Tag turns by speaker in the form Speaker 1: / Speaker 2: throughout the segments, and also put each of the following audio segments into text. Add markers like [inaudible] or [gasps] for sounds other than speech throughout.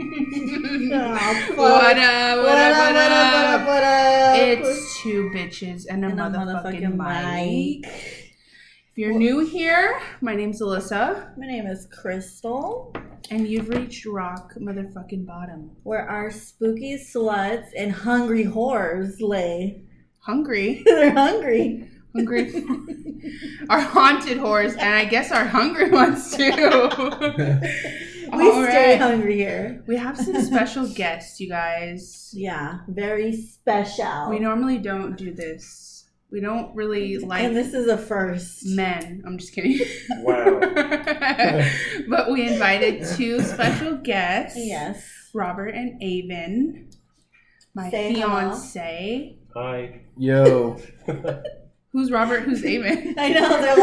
Speaker 1: [laughs]
Speaker 2: Oh,
Speaker 1: What
Speaker 2: fuck.
Speaker 1: up? What
Speaker 2: What
Speaker 1: up?
Speaker 2: up,
Speaker 1: What
Speaker 2: what up,
Speaker 1: up?
Speaker 2: what up, what up?
Speaker 1: It's two bitches and a,
Speaker 2: And a
Speaker 1: motherfucking,
Speaker 2: motherfucking
Speaker 1: mic. If you're new here, my name's Alyssa,
Speaker 2: My name is Crystal.
Speaker 1: and you've reached rock motherfucking bottom.
Speaker 2: Where our spooky sluts and hungry whores lay. [laughs]
Speaker 1: Hungry,
Speaker 2: They're hungry.
Speaker 1: [laughs] hungry. our haunted whores, and I guess our hungry ones [laughs] too.
Speaker 2: We
Speaker 1: All
Speaker 2: stay
Speaker 1: right.
Speaker 2: hungry here.
Speaker 1: we have some special guests, you guys.
Speaker 2: Yeah, very special.
Speaker 1: We normally don't do this. We don't really like
Speaker 2: and this is a first.
Speaker 1: men. I'm just kidding.
Speaker 3: Wow.
Speaker 1: [laughs] but we invited two special guests.
Speaker 2: Yes.
Speaker 1: Robert and Avon, my
Speaker 2: Say hello.
Speaker 1: fiance.
Speaker 3: Hi.
Speaker 4: Yo,
Speaker 1: Who's Robert? Who's Avon?
Speaker 2: [laughs] I know, they're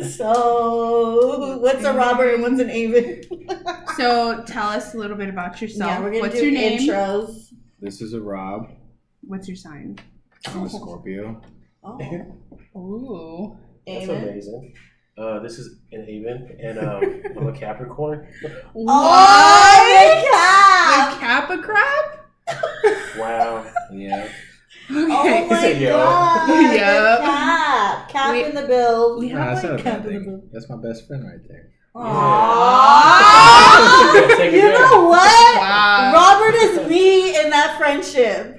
Speaker 2: like, [laughs] so what's a Robert and what's an Avon?
Speaker 1: so tell us a little bit about yourself.
Speaker 2: yeah, we're gonna
Speaker 1: What's
Speaker 2: do
Speaker 1: your name?
Speaker 2: intros.
Speaker 4: [laughs] this is a Rob.
Speaker 1: What's your sign?
Speaker 4: I'm a Scorpio.
Speaker 2: Oh,
Speaker 1: Ooh.
Speaker 3: That's
Speaker 2: Avon.
Speaker 3: amazing. Uh, this is an Avon, and um, I'm a Capricorn.
Speaker 2: Oh, the
Speaker 1: A
Speaker 2: cat!
Speaker 1: Kappa crab? [laughs]
Speaker 3: Wow.
Speaker 4: Yeah.
Speaker 2: Oh
Speaker 1: Okay.
Speaker 2: my
Speaker 3: It's a yo.
Speaker 1: [laughs]
Speaker 2: god!
Speaker 1: Yup.
Speaker 2: The Cap, cap
Speaker 1: We-
Speaker 2: in the
Speaker 1: [laughs]
Speaker 2: build.
Speaker 1: we
Speaker 4: Nah,
Speaker 1: have
Speaker 4: that's not
Speaker 1: like
Speaker 4: a bad
Speaker 2: capital
Speaker 4: thing.
Speaker 2: boot.
Speaker 4: That's my best friend right there.
Speaker 2: Aww. [laughs]
Speaker 3: Don't take it
Speaker 2: you
Speaker 3: there.
Speaker 2: know what?
Speaker 1: Wow.
Speaker 2: Robert is me in that friendship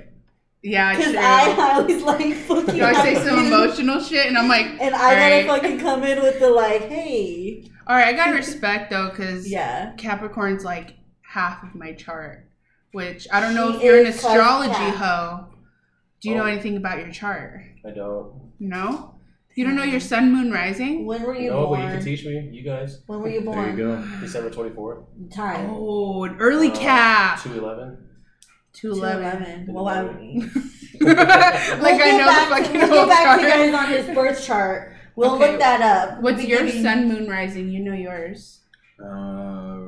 Speaker 1: yeah,
Speaker 2: because
Speaker 1: true.
Speaker 2: I always like fucking.
Speaker 1: you know, I say
Speaker 2: have [laughs]
Speaker 1: some
Speaker 2: you,
Speaker 1: emotional shit, and I'm like,
Speaker 2: and I
Speaker 1: Alright.
Speaker 2: gotta fucking come in with the like, hey,
Speaker 1: all right, I
Speaker 2: [laughs]
Speaker 1: got respect though, because
Speaker 2: yeah.
Speaker 1: Capricorn's like half of my chart, which I don't know
Speaker 2: She
Speaker 1: if you're an
Speaker 2: is called
Speaker 1: astrology
Speaker 2: Cap.
Speaker 1: hoe. Do you know
Speaker 3: Oh.
Speaker 1: anything about your chart?
Speaker 3: I don't.
Speaker 1: No? You don't know your sun, moon, rising?
Speaker 2: When were you
Speaker 3: No, but you
Speaker 2: born?
Speaker 3: can teach me. You guys.
Speaker 2: when were you
Speaker 4: There you
Speaker 2: born?
Speaker 4: go.
Speaker 3: December 24th,
Speaker 2: Time.
Speaker 1: Oh, an early
Speaker 3: Uh,
Speaker 2: Ah.
Speaker 1: cap.
Speaker 3: 211.
Speaker 2: [laughs]
Speaker 1: [laughs] 211.
Speaker 2: 211. Well, I, we'll
Speaker 1: like I
Speaker 2: get
Speaker 1: know
Speaker 2: back
Speaker 1: the fucking
Speaker 2: to, we'll
Speaker 1: whole
Speaker 2: get back to
Speaker 1: chart.
Speaker 2: you guys on his birth chart. We'll
Speaker 1: Okay.
Speaker 2: look that up.
Speaker 1: What's
Speaker 2: We'll be
Speaker 1: your
Speaker 2: giving-
Speaker 1: sun, moon, rising? You know yours.
Speaker 4: Uh,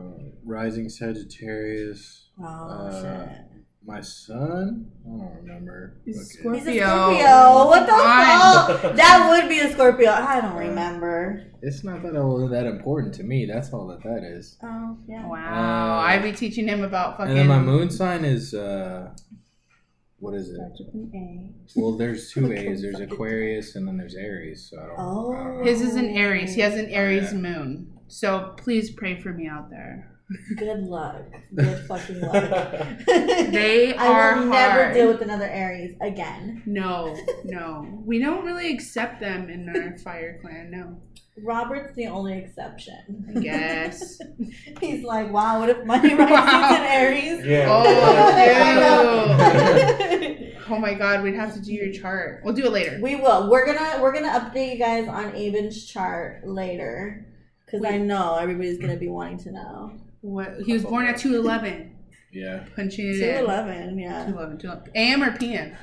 Speaker 4: rising Sagittarius.
Speaker 2: Oh,
Speaker 4: Uh,
Speaker 2: shit.
Speaker 4: My son? I don't remember.
Speaker 1: Is
Speaker 4: Okay.
Speaker 1: Scorpio.
Speaker 2: He's a Scorpio. What the
Speaker 1: Fine.
Speaker 2: fuck? That would be a Scorpio. I don't remember.
Speaker 4: It's not that it was that important to me. That's all that that is.
Speaker 2: Oh, yeah.
Speaker 1: Wow.
Speaker 4: Uh,
Speaker 1: I'd be teaching him about fucking.
Speaker 4: And then my moon sign is uh, what is it?
Speaker 1: Starts with an
Speaker 4: Well,
Speaker 1: [laughs]
Speaker 4: there's two A's. There's Aquarius and then there's Aries. So I don't. I don't
Speaker 2: Oh.
Speaker 4: know.
Speaker 1: A. His is an Aries. He has an Aries
Speaker 4: Oh, Yeah.
Speaker 1: moon. So please pray for me out there.
Speaker 2: [laughs] Good luck. Good fucking luck.
Speaker 3: That's
Speaker 1: [laughs] They
Speaker 2: [laughs] I
Speaker 1: are
Speaker 2: will never
Speaker 1: hard.
Speaker 2: deal with another Aries again.
Speaker 1: No, no. We don't really accept them in our fire clan. No.
Speaker 2: Robert's the only exception.
Speaker 1: I guess.
Speaker 2: [laughs] He's like, wow, what if my rising's an [laughs] Aries?
Speaker 3: Yeah.
Speaker 1: Oh,
Speaker 2: [laughs] I [laughs] know.
Speaker 1: Oh my god, we'd have to do your chart. We'll do it later.
Speaker 2: We will. We're gonna we're gonna update you guys on Avon's chart later, because I know everybody's gonna be wanting to know.
Speaker 1: What he was born at two eleven.
Speaker 4: Yeah.
Speaker 1: Punching it
Speaker 2: Two
Speaker 1: in.
Speaker 2: eleven, yeah.
Speaker 1: 211, 211. AM or PM?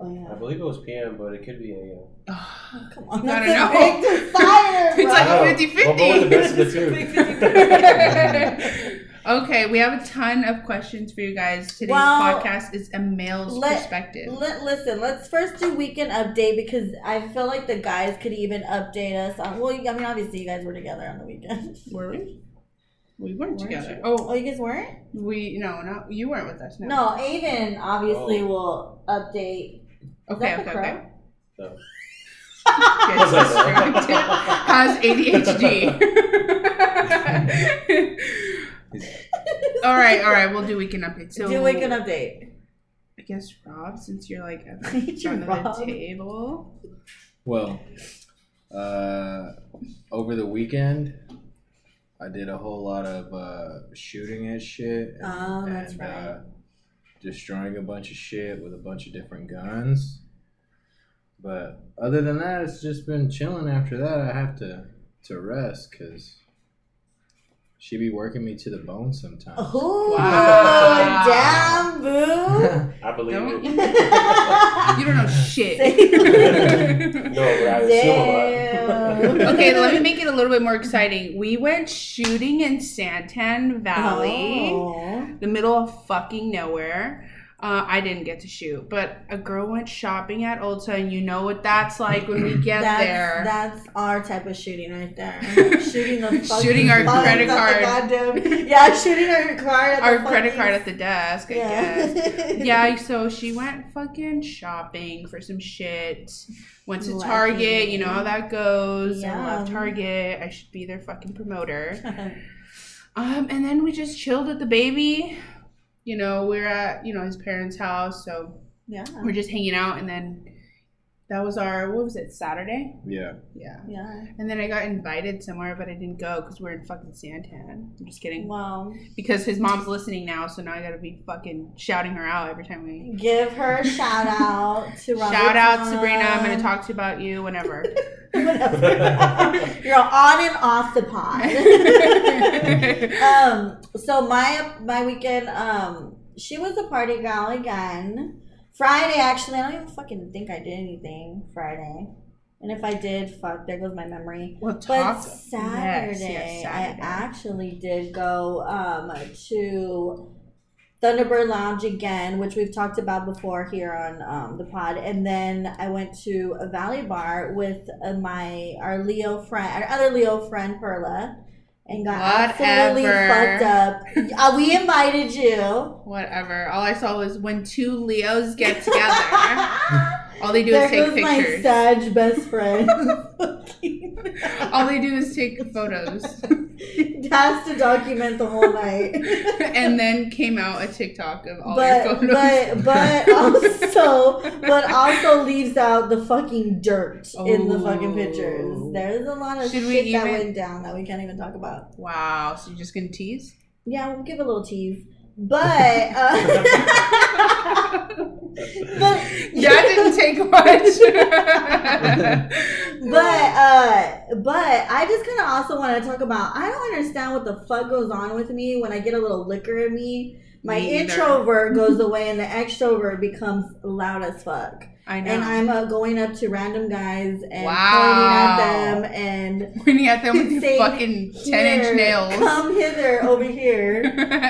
Speaker 2: Oh
Speaker 3: I
Speaker 2: yeah.
Speaker 3: believe it was PM, but it could be AM.
Speaker 1: Ugh.
Speaker 2: Come on,
Speaker 1: You gotta
Speaker 2: that's a
Speaker 1: know. [laughs]
Speaker 2: big desire.
Speaker 1: It's like
Speaker 2: bro.
Speaker 3: Wow.
Speaker 1: 50-50.
Speaker 3: Well, both the best of
Speaker 2: [laughs]
Speaker 1: [laughs]
Speaker 3: the
Speaker 1: okay, we have a ton of questions for you guys. Today's
Speaker 2: Well,
Speaker 1: podcast is a male's
Speaker 2: let-
Speaker 1: perspective.
Speaker 2: Let, listen, let's first do weekend update because I feel like the guys could even update us on. Well, I mean, obviously you guys were together on the weekend. [laughs]
Speaker 1: Were we? We weren't
Speaker 3: Weren't
Speaker 1: together.
Speaker 3: you?
Speaker 2: Oh,
Speaker 1: Oh,
Speaker 2: you guys weren't?
Speaker 1: we no, not you weren't with us. No.
Speaker 2: No, Avon obviously will update. Is
Speaker 1: Okay,
Speaker 2: that the
Speaker 1: okay, okay.
Speaker 3: crow?
Speaker 1: [laughs]
Speaker 3: No.
Speaker 1: Gets distracted. Has ADHD. all right, all right. We'll do weekend update. So
Speaker 2: do weekend update.
Speaker 1: I guess Rob, since you're like
Speaker 2: [laughs]
Speaker 1: at the
Speaker 2: Major
Speaker 1: front of the
Speaker 2: Rob.
Speaker 1: table.
Speaker 4: Well, uh, over the weekend, I did a whole lot of uh, shooting at shit. And,
Speaker 2: Oh, that's
Speaker 4: and,
Speaker 2: right.
Speaker 4: Uh, destroying a bunch of shit with a bunch of different guns. But other than that, it's just been chilling. After that, I have to to rest because she be working me to the bone sometimes.
Speaker 2: Oh,
Speaker 1: Wow.
Speaker 2: damn, boo.
Speaker 3: [laughs]
Speaker 2: [laughs]
Speaker 3: I believe
Speaker 1: Don't-
Speaker 3: it.
Speaker 1: You don't know shit.
Speaker 2: [laughs]
Speaker 3: No, but I assume
Speaker 2: Damn.
Speaker 3: a
Speaker 1: [laughs]
Speaker 3: lot.
Speaker 1: okay, let me make it a little bit more exciting. We went shooting in Santan Valley,
Speaker 2: Oh.
Speaker 1: the middle of fucking nowhere. Uh, I didn't get to shoot, but a girl went shopping at Ulta, and you know what that's like when
Speaker 2: [clears throat]
Speaker 1: we get
Speaker 2: that's,
Speaker 1: there.
Speaker 2: That's our type of shooting
Speaker 1: [laughs]
Speaker 2: right there. Shooting the fucking
Speaker 1: Shooting our
Speaker 2: bugs
Speaker 1: credit
Speaker 2: at the
Speaker 1: card.
Speaker 2: goddamn- yeah, shooting our card. At
Speaker 1: Our
Speaker 2: the
Speaker 1: credit
Speaker 2: fucking-
Speaker 1: card at the desk,
Speaker 2: [laughs]
Speaker 1: I guess. yeah, so she went fucking shopping for some shit. Went to
Speaker 2: Lucky.
Speaker 1: Target, you know how that goes. I love
Speaker 2: Yum.
Speaker 1: Target. I should be their fucking promoter. Um, and then we just chilled with the baby. You know, we're at, you know, his parents' house, so
Speaker 2: yeah.
Speaker 1: we're just hanging out and then that was our what was it, Saturday?
Speaker 4: Yeah.
Speaker 1: Yeah.
Speaker 2: [laughs] Yeah.
Speaker 1: And then I got invited somewhere, but I didn't go because we're in fucking Santan. I'm just kidding.
Speaker 2: Wow.
Speaker 1: Because his mom's listening now, so now I gotta be fucking shouting her out every time we
Speaker 2: Give her a shout out to Robert
Speaker 1: Shout out
Speaker 2: Khan.
Speaker 1: Sabrina. I'm going to talk [laughs] to you about you whenever.
Speaker 2: [laughs] Whatever. [laughs] You're on and off the
Speaker 1: [laughs]
Speaker 2: pod.
Speaker 1: yeah.
Speaker 2: um so my my weekend um she was a party gal again friday actually i don't even fucking think i did anything friday and if i did fuck there goes my memory
Speaker 1: [laughs] Well,
Speaker 2: but
Speaker 1: talk.
Speaker 2: saturday,
Speaker 1: Yes, yes,
Speaker 2: i
Speaker 1: Saturday.
Speaker 2: actually did go um to thunderbird lounge again which we've talked about before here on um, the pod and then i went to a valley bar with uh, my our leo friend our other leo friend perla and got absolutely
Speaker 1: Whatever.
Speaker 2: fucked up. Uh, we invited you.
Speaker 1: Whatever. All I saw was when two Leos get
Speaker 2: [laughs]
Speaker 1: together, all they do
Speaker 2: there
Speaker 1: is take
Speaker 2: goes my
Speaker 1: pictures.
Speaker 2: Sag best friend. [laughs]
Speaker 1: All they do is take photos.
Speaker 2: [laughs] Has to document the whole night.
Speaker 1: and then came out a TikTok of all their
Speaker 2: but
Speaker 1: photos.
Speaker 2: but but
Speaker 1: [laughs]
Speaker 2: also but also leaves out the fucking dirt in the fucking pictures.
Speaker 1: Oh.
Speaker 2: There's a lot of
Speaker 1: Should
Speaker 2: shit
Speaker 1: we
Speaker 2: that
Speaker 1: even-
Speaker 2: went down that we can't even talk about.
Speaker 1: wow. So you're just going to
Speaker 2: [laughs]
Speaker 1: tease?
Speaker 2: Yeah, we'll give a little tease.
Speaker 1: [laughs]
Speaker 2: But uh, [laughs] but
Speaker 1: That didn't take much.
Speaker 2: [laughs] But uh but I just kind of also want to talk about I don't understand what the fuck goes on with me when I get a little liquor in me. My
Speaker 1: Me either. [laughs]
Speaker 2: introvert goes away and the extrovert becomes loud as fuck.
Speaker 1: I know.
Speaker 2: And I'm uh, going up to random guys and
Speaker 1: Wow.
Speaker 2: pointing at them and
Speaker 1: pointing at them with your
Speaker 2: Saying,
Speaker 1: fucking 10
Speaker 2: "Here,
Speaker 1: inch [laughs] nails.
Speaker 2: Come hither
Speaker 1: [laughs]
Speaker 2: over here.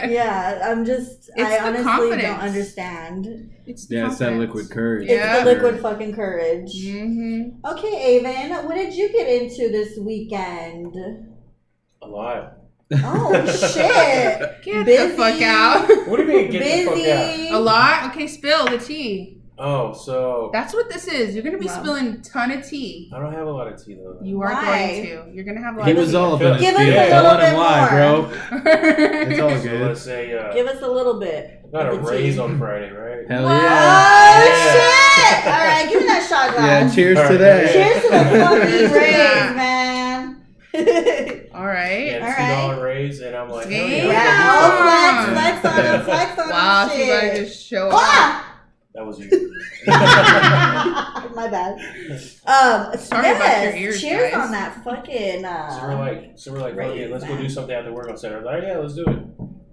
Speaker 2: yeah, I'm just
Speaker 1: It's
Speaker 2: I
Speaker 1: the
Speaker 2: honestly
Speaker 1: confidence.
Speaker 2: don't understand.
Speaker 1: It's
Speaker 4: Yeah, it's that liquid courage.
Speaker 1: Yeah.
Speaker 2: It's the liquid fucking courage.
Speaker 1: hmm
Speaker 2: Okay, Avon, what did you get into this weekend?
Speaker 3: [laughs] A lot.
Speaker 2: Oh
Speaker 1: [laughs]
Speaker 2: shit!
Speaker 1: Get
Speaker 2: Busy.
Speaker 1: the fuck
Speaker 2: [laughs]
Speaker 1: out.
Speaker 3: What do you mean get
Speaker 2: Busy.
Speaker 3: the fuck out?
Speaker 1: A lot. Okay, spill the tea.
Speaker 3: Oh, so
Speaker 1: That's what this is. You're gonna be
Speaker 2: Wow.
Speaker 1: spilling a ton of tea.
Speaker 3: I don't have a lot of tea though.
Speaker 1: You are
Speaker 2: Why?
Speaker 1: going to. You're gonna have a lot.
Speaker 4: He
Speaker 1: of [laughs]
Speaker 4: was all about
Speaker 3: Give
Speaker 4: it.
Speaker 3: us a
Speaker 4: Steve.
Speaker 3: little
Speaker 4: Don't
Speaker 2: bit
Speaker 4: let him lie,
Speaker 2: more.
Speaker 4: bro. It's
Speaker 1: tea.
Speaker 4: all
Speaker 3: so
Speaker 4: good.
Speaker 3: let's say uh,
Speaker 2: Give us a little bit.
Speaker 3: got a
Speaker 2: the tea.
Speaker 3: raise on Friday, right?
Speaker 4: Hell
Speaker 2: Wow!
Speaker 4: yeah.
Speaker 2: shit! All right, give me that shot
Speaker 4: Yeah,
Speaker 2: glass.
Speaker 4: cheers
Speaker 3: All right.
Speaker 4: to that.
Speaker 2: Cheers
Speaker 4: [laughs]
Speaker 2: to the
Speaker 1: Cheers
Speaker 2: fucking
Speaker 1: to
Speaker 2: raise,
Speaker 1: that.
Speaker 2: man. [laughs]
Speaker 1: all right.
Speaker 3: And
Speaker 2: All
Speaker 3: two dollar
Speaker 2: right.
Speaker 3: raise, and I'm like, hell
Speaker 1: Damn.
Speaker 2: [laughs]
Speaker 3: yeah.
Speaker 2: yeah, oh flex, flex on him, flex on him,
Speaker 1: Wow, she about to
Speaker 2: Oh, shit.
Speaker 1: just show up.
Speaker 2: Ah!
Speaker 3: That was you.
Speaker 4: [laughs]
Speaker 2: [laughs] My bad. Um,
Speaker 1: Sorry
Speaker 2: yes,
Speaker 1: about your ears,
Speaker 2: cheers
Speaker 1: guys.
Speaker 2: on that fucking.
Speaker 3: so we're
Speaker 2: Uh,
Speaker 3: like, so we're like,
Speaker 2: Raise,
Speaker 3: okay, let's go
Speaker 2: man.
Speaker 3: do something after work on Saturday. I'm like, yeah, let's do it.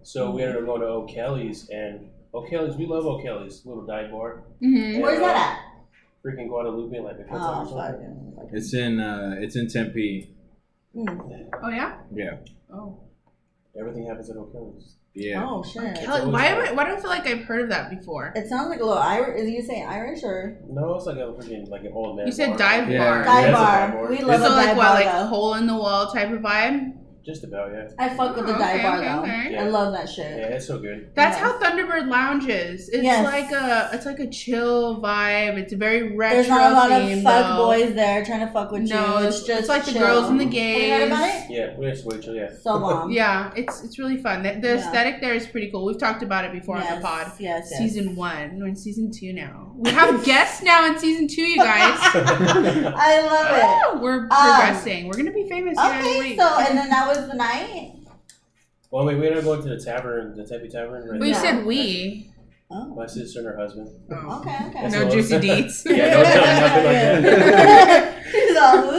Speaker 3: So we ended up going to O'Kelly's, and O'Kelly's, we love O'Kelly's, little dive bar.
Speaker 1: hmm
Speaker 2: where's
Speaker 3: And, uh,
Speaker 2: that
Speaker 3: Freaking Guadalupe, like the
Speaker 2: at? Oh fuck.
Speaker 4: It's in uh, it's in Tempe.
Speaker 2: Mm.
Speaker 1: Oh yeah.
Speaker 4: Yeah.
Speaker 1: Oh.
Speaker 3: Everything happens at O'Kelly's.
Speaker 4: Yeah.
Speaker 2: Oh shit.
Speaker 1: Kelly,
Speaker 3: always
Speaker 1: why am
Speaker 3: fun.
Speaker 1: I? Why do I feel like I've heard of that before?
Speaker 2: It sounds like a little Irish. Is you saying Irish or
Speaker 3: No, it's like a freaking like an old man.
Speaker 1: You said
Speaker 3: bar.
Speaker 1: dive
Speaker 4: Yeah.
Speaker 1: bar.
Speaker 4: Dive
Speaker 2: dive
Speaker 3: that's a dive
Speaker 2: bar?
Speaker 3: bar.
Speaker 2: We
Speaker 3: It's
Speaker 1: So
Speaker 2: love a
Speaker 1: like
Speaker 2: dive
Speaker 1: what,
Speaker 2: bar.
Speaker 1: like
Speaker 2: though.
Speaker 1: hole in the wall type of vibe?
Speaker 3: Just about, yeah.
Speaker 2: I fuck with the
Speaker 1: Oh,
Speaker 2: dive
Speaker 1: okay,
Speaker 2: bar
Speaker 1: okay,
Speaker 2: though.
Speaker 1: okay.
Speaker 2: I love that shit.
Speaker 3: Yeah, it's so good.
Speaker 1: That's
Speaker 2: Yes.
Speaker 1: how Thunderbird Lounge is. It's
Speaker 2: Yes.
Speaker 1: like a it's like a chill vibe. It's very retro.
Speaker 2: There's not a lot of
Speaker 1: theme,
Speaker 2: fuck
Speaker 1: though.
Speaker 2: boys there trying to fuck with
Speaker 1: No,
Speaker 2: you.
Speaker 1: it's,
Speaker 2: It's, just
Speaker 1: it's like the
Speaker 2: chill.
Speaker 1: girls and the
Speaker 2: Have
Speaker 1: gays.
Speaker 2: you heard about it?
Speaker 3: Yeah, we just wait till
Speaker 2: [laughs]
Speaker 3: yeah.
Speaker 2: So
Speaker 1: [laughs]
Speaker 2: long.
Speaker 1: Yeah, it's it's really fun. The, the
Speaker 2: Yeah.
Speaker 1: aesthetic there is pretty cool. We've talked about it before on the pod.
Speaker 2: Yes, yes.
Speaker 1: Season one. We're in season two now. We
Speaker 2: [laughs]
Speaker 1: have guests now in season two, you guys.
Speaker 2: I [laughs] love it. Um,
Speaker 1: Woo! We're progressing. We're gonna be famous. here in a
Speaker 2: Okay,
Speaker 1: week.
Speaker 2: so and then that was the night.
Speaker 3: well, I mean, we ended up going to the tavern, the Tempe Tavern. Right
Speaker 1: we
Speaker 2: Yeah.
Speaker 1: said we.
Speaker 2: Oh,
Speaker 3: My sister and her husband.
Speaker 1: Oh.
Speaker 2: okay, okay.
Speaker 3: That's
Speaker 1: No
Speaker 3: all. [laughs]
Speaker 1: juicy deeds.
Speaker 3: Yeah, no, nothing like that.
Speaker 2: [laughs] She's all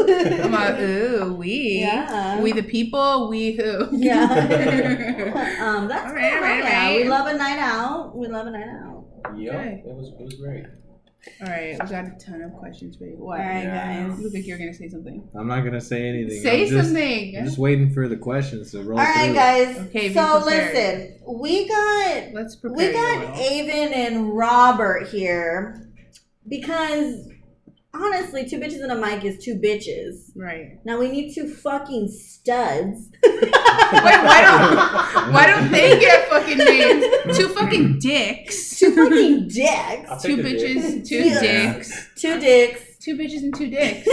Speaker 2: ooh.
Speaker 1: [laughs] I'm like, ooh, we.
Speaker 2: [laughs] Yeah.
Speaker 1: [laughs] We the people, we who.
Speaker 2: Yeah. [laughs] um, that's
Speaker 1: All
Speaker 2: cool.
Speaker 1: right, all right, all
Speaker 2: yeah.
Speaker 1: right.
Speaker 2: We love a night out. We love a night out.
Speaker 3: yeah,
Speaker 1: Okay.
Speaker 3: it was it was great.
Speaker 1: [laughs] All right, we got a ton of questions for you. What?
Speaker 2: All right,
Speaker 4: Yeah.
Speaker 2: guys.
Speaker 1: You look like you're gonna say something.
Speaker 2: Oh.
Speaker 4: I'm not gonna say anything.
Speaker 1: say
Speaker 4: I'm just,
Speaker 1: something.
Speaker 4: I'm just waiting for the questions to roll
Speaker 2: All right,
Speaker 4: through.
Speaker 2: guys.
Speaker 1: Okay, be
Speaker 2: so
Speaker 1: prepared.
Speaker 2: listen, we got
Speaker 1: Let's prepare.
Speaker 2: we
Speaker 1: you
Speaker 2: got
Speaker 1: all.
Speaker 2: Avon and Robert here because honestly, two bitches and a mic is two bitches.
Speaker 1: right.
Speaker 2: Now we need two fucking studs.
Speaker 1: [laughs] Wait, [laughs] why
Speaker 3: [laughs]
Speaker 1: don't why don't
Speaker 4: [laughs]
Speaker 1: they get fucking names? Two fucking dicks.
Speaker 2: Two [laughs] fucking
Speaker 3: I'll
Speaker 2: dicks.
Speaker 1: [laughs]
Speaker 3: take
Speaker 1: Two
Speaker 3: the dick.
Speaker 1: bitches. Two
Speaker 2: Yeah.
Speaker 1: dicks. [laughs]
Speaker 2: Two dicks.
Speaker 1: Two bitches and two dicks.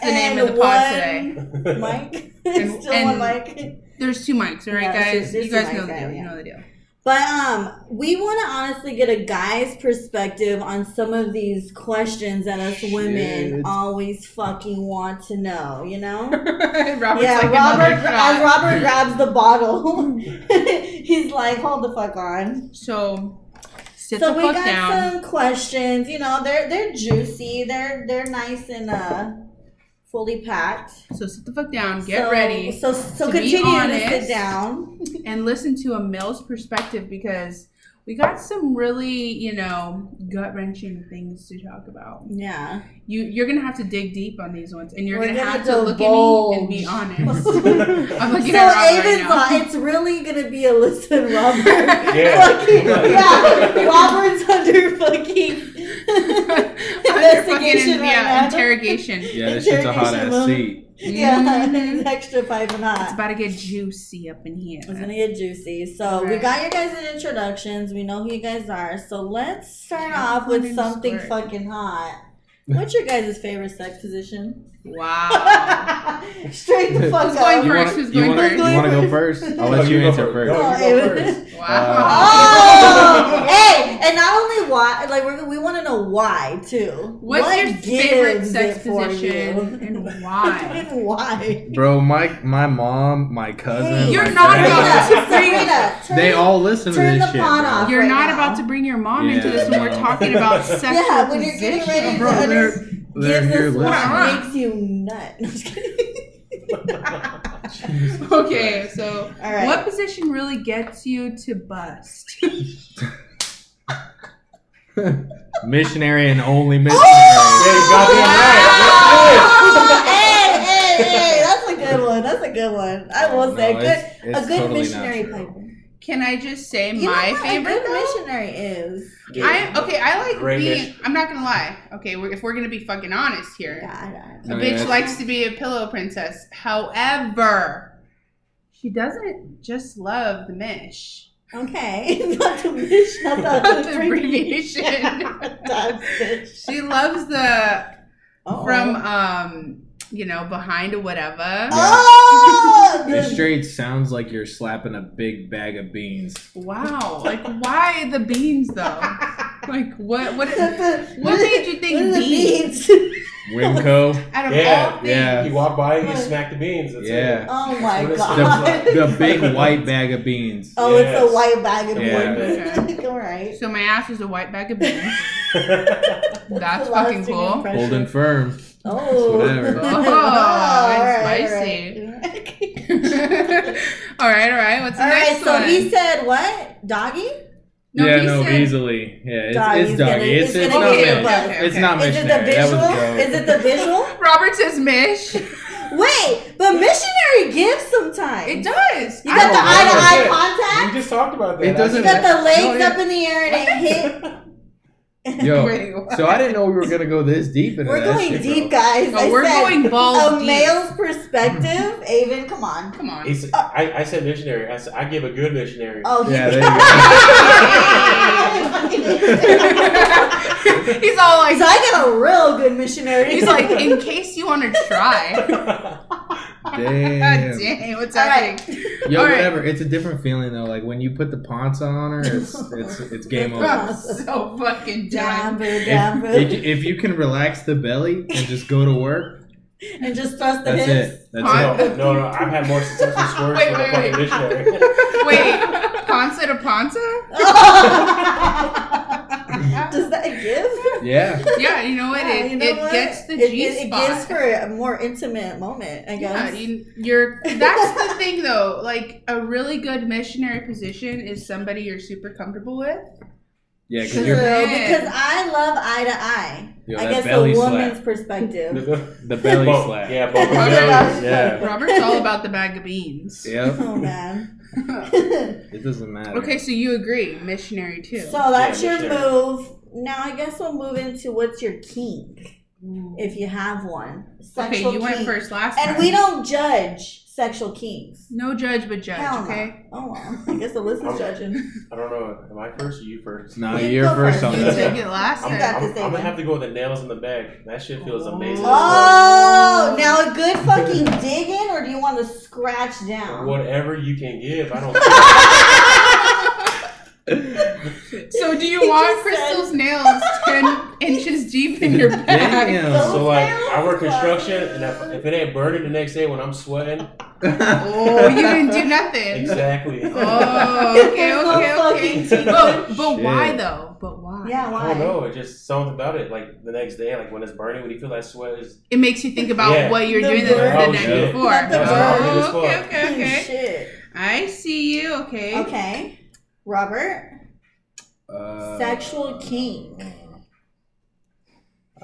Speaker 1: That's the name of the pod today.
Speaker 2: [laughs]
Speaker 3: [laughs]
Speaker 1: [laughs]
Speaker 2: Mike.
Speaker 1: And-
Speaker 2: Still
Speaker 1: and-
Speaker 2: one mic.
Speaker 1: There's two mics, all right,
Speaker 2: Yeah,
Speaker 1: guys.
Speaker 2: there's- there's
Speaker 1: you
Speaker 2: two
Speaker 1: guys
Speaker 2: mics,
Speaker 1: know the
Speaker 2: yeah,
Speaker 1: deal.
Speaker 2: yeah.
Speaker 1: You know the
Speaker 2: [laughs]
Speaker 1: deal. [laughs]
Speaker 2: But um, we want to honestly get a guy's perspective on some of these questions that us women
Speaker 4: Shit.
Speaker 2: always fucking want to know. You know?
Speaker 1: Robert's
Speaker 2: yeah,
Speaker 1: like
Speaker 2: Robert.
Speaker 1: another
Speaker 2: As
Speaker 1: shot. [laughs]
Speaker 2: Robert grabs the bottle, [laughs] he's like, "Hold the fuck on."
Speaker 1: So sit
Speaker 2: so
Speaker 1: the
Speaker 2: we
Speaker 1: fuck
Speaker 2: got
Speaker 1: down.
Speaker 2: some questions. You know, they're they're juicy. They're they're nice and uh, fully packed.
Speaker 1: So sit the fuck down. Get
Speaker 2: So-
Speaker 1: ready
Speaker 2: So so
Speaker 1: to be
Speaker 2: continue to sit
Speaker 1: honest,
Speaker 2: down.
Speaker 1: and listen to a male's perspective because we got some really, you know, gut wrenching things to talk about.
Speaker 2: Yeah.
Speaker 1: You you're gonna have to dig deep on these ones, and you're
Speaker 2: We're
Speaker 1: gonna,
Speaker 2: gonna
Speaker 1: have to look at me and be honest.
Speaker 2: [laughs]
Speaker 1: I'm looking
Speaker 2: So
Speaker 1: at Robert
Speaker 2: Avon's
Speaker 1: right [laughs]
Speaker 2: like,
Speaker 1: now.
Speaker 2: it's really gonna be Alyssa and
Speaker 1: [laughs]
Speaker 2: Robert.
Speaker 3: Yeah.
Speaker 2: [laughs] Fucking- yeah. Robert's under
Speaker 1: [laughs]
Speaker 2: fucking
Speaker 1: Under fucking,
Speaker 2: investigation right
Speaker 1: yeah,
Speaker 2: now.
Speaker 1: interrogation.
Speaker 4: Yeah, this shit's a hot ass
Speaker 2: Interrogation
Speaker 4: seat.
Speaker 2: [laughs] Yeah,
Speaker 1: Mhm.
Speaker 2: it's extra five and
Speaker 1: [laughs] It's
Speaker 2: hot.
Speaker 1: about to get juicy up in here.
Speaker 2: It's gonna get juicy. So we
Speaker 1: Right.
Speaker 2: got your guys' introductions. We know who you guys are. So let's start off with
Speaker 1: Chocolate and
Speaker 2: something
Speaker 1: squirt.
Speaker 2: fucking hot. What's your guys' favorite sex
Speaker 1: [laughs]
Speaker 2: position? [laughs]
Speaker 1: Wow.
Speaker 2: Straight the fuck
Speaker 1: Who's
Speaker 2: up.
Speaker 1: going
Speaker 4: You
Speaker 1: first?
Speaker 4: wanna,
Speaker 1: Who's
Speaker 4: you
Speaker 1: going
Speaker 4: wanna,
Speaker 1: first?
Speaker 4: You wanna go first? I'll let
Speaker 3: [laughs] No,
Speaker 4: Oh, you
Speaker 3: go
Speaker 4: answer first.
Speaker 3: No, you go first.
Speaker 1: [laughs]
Speaker 2: Oh, [laughs] hey, and not only why, like we're, we want to know why too.
Speaker 1: What's
Speaker 2: What
Speaker 1: your favorite
Speaker 2: gives
Speaker 1: sex
Speaker 2: it for
Speaker 1: position
Speaker 2: you? [laughs]
Speaker 1: and why?
Speaker 2: And why?
Speaker 4: Bro, my my mom, my cousin,
Speaker 2: Hey,
Speaker 1: You're
Speaker 4: my
Speaker 1: not
Speaker 4: dad,
Speaker 1: allowed to
Speaker 2: Serena,
Speaker 1: bring it.
Speaker 2: Serena, turn-
Speaker 4: They all listen to
Speaker 2: turn
Speaker 4: this
Speaker 2: the
Speaker 4: shit.
Speaker 2: pot
Speaker 4: bro.
Speaker 2: off.
Speaker 1: You're
Speaker 2: right
Speaker 1: not
Speaker 2: now.
Speaker 1: about to bring your mom into
Speaker 4: Yeah,
Speaker 1: this when we're
Speaker 4: no.
Speaker 1: talking
Speaker 4: [laughs]
Speaker 1: about sexual
Speaker 2: Yeah, when you're getting
Speaker 1: position.
Speaker 2: ready
Speaker 4: Bro, they're they're
Speaker 2: Give
Speaker 4: here
Speaker 2: this
Speaker 4: listening.
Speaker 2: one makes you nut. [laughs] I'm just kidding.
Speaker 1: Okay, so
Speaker 2: All right.
Speaker 1: what position really gets you to bust?
Speaker 4: [laughs] missionary and only
Speaker 3: Yeah,
Speaker 2: Oh!
Speaker 4: missionary.
Speaker 3: you got
Speaker 2: Wow.
Speaker 3: that
Speaker 2: hey, hey, hey! That's a good one. That's a good one. I will
Speaker 4: Oh, No,
Speaker 2: say, good.
Speaker 4: it's- it's
Speaker 2: a good
Speaker 4: totally not
Speaker 2: missionary
Speaker 4: true.
Speaker 2: pipe.
Speaker 1: Can I just say
Speaker 2: You know
Speaker 1: my
Speaker 2: what
Speaker 1: favorite?
Speaker 2: A good
Speaker 1: though?
Speaker 2: missionary is.
Speaker 1: [laughs]
Speaker 3: right.
Speaker 1: I okay. I like
Speaker 3: Great
Speaker 1: being.
Speaker 3: mission.
Speaker 1: I'm not gonna lie. Okay, we're, if we're gonna be fucking honest here,
Speaker 2: God,
Speaker 1: a
Speaker 4: No,
Speaker 1: bitch
Speaker 4: Oh, yeah.
Speaker 1: likes to be a pillow princess. However, she doesn't just love the mish.
Speaker 2: I- okay. [laughs] Not the mission. Not the
Speaker 1: [laughs] The
Speaker 2: abbreviation. [laughs]
Speaker 1: abbreviation.
Speaker 2: That's bitch.
Speaker 1: She loves the
Speaker 2: Uh-oh.
Speaker 1: from um you know behind or whatever
Speaker 2: Oh, [laughs]
Speaker 4: It
Speaker 2: the-
Speaker 4: straight sounds like you're slapping a big bag
Speaker 2: [laughs]
Speaker 4: of beans.
Speaker 1: wow like why the beans though like what what what made you think
Speaker 2: What are the
Speaker 1: beans
Speaker 2: beans? [laughs]
Speaker 4: Winco.
Speaker 1: out of
Speaker 3: Yeah,
Speaker 1: all things
Speaker 4: yeah.
Speaker 3: He walked by, he smacked the beans. That's
Speaker 4: Yeah.
Speaker 3: it.
Speaker 2: Oh my
Speaker 3: What is the-
Speaker 2: god.
Speaker 4: The big white bag of beans.
Speaker 2: [laughs] Oh, it's
Speaker 3: Yes.
Speaker 2: a white bag of
Speaker 1: Yeah.
Speaker 2: [laughs] beans. All right.
Speaker 1: so my ass is a white bag of
Speaker 2: [laughs]
Speaker 1: beans that's
Speaker 2: the last
Speaker 1: fucking [laughs]
Speaker 2: thing
Speaker 1: cool
Speaker 2: impression.
Speaker 4: Holding firm.
Speaker 2: Oh. [laughs]
Speaker 4: [laughs] Whatever.
Speaker 1: Oh,
Speaker 2: All
Speaker 1: it's
Speaker 2: all right.
Speaker 1: all right all right what's the
Speaker 2: All right,
Speaker 1: next
Speaker 2: so
Speaker 1: one
Speaker 2: he said what? Doggy?
Speaker 4: yeah,
Speaker 1: he
Speaker 4: no,
Speaker 1: said-
Speaker 4: easily. Yeah,
Speaker 2: Doggy's
Speaker 4: it's, it's doggy.
Speaker 2: gonna-
Speaker 4: It's,
Speaker 2: it's
Speaker 4: it's,
Speaker 2: gonna
Speaker 4: not
Speaker 2: get
Speaker 1: okay,
Speaker 2: a
Speaker 4: mis-
Speaker 2: bus.
Speaker 1: okay,
Speaker 4: It's
Speaker 1: okay.
Speaker 4: not
Speaker 2: Is it the
Speaker 4: missionary. That was a
Speaker 2: visual?
Speaker 4: joke.
Speaker 2: Is it the visual?
Speaker 1: robert says mish
Speaker 2: Wait, but missionary gives sometimes.
Speaker 1: it does
Speaker 2: You got
Speaker 1: I
Speaker 2: the
Speaker 1: don't
Speaker 2: eye to
Speaker 1: know.
Speaker 2: eye
Speaker 3: That's it.
Speaker 2: contact.
Speaker 3: [laughs] We just talked about that.
Speaker 4: It doesn't
Speaker 2: You got the legs
Speaker 4: No, yeah.
Speaker 2: up in the air and it hit.
Speaker 3: [laughs]
Speaker 1: Wait,
Speaker 4: Yo,
Speaker 1: what?
Speaker 4: so I didn't know we were gonna go this deep into
Speaker 2: We're
Speaker 4: that
Speaker 2: going
Speaker 4: shit, bro.
Speaker 2: deep, guys.
Speaker 1: No,
Speaker 2: I
Speaker 1: we're
Speaker 2: said,
Speaker 1: going balls
Speaker 2: a
Speaker 1: deep.
Speaker 2: male's
Speaker 1: [laughs]
Speaker 2: perspective. Avon, come on.
Speaker 1: come [laughs]
Speaker 2: [laughs]
Speaker 1: on
Speaker 3: He's, I, I said missionary. I, said, I give a good missionary.
Speaker 2: Oh, he- [laughs]
Speaker 4: Yeah, there you
Speaker 1: he's all like
Speaker 2: so I got a real good missionary.
Speaker 1: He's like,
Speaker 2: [laughs]
Speaker 1: in case you want to try.
Speaker 4: go.
Speaker 1: God [laughs]
Speaker 4: Damn.
Speaker 1: dang, what's
Speaker 2: All
Speaker 1: happening?
Speaker 4: Yo,
Speaker 1: All right.
Speaker 4: whatever. It's a different feeling though. Like when you put the ponce on her, it's it's it's game over.
Speaker 1: I'm so fucking done.
Speaker 2: Damn, boo, damn, boo.
Speaker 4: If, if, if you can relax the belly and just go to
Speaker 2: [laughs]
Speaker 4: work,
Speaker 2: and just thrust the
Speaker 4: that's
Speaker 2: hips.
Speaker 4: it. That's
Speaker 1: Pon-
Speaker 4: it.
Speaker 3: [laughs] no, no, no. I've had
Speaker 1: [laughs]
Speaker 3: more successful squirts
Speaker 1: Wait,
Speaker 3: than a
Speaker 1: wait,
Speaker 3: fucking
Speaker 1: wait.
Speaker 3: missionary.
Speaker 1: [laughs] Wait, Ponza to
Speaker 2: [laughs]
Speaker 1: Ponza?
Speaker 2: [laughs] Does that give?
Speaker 4: Yeah.
Speaker 1: Yeah, you know what?
Speaker 2: Yeah,
Speaker 1: it
Speaker 2: you know
Speaker 1: it
Speaker 2: what?
Speaker 1: gets the
Speaker 2: It- it-
Speaker 1: G
Speaker 2: It,
Speaker 1: spot.
Speaker 2: gives for a more intimate moment, I
Speaker 1: yeah,
Speaker 2: guess.
Speaker 1: you, you're. That's the thing, though. Like a really good missionary position is somebody you're super comfortable with,
Speaker 4: Yeah,
Speaker 2: True,
Speaker 4: because
Speaker 1: you're-
Speaker 2: because I love eye to eye.
Speaker 4: Yo,
Speaker 2: I
Speaker 4: that
Speaker 2: guess
Speaker 4: belly
Speaker 2: the
Speaker 4: slap.
Speaker 2: woman's perspective.
Speaker 4: The belly
Speaker 3: Both.
Speaker 4: slap.
Speaker 3: Oh, Yeah, both.
Speaker 1: Talk about-
Speaker 4: Yeah.
Speaker 1: Robert's all about the bag of beans.
Speaker 4: Yep.
Speaker 2: oh man. [laughs]
Speaker 4: It doesn't matter.
Speaker 1: okay, so you agree, missionary too.
Speaker 2: So that's
Speaker 3: Yeah,
Speaker 2: your
Speaker 3: sure.
Speaker 2: move. Now I guess we'll move into what's your kink
Speaker 1: Ooh.
Speaker 2: if you have one.
Speaker 1: okay,
Speaker 2: Sexual
Speaker 1: you went
Speaker 2: kink.
Speaker 1: first last time.
Speaker 2: And we don't judge sexual kinks.
Speaker 1: No judge but judge.
Speaker 2: Hell no.
Speaker 1: okay.
Speaker 2: Oh well, [laughs] I guess Alyssa's judging.
Speaker 3: I don't know. Am I first or you first?
Speaker 4: No,
Speaker 2: You
Speaker 4: you're
Speaker 2: go
Speaker 4: first
Speaker 2: first.
Speaker 4: on
Speaker 1: You
Speaker 3: Yeah.
Speaker 4: [laughs]
Speaker 1: took
Speaker 4: this.
Speaker 1: it last
Speaker 3: I'm,
Speaker 2: You
Speaker 1: time.
Speaker 2: got
Speaker 3: I'm,
Speaker 2: this,
Speaker 3: I'm gonna
Speaker 2: Amy.
Speaker 3: have to go with the nails in the bag. That shit feels amazing. as fuck.
Speaker 2: Oh, now a good fucking dig in, or do you want to scratch down?
Speaker 3: Whatever you can give,
Speaker 2: [laughs]
Speaker 3: I don't. care.
Speaker 1: [laughs] So do you
Speaker 2: He
Speaker 1: want
Speaker 2: just
Speaker 1: Crystal's nails ten inches deep in
Speaker 4: [laughs]
Speaker 1: your bag?
Speaker 4: Damn.
Speaker 3: so like, I work construction, and if, if it ain't burning the next day when
Speaker 2: [laughs]
Speaker 3: I'm sweating,
Speaker 1: Oh, you didn't do nothing.
Speaker 3: exactly.
Speaker 1: Oh, okay,
Speaker 2: There's no
Speaker 1: okay,
Speaker 2: fucking
Speaker 1: okay. But, but why
Speaker 4: Shit.
Speaker 1: though? But why?
Speaker 2: Yeah,
Speaker 3: [laughs] I
Speaker 2: why?
Speaker 3: don't know. It just something about it. Like the next day, like when it's burning, when you feel that sweat, is
Speaker 1: It makes you think about
Speaker 3: Yeah.
Speaker 1: what you're
Speaker 2: The
Speaker 1: doing the,
Speaker 2: bird.
Speaker 1: the
Speaker 3: Oh,
Speaker 1: night
Speaker 3: shit.
Speaker 1: before.
Speaker 2: Not the
Speaker 3: bird.
Speaker 1: Oh, okay, okay,
Speaker 2: Holy
Speaker 1: okay.
Speaker 2: Shit.
Speaker 1: I see you. Okay.
Speaker 2: Okay, Robert.
Speaker 4: [laughs] Uh,
Speaker 2: Sexual kink.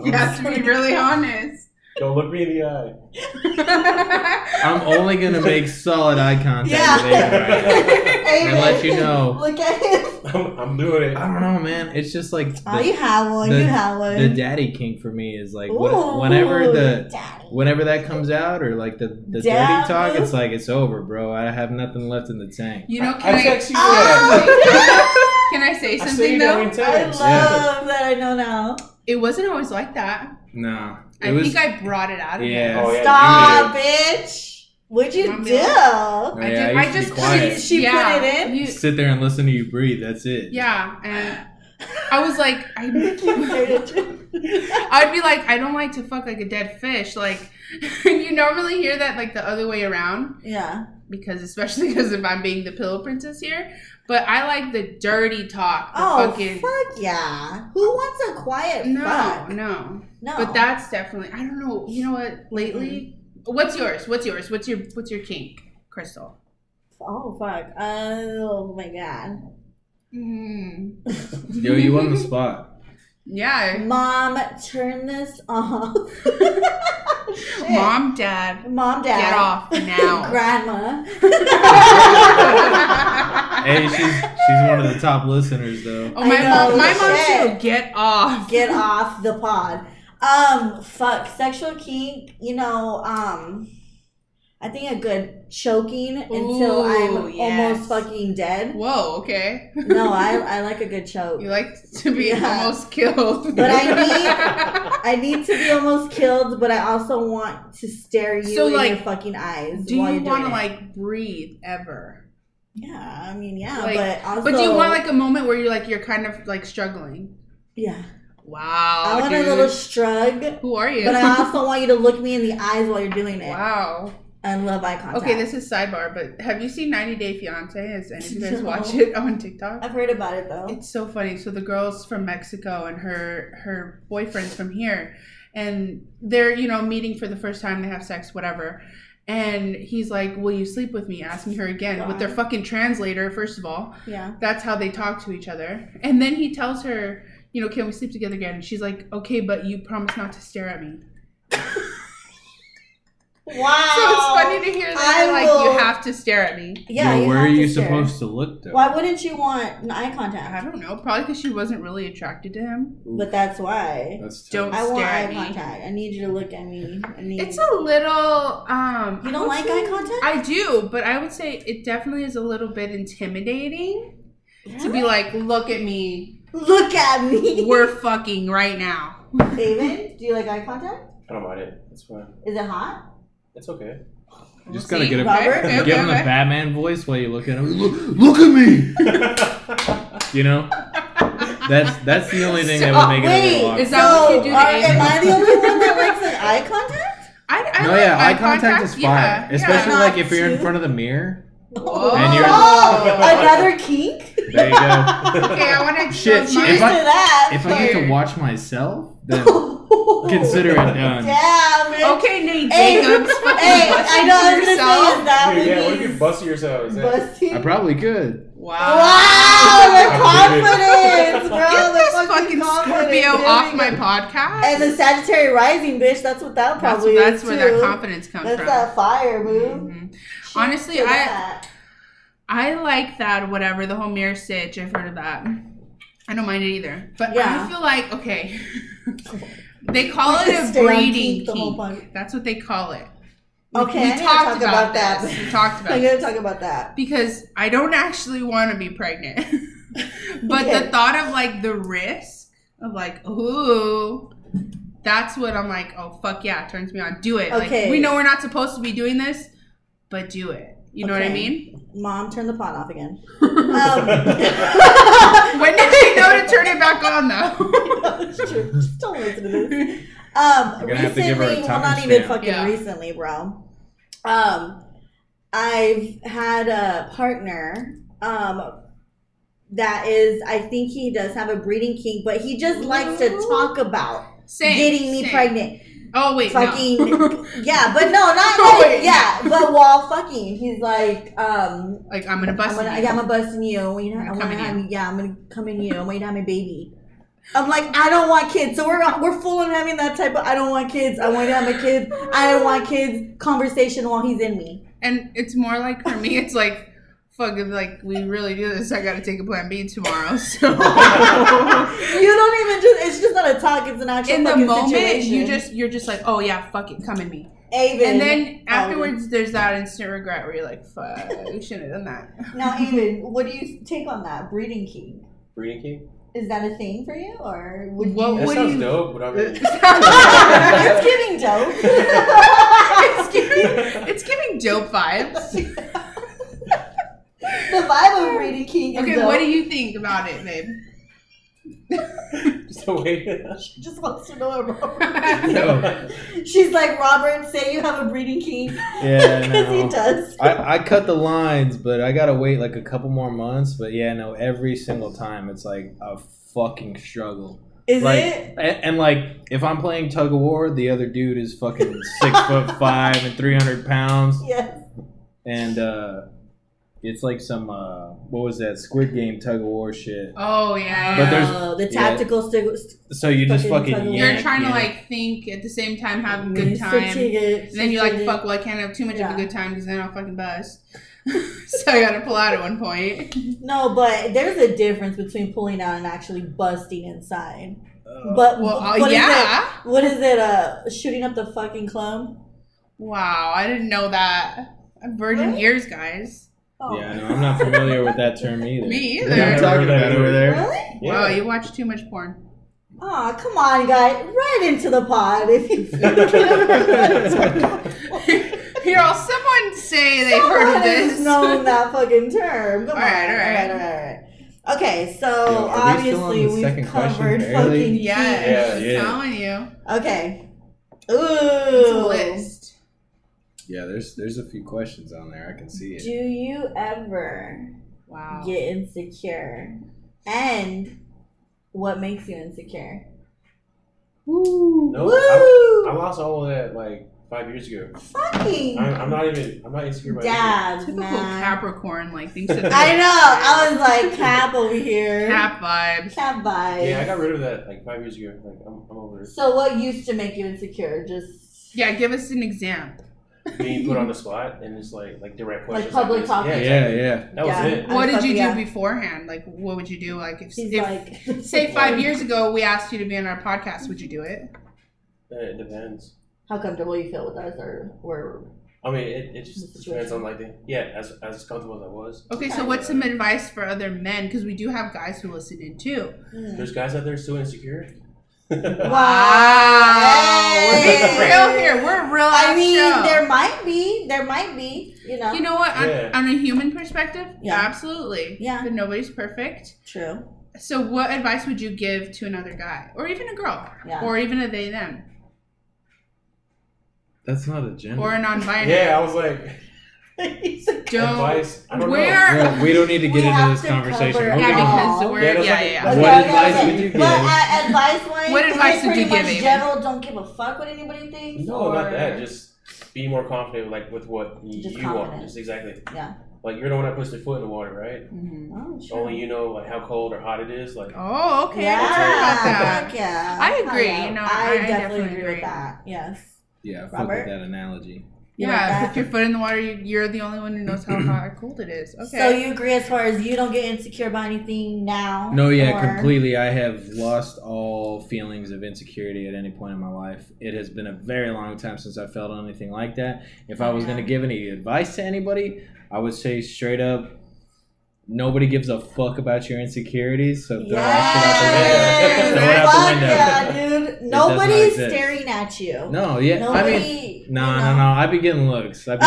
Speaker 1: You have to be really honest. [laughs]
Speaker 3: don't look me in the eye.
Speaker 4: I'm only gonna make solid eye contact
Speaker 2: Yeah.
Speaker 4: with Aiden right now and let you know.
Speaker 2: [laughs] Look at him.
Speaker 3: [laughs] I'm, I'm
Speaker 2: [laughs]
Speaker 3: doing it.
Speaker 4: I don't know, man. It's just like
Speaker 2: Oh, you
Speaker 4: the,
Speaker 2: have one.
Speaker 4: the-
Speaker 2: you have one.
Speaker 4: the daddy kink for me is like what-
Speaker 2: Ooh,
Speaker 4: whenever the
Speaker 2: daddy.
Speaker 4: [laughs] whenever that comes out or like the, the
Speaker 2: Dad
Speaker 4: dirty talk,
Speaker 2: move?
Speaker 4: it's like it's over, bro. I have nothing left in the tank.
Speaker 1: You know,
Speaker 3: I
Speaker 1: can I,
Speaker 3: text you
Speaker 2: Oh!
Speaker 3: that.
Speaker 1: can I say
Speaker 3: I say
Speaker 1: something
Speaker 3: you that
Speaker 1: though?
Speaker 3: in
Speaker 2: I
Speaker 3: text.
Speaker 2: love that I know now.
Speaker 1: It wasn't always like that.
Speaker 4: No, it
Speaker 1: I
Speaker 4: was
Speaker 1: think I brought it out of
Speaker 4: Yeah.
Speaker 1: him.
Speaker 3: Oh, yeah, you
Speaker 2: Stop, bitch. What'd you
Speaker 1: Mom,
Speaker 2: do?
Speaker 4: Oh, Yeah,
Speaker 1: I
Speaker 4: I
Speaker 1: just, I
Speaker 4: used to
Speaker 1: just
Speaker 4: be
Speaker 2: She-
Speaker 4: quiet.
Speaker 2: she
Speaker 1: yeah,
Speaker 2: put it in?
Speaker 1: You,
Speaker 4: sit there and listen to you breathe. That's it.
Speaker 1: yeah, and I was like,
Speaker 2: [laughs]
Speaker 1: I,
Speaker 2: You dirty-
Speaker 1: [laughs] I'd be like, I don't like to fuck like a dead fish. Like, [laughs] you normally hear that like the other way around.
Speaker 2: [laughs] yeah.
Speaker 1: because especially because if I'm being the pillow princess here, but I like the dirty talk. The
Speaker 2: Oh,
Speaker 1: fucking
Speaker 2: fuck yeah. Who wants a quiet
Speaker 1: no,
Speaker 2: fuck?
Speaker 1: no.
Speaker 2: No.
Speaker 1: But that's definitely I don't know. You know what? Lately,
Speaker 2: Mm-hmm.
Speaker 1: what's yours? What's yours? What's your what's your kink, Crystal?
Speaker 2: Oh, fuck. Oh, my God.
Speaker 1: Mm.
Speaker 4: Yo,
Speaker 2: [laughs]
Speaker 4: you on the
Speaker 1: [laughs]
Speaker 4: spot.
Speaker 1: yeah,
Speaker 2: Mom, turn this off. [laughs] Shit.
Speaker 1: mom, dad,
Speaker 2: Mom, dad.
Speaker 1: get off now. [laughs]
Speaker 2: [laughs] Grandma.
Speaker 4: Hey, she's she's one of the top listeners though.
Speaker 1: Oh my
Speaker 2: I know,
Speaker 1: mom! My mom
Speaker 2: shit.
Speaker 1: too. Get off.
Speaker 2: get off the pod. Um, fuck, sexual kink, you know, um, I think a good choking until
Speaker 1: Ooh,
Speaker 2: I'm
Speaker 1: yes.
Speaker 2: almost fucking dead.
Speaker 1: Whoa. Okay.
Speaker 2: [laughs] No, I, I like a good choke.
Speaker 1: You like to be
Speaker 2: Yeah.
Speaker 1: almost killed.
Speaker 2: But
Speaker 1: [laughs]
Speaker 2: I I need to be almost killed, but I also want to stare you
Speaker 1: So,
Speaker 2: in
Speaker 1: like,
Speaker 2: your fucking eyes.
Speaker 1: Do
Speaker 2: while
Speaker 1: you
Speaker 2: you're
Speaker 1: want to
Speaker 2: doing it.
Speaker 1: like breathe ever?
Speaker 2: Yeah, I mean, yeah,
Speaker 1: like-
Speaker 2: but also.
Speaker 1: but do you want like a moment where you're like you're kind of like struggling?
Speaker 2: Yeah,
Speaker 1: Wow.
Speaker 2: I want
Speaker 1: Oh, dude.
Speaker 2: a little shrug,
Speaker 1: Who are you? [laughs]
Speaker 2: but I also want you to look me in the eyes while you're doing it
Speaker 1: wow.
Speaker 2: and love eye contact.
Speaker 1: Okay, this is sidebar, but have you seen 90 Day Fiance? Has any of you guys
Speaker 2: [laughs] No.
Speaker 1: watch it on TikTok?
Speaker 2: I've heard about it though.
Speaker 1: It's so funny. So the girl's from Mexico and her her boyfriend's from here, and they're you know meeting for the first time. They have sex, whatever. And he's like, "Will you sleep with me?" Asking her again with their fucking translator, first of all.
Speaker 2: yeah.
Speaker 1: that's how they talk to each other. And then he tells her, you know, can we sleep together again? And she's like, okay, but you promise not to stare at me.
Speaker 2: Wow.
Speaker 1: So it's funny to hear that.
Speaker 2: Oh, I
Speaker 1: like,
Speaker 2: will-
Speaker 1: you have to stare at me.
Speaker 2: Yeah.
Speaker 4: Yo,
Speaker 2: you
Speaker 4: where
Speaker 2: have
Speaker 4: are
Speaker 2: to
Speaker 4: you
Speaker 2: stare.
Speaker 4: supposed to look though?
Speaker 2: Why wouldn't you want an eye
Speaker 1: I
Speaker 2: contact?
Speaker 1: don't know. Probably because she wasn't really attracted to him.
Speaker 4: Ooh,
Speaker 2: But that's why.
Speaker 4: that's
Speaker 1: Don't-
Speaker 4: tough.
Speaker 2: I want
Speaker 1: Stare
Speaker 2: eye
Speaker 1: at me.
Speaker 2: contact. I need you to look at me. I need.
Speaker 1: It's a little. um
Speaker 2: you don't like eye contact?
Speaker 1: I do, but I would say it definitely is a little bit intimidating to be like, look at me.
Speaker 2: Look at me,
Speaker 1: [laughs] We're fucking right now.
Speaker 2: [laughs] David. Do you like eye contact?
Speaker 3: I don't mind it. It's fine.
Speaker 2: Is it hot? [laughs]
Speaker 3: It's okay. [laughs]
Speaker 4: You just gotta
Speaker 1: See?
Speaker 4: get a
Speaker 2: Robert?
Speaker 1: Okay, okay,
Speaker 4: give him the
Speaker 1: okay.
Speaker 4: Batman voice while you look at him. Look, look at me. [laughs] You know,
Speaker 1: [laughs]
Speaker 4: that's that's the only thing that would make it
Speaker 2: Wait,
Speaker 4: a little awkward.
Speaker 1: Oh, Is that what
Speaker 2: so
Speaker 1: you do to
Speaker 2: are-
Speaker 1: Aiden?
Speaker 2: am I the only one that likes an eye
Speaker 1: [laughs]
Speaker 2: contact?
Speaker 1: I, I
Speaker 4: no,
Speaker 1: like
Speaker 4: yeah, eye contact, is fine,
Speaker 1: yeah, yeah.
Speaker 4: especially
Speaker 2: Not
Speaker 4: like if you're in
Speaker 2: too-
Speaker 4: front of the mirror.
Speaker 1: Whoa.
Speaker 4: And you're-
Speaker 1: [laughs]
Speaker 2: Oh, another kink?
Speaker 4: There you go.
Speaker 1: Okay, I want
Speaker 4: [laughs]
Speaker 1: to
Speaker 4: Shit,
Speaker 1: expose mine.
Speaker 2: Cheers
Speaker 4: shit. If I-
Speaker 2: to that.
Speaker 4: If I get
Speaker 1: Fire.
Speaker 4: to watch myself,
Speaker 1: [laughs]
Speaker 2: [laughs]
Speaker 4: then
Speaker 2: But-
Speaker 4: consider [laughs] it done.
Speaker 2: Damn. bitch.
Speaker 1: Okay, Nate
Speaker 2: Hey,
Speaker 1: Jacobs. fucking
Speaker 2: Hey, I
Speaker 1: busting
Speaker 2: know I was gonna say
Speaker 1: yourself.
Speaker 2: is that
Speaker 3: Dude, yeah, what
Speaker 2: would
Speaker 3: if
Speaker 2: be
Speaker 3: you busted yourself? Is that-
Speaker 2: busting? [laughs]
Speaker 4: [laughs] I probably could.
Speaker 2: Wow, oh,
Speaker 1: Wow.
Speaker 2: the confidence, bro.
Speaker 1: off my podcast.
Speaker 2: And the Sagittarius rising, bitch. That's what that
Speaker 1: that's,
Speaker 2: probably
Speaker 1: that's
Speaker 2: is
Speaker 1: where
Speaker 2: too.
Speaker 1: that confidence comes
Speaker 2: That's
Speaker 1: from.
Speaker 2: that fire, boo.
Speaker 1: Mhm. Honestly,
Speaker 2: Shit,
Speaker 1: I- [laughs]
Speaker 2: that.
Speaker 1: I like that, whatever, the whole mirror stitch. I've heard of that. I don't mind it either. But
Speaker 2: Yeah.
Speaker 1: I feel like, okay. [laughs] they call it a
Speaker 2: Stay on
Speaker 1: breeding
Speaker 2: peak the whole
Speaker 1: kink.
Speaker 2: pod-
Speaker 1: That's what they call it.
Speaker 2: Okay, I need to talk about that.
Speaker 1: this. We talked
Speaker 2: [laughs]
Speaker 1: about
Speaker 2: I'm gonna
Speaker 1: this.
Speaker 2: talk about that.
Speaker 1: Because I don't actually want to be pregnant. [laughs] but
Speaker 2: Okay.
Speaker 1: the thought of like the risk of like, ooh, that's what I'm like, oh, fuck yeah, turns me on. Do it.
Speaker 2: Okay.
Speaker 1: Like, we know we're not supposed to be doing this, but do it. You know what
Speaker 2: Okay.
Speaker 1: I mean?
Speaker 2: Mom, turn the pot off again.
Speaker 3: [laughs]
Speaker 1: [laughs]
Speaker 2: [laughs] Um,
Speaker 1: When did they know to turn it back on though?
Speaker 2: It's true.
Speaker 4: [laughs]
Speaker 2: Just Don't listen to this. Um,
Speaker 4: You're
Speaker 2: recently,
Speaker 4: gonna have to give her a
Speaker 2: well, not even
Speaker 4: timestamp.
Speaker 2: fucking
Speaker 1: Yeah.
Speaker 2: recently, bro. Um, I've had a partner. Um, that is, I think he does have a breeding kink, but he just likes to
Speaker 1: Ooh.
Speaker 2: talk about
Speaker 1: [laughs] Same,
Speaker 2: getting me
Speaker 1: same.
Speaker 2: pregnant.
Speaker 1: Oh wait,
Speaker 2: Fucking-
Speaker 1: no.
Speaker 2: Yeah, but no,
Speaker 1: [laughs]
Speaker 2: not
Speaker 1: Oh,
Speaker 2: like-
Speaker 1: wait.
Speaker 2: yeah, but while fucking, he's like, um,
Speaker 1: [laughs] like I'm gonna bust.
Speaker 2: I'm gonna,
Speaker 1: you.
Speaker 2: yeah, I'm gonna bust in you. You know,
Speaker 1: I'm
Speaker 2: I
Speaker 1: coming
Speaker 2: want to
Speaker 1: in.
Speaker 2: have, yeah, I'm gonna come in you. I want you to have my baby. I'm like, I don't want kids. So we're we're full on having that type of I don't want kids. I want you to have my kids. I don't want kids conversation while he's in
Speaker 1: [laughs]
Speaker 2: me.
Speaker 1: and it's more like for me, it's like. Fuck, if like we really do this, I gotta take a plan B tomorrow. So
Speaker 2: [laughs] You don't even just it's just not a talk. It's an actual
Speaker 1: in the
Speaker 2: fucking
Speaker 1: moment,
Speaker 2: situation.
Speaker 1: you just you're just like, oh yeah, fuck it, come in me.
Speaker 2: Aven.
Speaker 1: And then afterwards, there's that instant regret where you're like, fuck, we shouldn't have done that.
Speaker 2: now, Aven, what do you take on that breeding king?
Speaker 3: Breeding king?
Speaker 2: Is that a thing for you, or would
Speaker 1: What
Speaker 2: you?
Speaker 3: That
Speaker 1: would-
Speaker 3: sounds
Speaker 1: you-
Speaker 3: dope,
Speaker 2: [laughs]
Speaker 3: but I mean,
Speaker 2: it's giving
Speaker 1: [laughs]
Speaker 2: dope. it's
Speaker 1: it's
Speaker 3: [laughs]
Speaker 1: giving dope vibes.
Speaker 2: the vibe of breeding king. Is
Speaker 1: Okay,
Speaker 2: dope.
Speaker 1: what do you think about it, babe? [laughs]
Speaker 3: just the way.
Speaker 2: She just wants to know about.
Speaker 4: No.
Speaker 2: She's like Robert. Say you have a breeding king [laughs]
Speaker 4: Yeah,
Speaker 2: because he
Speaker 4: no.
Speaker 2: does.
Speaker 4: I, I cut the lines, but I gotta wait like a couple more months. But yeah, no, every single time it's like a fucking struggle.
Speaker 2: Is
Speaker 4: like,
Speaker 2: it?
Speaker 4: And, and like, if I'm playing tug of war, the other dude is fucking
Speaker 2: [laughs]
Speaker 4: six foot five and three hundred pounds,
Speaker 2: Yes.
Speaker 4: and uh, it's like some uh, what was that Squid Game tug of war shit.
Speaker 1: Oh yeah.
Speaker 4: But there's-
Speaker 2: Oh, the
Speaker 4: yeah.
Speaker 2: tactical sti- st-
Speaker 4: So you just
Speaker 2: Fucking
Speaker 4: fucking
Speaker 2: tug of war.
Speaker 1: You're
Speaker 4: yank,
Speaker 1: trying to
Speaker 4: yank.
Speaker 1: like think at the same time, have a good time. And then you're like, fuck, well, I can't have too much of
Speaker 2: Yeah.
Speaker 1: a good time because then I'll fucking bust. [laughs] so I gotta pull out at one point.
Speaker 2: No, but there's a difference between pulling out and actually busting inside.
Speaker 4: Uh,
Speaker 2: But
Speaker 1: Well, uh,
Speaker 2: what is
Speaker 1: yeah.
Speaker 2: it? What is it? Uh, shooting up the fucking clone.
Speaker 1: Wow, I didn't know that. I'm virgin
Speaker 2: What?
Speaker 1: years, guys.
Speaker 2: Oh.
Speaker 4: yeah, no, I'm not familiar with that
Speaker 2: [laughs]
Speaker 4: term either.
Speaker 1: Me
Speaker 4: What
Speaker 1: either.
Speaker 4: are you
Speaker 3: Never heard
Speaker 4: talking about
Speaker 3: that
Speaker 4: over there?
Speaker 2: Oh, Really?
Speaker 1: Wow, you watch too much porn.
Speaker 2: Oh, come on, guy! Right into the pod if
Speaker 4: [laughs]
Speaker 2: you [laughs] fucking.
Speaker 1: Here, I'll someone say they've heard of
Speaker 2: Someone has
Speaker 1: this.
Speaker 2: known that fucking term. Come
Speaker 1: All right,
Speaker 2: on.
Speaker 1: all right.
Speaker 2: all right, all right. Okay, so
Speaker 4: Yo, are we still on
Speaker 2: obviously
Speaker 4: the
Speaker 2: we
Speaker 4: second
Speaker 2: have
Speaker 4: question,
Speaker 2: covered
Speaker 4: barely?
Speaker 2: fucking
Speaker 1: Yes,
Speaker 3: Yeah,
Speaker 1: I'm
Speaker 4: yeah.
Speaker 1: telling you.
Speaker 2: key. Okay.
Speaker 1: It's a
Speaker 2: Ooh.
Speaker 1: list.
Speaker 4: Yeah, there's there's a few questions on there. I can see
Speaker 2: Do
Speaker 4: it.
Speaker 2: you ever
Speaker 1: Wow.
Speaker 2: get insecure? And what makes you insecure?
Speaker 3: No, I,
Speaker 2: Woo!
Speaker 3: I lost all of that like five years ago.
Speaker 2: fucking
Speaker 3: I'm, I'm not even. I'm not insecure about anything.
Speaker 2: dad,
Speaker 1: Typical
Speaker 2: man.
Speaker 1: Capricorn, like thinks that
Speaker 2: I know. I was like Cap over here.
Speaker 1: cap vibes.
Speaker 2: Cap vibes.
Speaker 3: Yeah, I got rid of that like five years ago. Like I'm, I'm over it.
Speaker 2: So what used to make you insecure? Just
Speaker 1: Yeah, give us an example.
Speaker 3: Being put on the spot and just like like direct
Speaker 2: Like
Speaker 3: questions.
Speaker 2: public
Speaker 3: this.
Speaker 2: talking.
Speaker 3: Yeah,
Speaker 4: Yeah,
Speaker 3: exactly.
Speaker 4: yeah.
Speaker 3: That was
Speaker 2: Yeah.
Speaker 3: it.
Speaker 2: I'm
Speaker 1: What did
Speaker 2: fucking-
Speaker 1: you do
Speaker 2: yeah.
Speaker 1: beforehand? Like, what would you do? Like, if,
Speaker 2: He's
Speaker 1: if
Speaker 2: like [laughs]
Speaker 1: say five years ago we asked you to be on our podcast, would you do it?
Speaker 3: Uh, It depends.
Speaker 2: how comfortable you feel with us or or
Speaker 3: I mean, it, it just
Speaker 2: The
Speaker 3: depends on like the yeah, as as comfortable as I was.
Speaker 1: Okay, so what's some advice for other men? Because we do have guys who listen in too.
Speaker 2: mm.
Speaker 3: There's guys out there still insecure.
Speaker 1: Wow,
Speaker 2: Ah,
Speaker 1: we're being
Speaker 2: Hey.
Speaker 1: real here. We're a real.
Speaker 2: I
Speaker 1: ass
Speaker 2: mean,
Speaker 1: show.
Speaker 2: there might be, there might be, you know.
Speaker 1: You know what? On,
Speaker 3: [laughs] Yeah.
Speaker 1: on a human perspective,
Speaker 2: Yeah.
Speaker 1: absolutely.
Speaker 2: Yeah.
Speaker 1: But nobody's perfect.
Speaker 2: True.
Speaker 1: So, what advice would you give to another guy, or even a girl,
Speaker 2: Yeah. [laughs]
Speaker 1: or even a they them,
Speaker 4: That's not a gender.
Speaker 1: or a non-binary?
Speaker 3: Yeah, I was like
Speaker 1: Don't.
Speaker 3: advice. I don't
Speaker 1: Where-
Speaker 4: Well, we don't need to get
Speaker 2: We
Speaker 4: into
Speaker 2: have
Speaker 4: this
Speaker 2: to
Speaker 4: conversation.
Speaker 2: cover
Speaker 4: We're
Speaker 2: it
Speaker 1: Yeah,
Speaker 4: gonna-
Speaker 2: all.
Speaker 1: because we're
Speaker 3: Yeah,
Speaker 1: yeah,
Speaker 3: that's
Speaker 1: yeah,
Speaker 3: like-
Speaker 1: yeah.
Speaker 2: Okay,
Speaker 4: What
Speaker 2: okay,
Speaker 4: advice
Speaker 2: okay.
Speaker 4: would you give?
Speaker 2: But uh, advice wise,
Speaker 1: What advice would you give,
Speaker 2: Much
Speaker 1: Amy?
Speaker 2: general, don't give a fuck what anybody thinks.
Speaker 3: No,
Speaker 2: or...
Speaker 3: not that. Just be more confident, like with what y-
Speaker 2: Just
Speaker 3: you
Speaker 2: confident.
Speaker 3: are. Just exactly.
Speaker 2: Yeah.
Speaker 3: Like you're the one that puts their foot in the water, right?
Speaker 2: Mm-hmm. Oh, sure.
Speaker 3: Only you know like how cold or hot it is. Like
Speaker 1: Oh, okay.
Speaker 2: Yeah,
Speaker 1: I didn't hear about that.
Speaker 2: Heck yeah.
Speaker 1: I agree,
Speaker 2: Hell yeah.
Speaker 1: you know, I
Speaker 2: I, definitely,
Speaker 1: definitely
Speaker 2: agree with
Speaker 1: agree.
Speaker 2: that. Yes.
Speaker 4: Yeah, I fuck
Speaker 2: Robert?
Speaker 4: with that analogy.
Speaker 2: You
Speaker 1: yeah,
Speaker 2: like that?
Speaker 1: put your foot in the water. You, you're the only one who knows how hot or cold it is. Okay.
Speaker 2: So you agree as far as you don't get insecure about anything now?
Speaker 4: No, yeah,
Speaker 2: or-
Speaker 4: completely. I have lost all feelings of insecurity at any point in my life. It has been a very long time since I felt anything like that. If I was
Speaker 2: Yeah.
Speaker 4: going to give any advice to anybody, I would say straight up nobody gives a fuck about your insecurities, so throw that shit
Speaker 2: Yes.
Speaker 4: out the window. throw it out the window.
Speaker 2: Fuck yeah, dude. Nobody's
Speaker 4: exist.
Speaker 2: staring at you.
Speaker 4: No, yeah.
Speaker 2: Nobody.
Speaker 4: I mean,
Speaker 2: you
Speaker 4: no,
Speaker 2: know.
Speaker 4: no, no. I be getting looks. I be getting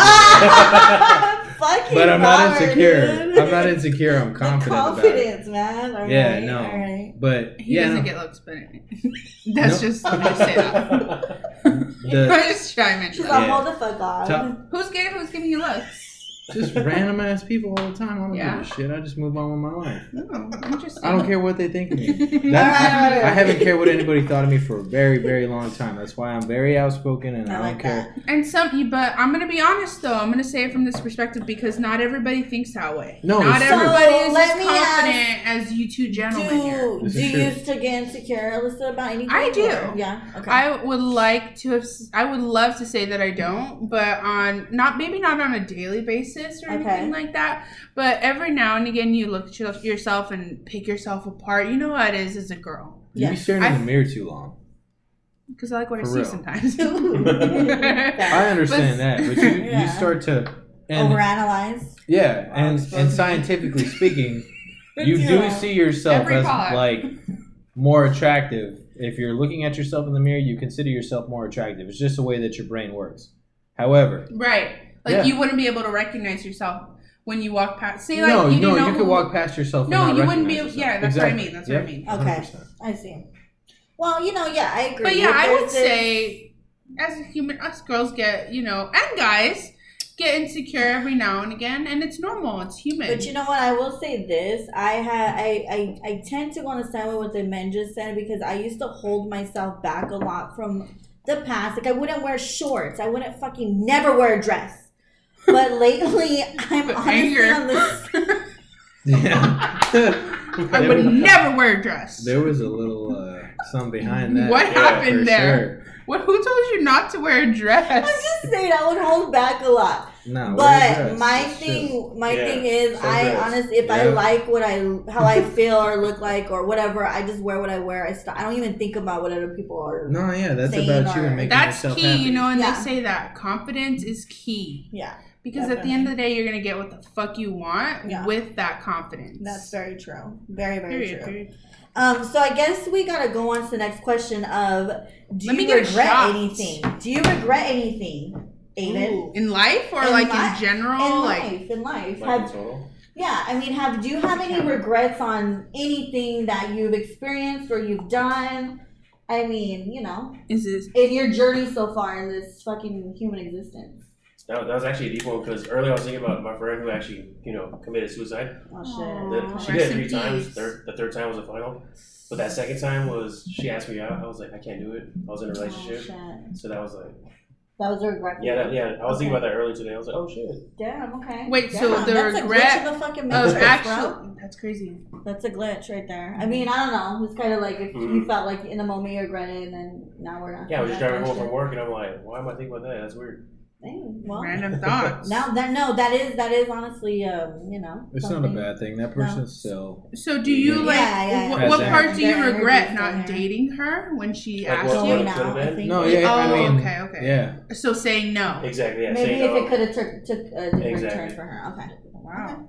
Speaker 2: [laughs]
Speaker 4: looks.
Speaker 2: Ah! Fucking
Speaker 4: but I'm not
Speaker 2: Robert,
Speaker 4: insecure.
Speaker 2: dude.
Speaker 4: I'm not insecure. I'm
Speaker 2: The
Speaker 4: confident about it.
Speaker 2: confidence, man. All
Speaker 4: Yeah,
Speaker 2: right,
Speaker 4: no.
Speaker 2: All right.
Speaker 4: But
Speaker 1: he
Speaker 4: yeah,
Speaker 1: doesn't
Speaker 4: no,
Speaker 1: get looks, but [laughs] [laughs] that's
Speaker 4: Nope.
Speaker 1: just I say
Speaker 4: [laughs]
Speaker 1: that.
Speaker 3: [laughs]
Speaker 1: [laughs]
Speaker 4: the,
Speaker 1: I'm just trying to mention
Speaker 2: She's
Speaker 1: that.
Speaker 2: like,
Speaker 4: Yeah.
Speaker 2: hold the fuck on.
Speaker 4: Top-
Speaker 1: Who's getting who's giving you looks?
Speaker 4: just random ass people all the time. I don't
Speaker 1: Yeah.
Speaker 4: give a shit. I just move on with my life.
Speaker 1: No, Oh, interesting.
Speaker 4: I don't care what they think of
Speaker 1: [laughs]
Speaker 4: me.
Speaker 1: care.
Speaker 4: That-
Speaker 2: Alright.
Speaker 4: I haven't cared what anybody thought of me for a very, very long time. That's why I'm very outspoken and I,
Speaker 2: I
Speaker 4: don't
Speaker 2: like
Speaker 4: care.
Speaker 2: that.
Speaker 1: And some, you- but I'm gonna be honest though. I'm gonna say it from this perspective because not everybody thinks that way.
Speaker 4: No,
Speaker 1: not
Speaker 4: it's true.
Speaker 1: everybody
Speaker 2: So,
Speaker 1: is as
Speaker 2: let me ask-
Speaker 1: confident as you two gentlemen here.
Speaker 2: Do,
Speaker 4: This
Speaker 2: do
Speaker 4: is
Speaker 2: you
Speaker 4: true.
Speaker 2: used to get insecure, Alyssa, about anything?
Speaker 1: I do.
Speaker 2: or- Yeah. Okay.
Speaker 1: I would like to have. s- I would love to say that I don't, but on not maybe not on a daily basis or
Speaker 2: Okay.
Speaker 1: anything like that. But every now and again, you look at your- yourself and pick yourself apart. You know how it is as a girl
Speaker 4: You be
Speaker 2: Yes.
Speaker 4: staring in
Speaker 1: I-
Speaker 4: the mirror too long.
Speaker 1: because I like what
Speaker 4: For
Speaker 1: I
Speaker 4: real.
Speaker 1: see
Speaker 2: [laughs]
Speaker 1: sometimes. [laughs]
Speaker 4: I
Speaker 1: But-
Speaker 4: understand that, but you,
Speaker 2: Yeah.
Speaker 4: you start to and
Speaker 2: Overanalyze.
Speaker 4: yeah, and
Speaker 3: Wow.
Speaker 4: and scientifically speaking, you do see yourself
Speaker 1: Every
Speaker 4: as
Speaker 1: part.
Speaker 4: like more attractive. If you're looking at yourself in the mirror, you consider yourself more attractive. It's just the way that your brain works. However,
Speaker 1: right? Like
Speaker 4: Yeah.
Speaker 1: you wouldn't be able to recognize yourself when you walk past. Say like
Speaker 4: no,
Speaker 1: you
Speaker 4: no,
Speaker 1: didn't know
Speaker 4: you
Speaker 1: who-
Speaker 4: could walk past yourself.
Speaker 1: No,
Speaker 4: and not
Speaker 1: you wouldn't be.
Speaker 4: recognize yourself.
Speaker 1: Yeah, that's
Speaker 4: Exactly.
Speaker 1: what I mean. That's
Speaker 4: Yep.
Speaker 1: what I mean.
Speaker 2: Okay.
Speaker 4: 100%.
Speaker 2: I see. Well, you know, yeah, I agree.
Speaker 1: But yeah,
Speaker 2: If
Speaker 1: I would
Speaker 2: there's this-
Speaker 1: say, as a human, us girls get, you know, and guys get insecure every now and again, and it's normal. It's human.
Speaker 2: But you know what? I will say this. I had I, I I tend to want to side with what the men just said because I used to hold myself back a lot from the past. Like I wouldn't wear shorts. I wouldn't fucking never wear a dress.
Speaker 1: [laughs]
Speaker 2: But lately, I'm
Speaker 1: The
Speaker 2: honestly
Speaker 1: anger.
Speaker 2: on this.
Speaker 4: [laughs] Yeah.
Speaker 1: I would never wear a dress.
Speaker 4: There was a little uh, something behind that.
Speaker 1: What
Speaker 4: Yeah,
Speaker 1: happened
Speaker 4: for
Speaker 1: there?
Speaker 4: sure.
Speaker 1: What? Who told you not to wear a
Speaker 2: I'm
Speaker 1: dress?
Speaker 2: just saying I would hold back a lot.
Speaker 4: Nah,
Speaker 2: But my thing, my
Speaker 3: Yeah,
Speaker 2: thing is,
Speaker 3: so
Speaker 2: I
Speaker 3: does.
Speaker 2: honestly, if I
Speaker 4: Yeah.
Speaker 2: like what I, how
Speaker 4: [laughs]
Speaker 2: I feel or look like or whatever, I just wear what I wear. I, st- I don't even think about what other people are.
Speaker 4: No, yeah, that's
Speaker 2: Saying
Speaker 4: about you
Speaker 2: or-
Speaker 4: and making
Speaker 1: That's
Speaker 4: yourself
Speaker 1: key,
Speaker 4: happy.
Speaker 1: you know, and
Speaker 2: Yeah.
Speaker 1: they say that confidence is key
Speaker 2: Yeah,
Speaker 1: because at the end of the day, you're gonna get what the fuck you want
Speaker 2: Yeah.
Speaker 1: with that confidence.
Speaker 2: that's very true. Very very
Speaker 1: Period,
Speaker 2: true.
Speaker 1: period.
Speaker 2: Um, so I guess we gotta go on to the next question of, do
Speaker 1: Let me
Speaker 2: you
Speaker 1: get a
Speaker 2: regret
Speaker 1: shot.
Speaker 2: anything? Do you regret anything, David?
Speaker 1: Ooh. In life or
Speaker 2: In
Speaker 1: like
Speaker 2: life-
Speaker 1: in general,
Speaker 2: In
Speaker 1: like
Speaker 2: life, in life,
Speaker 3: like in
Speaker 2: have
Speaker 3: total.
Speaker 2: yeah. I mean, have do you have any regrets on anything that you've experienced or you've done? I mean, you know.
Speaker 1: is this?
Speaker 2: in your journey so far in this fucking human existence.
Speaker 3: That, that was actually a deep one because earlier I was thinking about my friend who actually, you know, committed suicide.
Speaker 2: Oh
Speaker 1: Aw.
Speaker 2: shit.
Speaker 3: The-
Speaker 1: Rest
Speaker 3: she did it
Speaker 1: in
Speaker 3: three times.
Speaker 1: peace.
Speaker 3: Third, the third time was the final. But that second time was she asked me out. I was like, I can't do it. I was in a
Speaker 2: Oh,
Speaker 3: relationship.
Speaker 2: shit.
Speaker 3: so that was like,
Speaker 2: That was a regret.
Speaker 3: yeah, that, yeah. I was thinking about that earlier today. I was like, oh shit.
Speaker 2: Damn. Okay.
Speaker 1: Wait,
Speaker 2: Damn,
Speaker 1: so the
Speaker 2: that's a glitch
Speaker 1: regret
Speaker 2: in the fucking
Speaker 1: Of
Speaker 2: matrix, bro.
Speaker 1: oh, actual, that's crazy.
Speaker 2: That's a glitch right there. I mean, I don't know. It's kind of like if you
Speaker 3: Mhm.
Speaker 2: felt like in the moment you regretted, and then now we're not.
Speaker 3: Yeah, I was just driving home from
Speaker 2: Shit.
Speaker 3: work and I'm like, why am I thinking about that? That's weird.
Speaker 2: Dang, well,
Speaker 1: Random thoughts.
Speaker 2: now that [laughs] no, that is that is honestly, um, you know,
Speaker 4: It's not a
Speaker 2: something.
Speaker 4: bad thing. That person's still.
Speaker 1: So do you
Speaker 4: Yeah,
Speaker 1: like
Speaker 2: yeah.
Speaker 1: wh-
Speaker 4: Has
Speaker 1: what
Speaker 4: that-
Speaker 1: part do
Speaker 2: Their
Speaker 1: you
Speaker 2: energy
Speaker 1: regret
Speaker 2: still
Speaker 1: not
Speaker 2: there.
Speaker 1: dating her when she
Speaker 3: Like,
Speaker 1: asked
Speaker 3: what-
Speaker 2: Going
Speaker 3: what-
Speaker 1: you?
Speaker 3: it could've
Speaker 2: out, I
Speaker 3: been.
Speaker 2: think.
Speaker 4: No, yeah, I
Speaker 1: Oh,
Speaker 4: mean,
Speaker 1: okay, okay. [laughs]
Speaker 4: yeah.
Speaker 1: So saying no.
Speaker 3: Exactly. Yeah.
Speaker 2: Maybe
Speaker 3: saying,
Speaker 2: if
Speaker 3: oh,
Speaker 2: it could have took took a different turn
Speaker 3: Exactly.
Speaker 2: for her. Okay.
Speaker 1: Wow.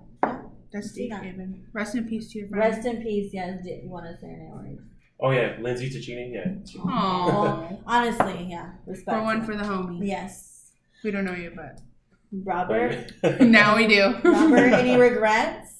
Speaker 1: That's
Speaker 2: See
Speaker 1: deep,
Speaker 2: that.
Speaker 1: David. Rest in peace to your friend.
Speaker 2: Rest in peace. Yes. Did want to say any words?
Speaker 3: Oh yeah, Lindsay Ticini. Yeah.
Speaker 1: Aw.
Speaker 2: Honestly, yeah. Respect.
Speaker 1: For one for the homie.
Speaker 2: yes.
Speaker 1: We don't know you, but [laughs]
Speaker 2: Robert.
Speaker 1: now we
Speaker 2: [laughs]
Speaker 1: do.
Speaker 4: [laughs]
Speaker 2: Robert, any regrets?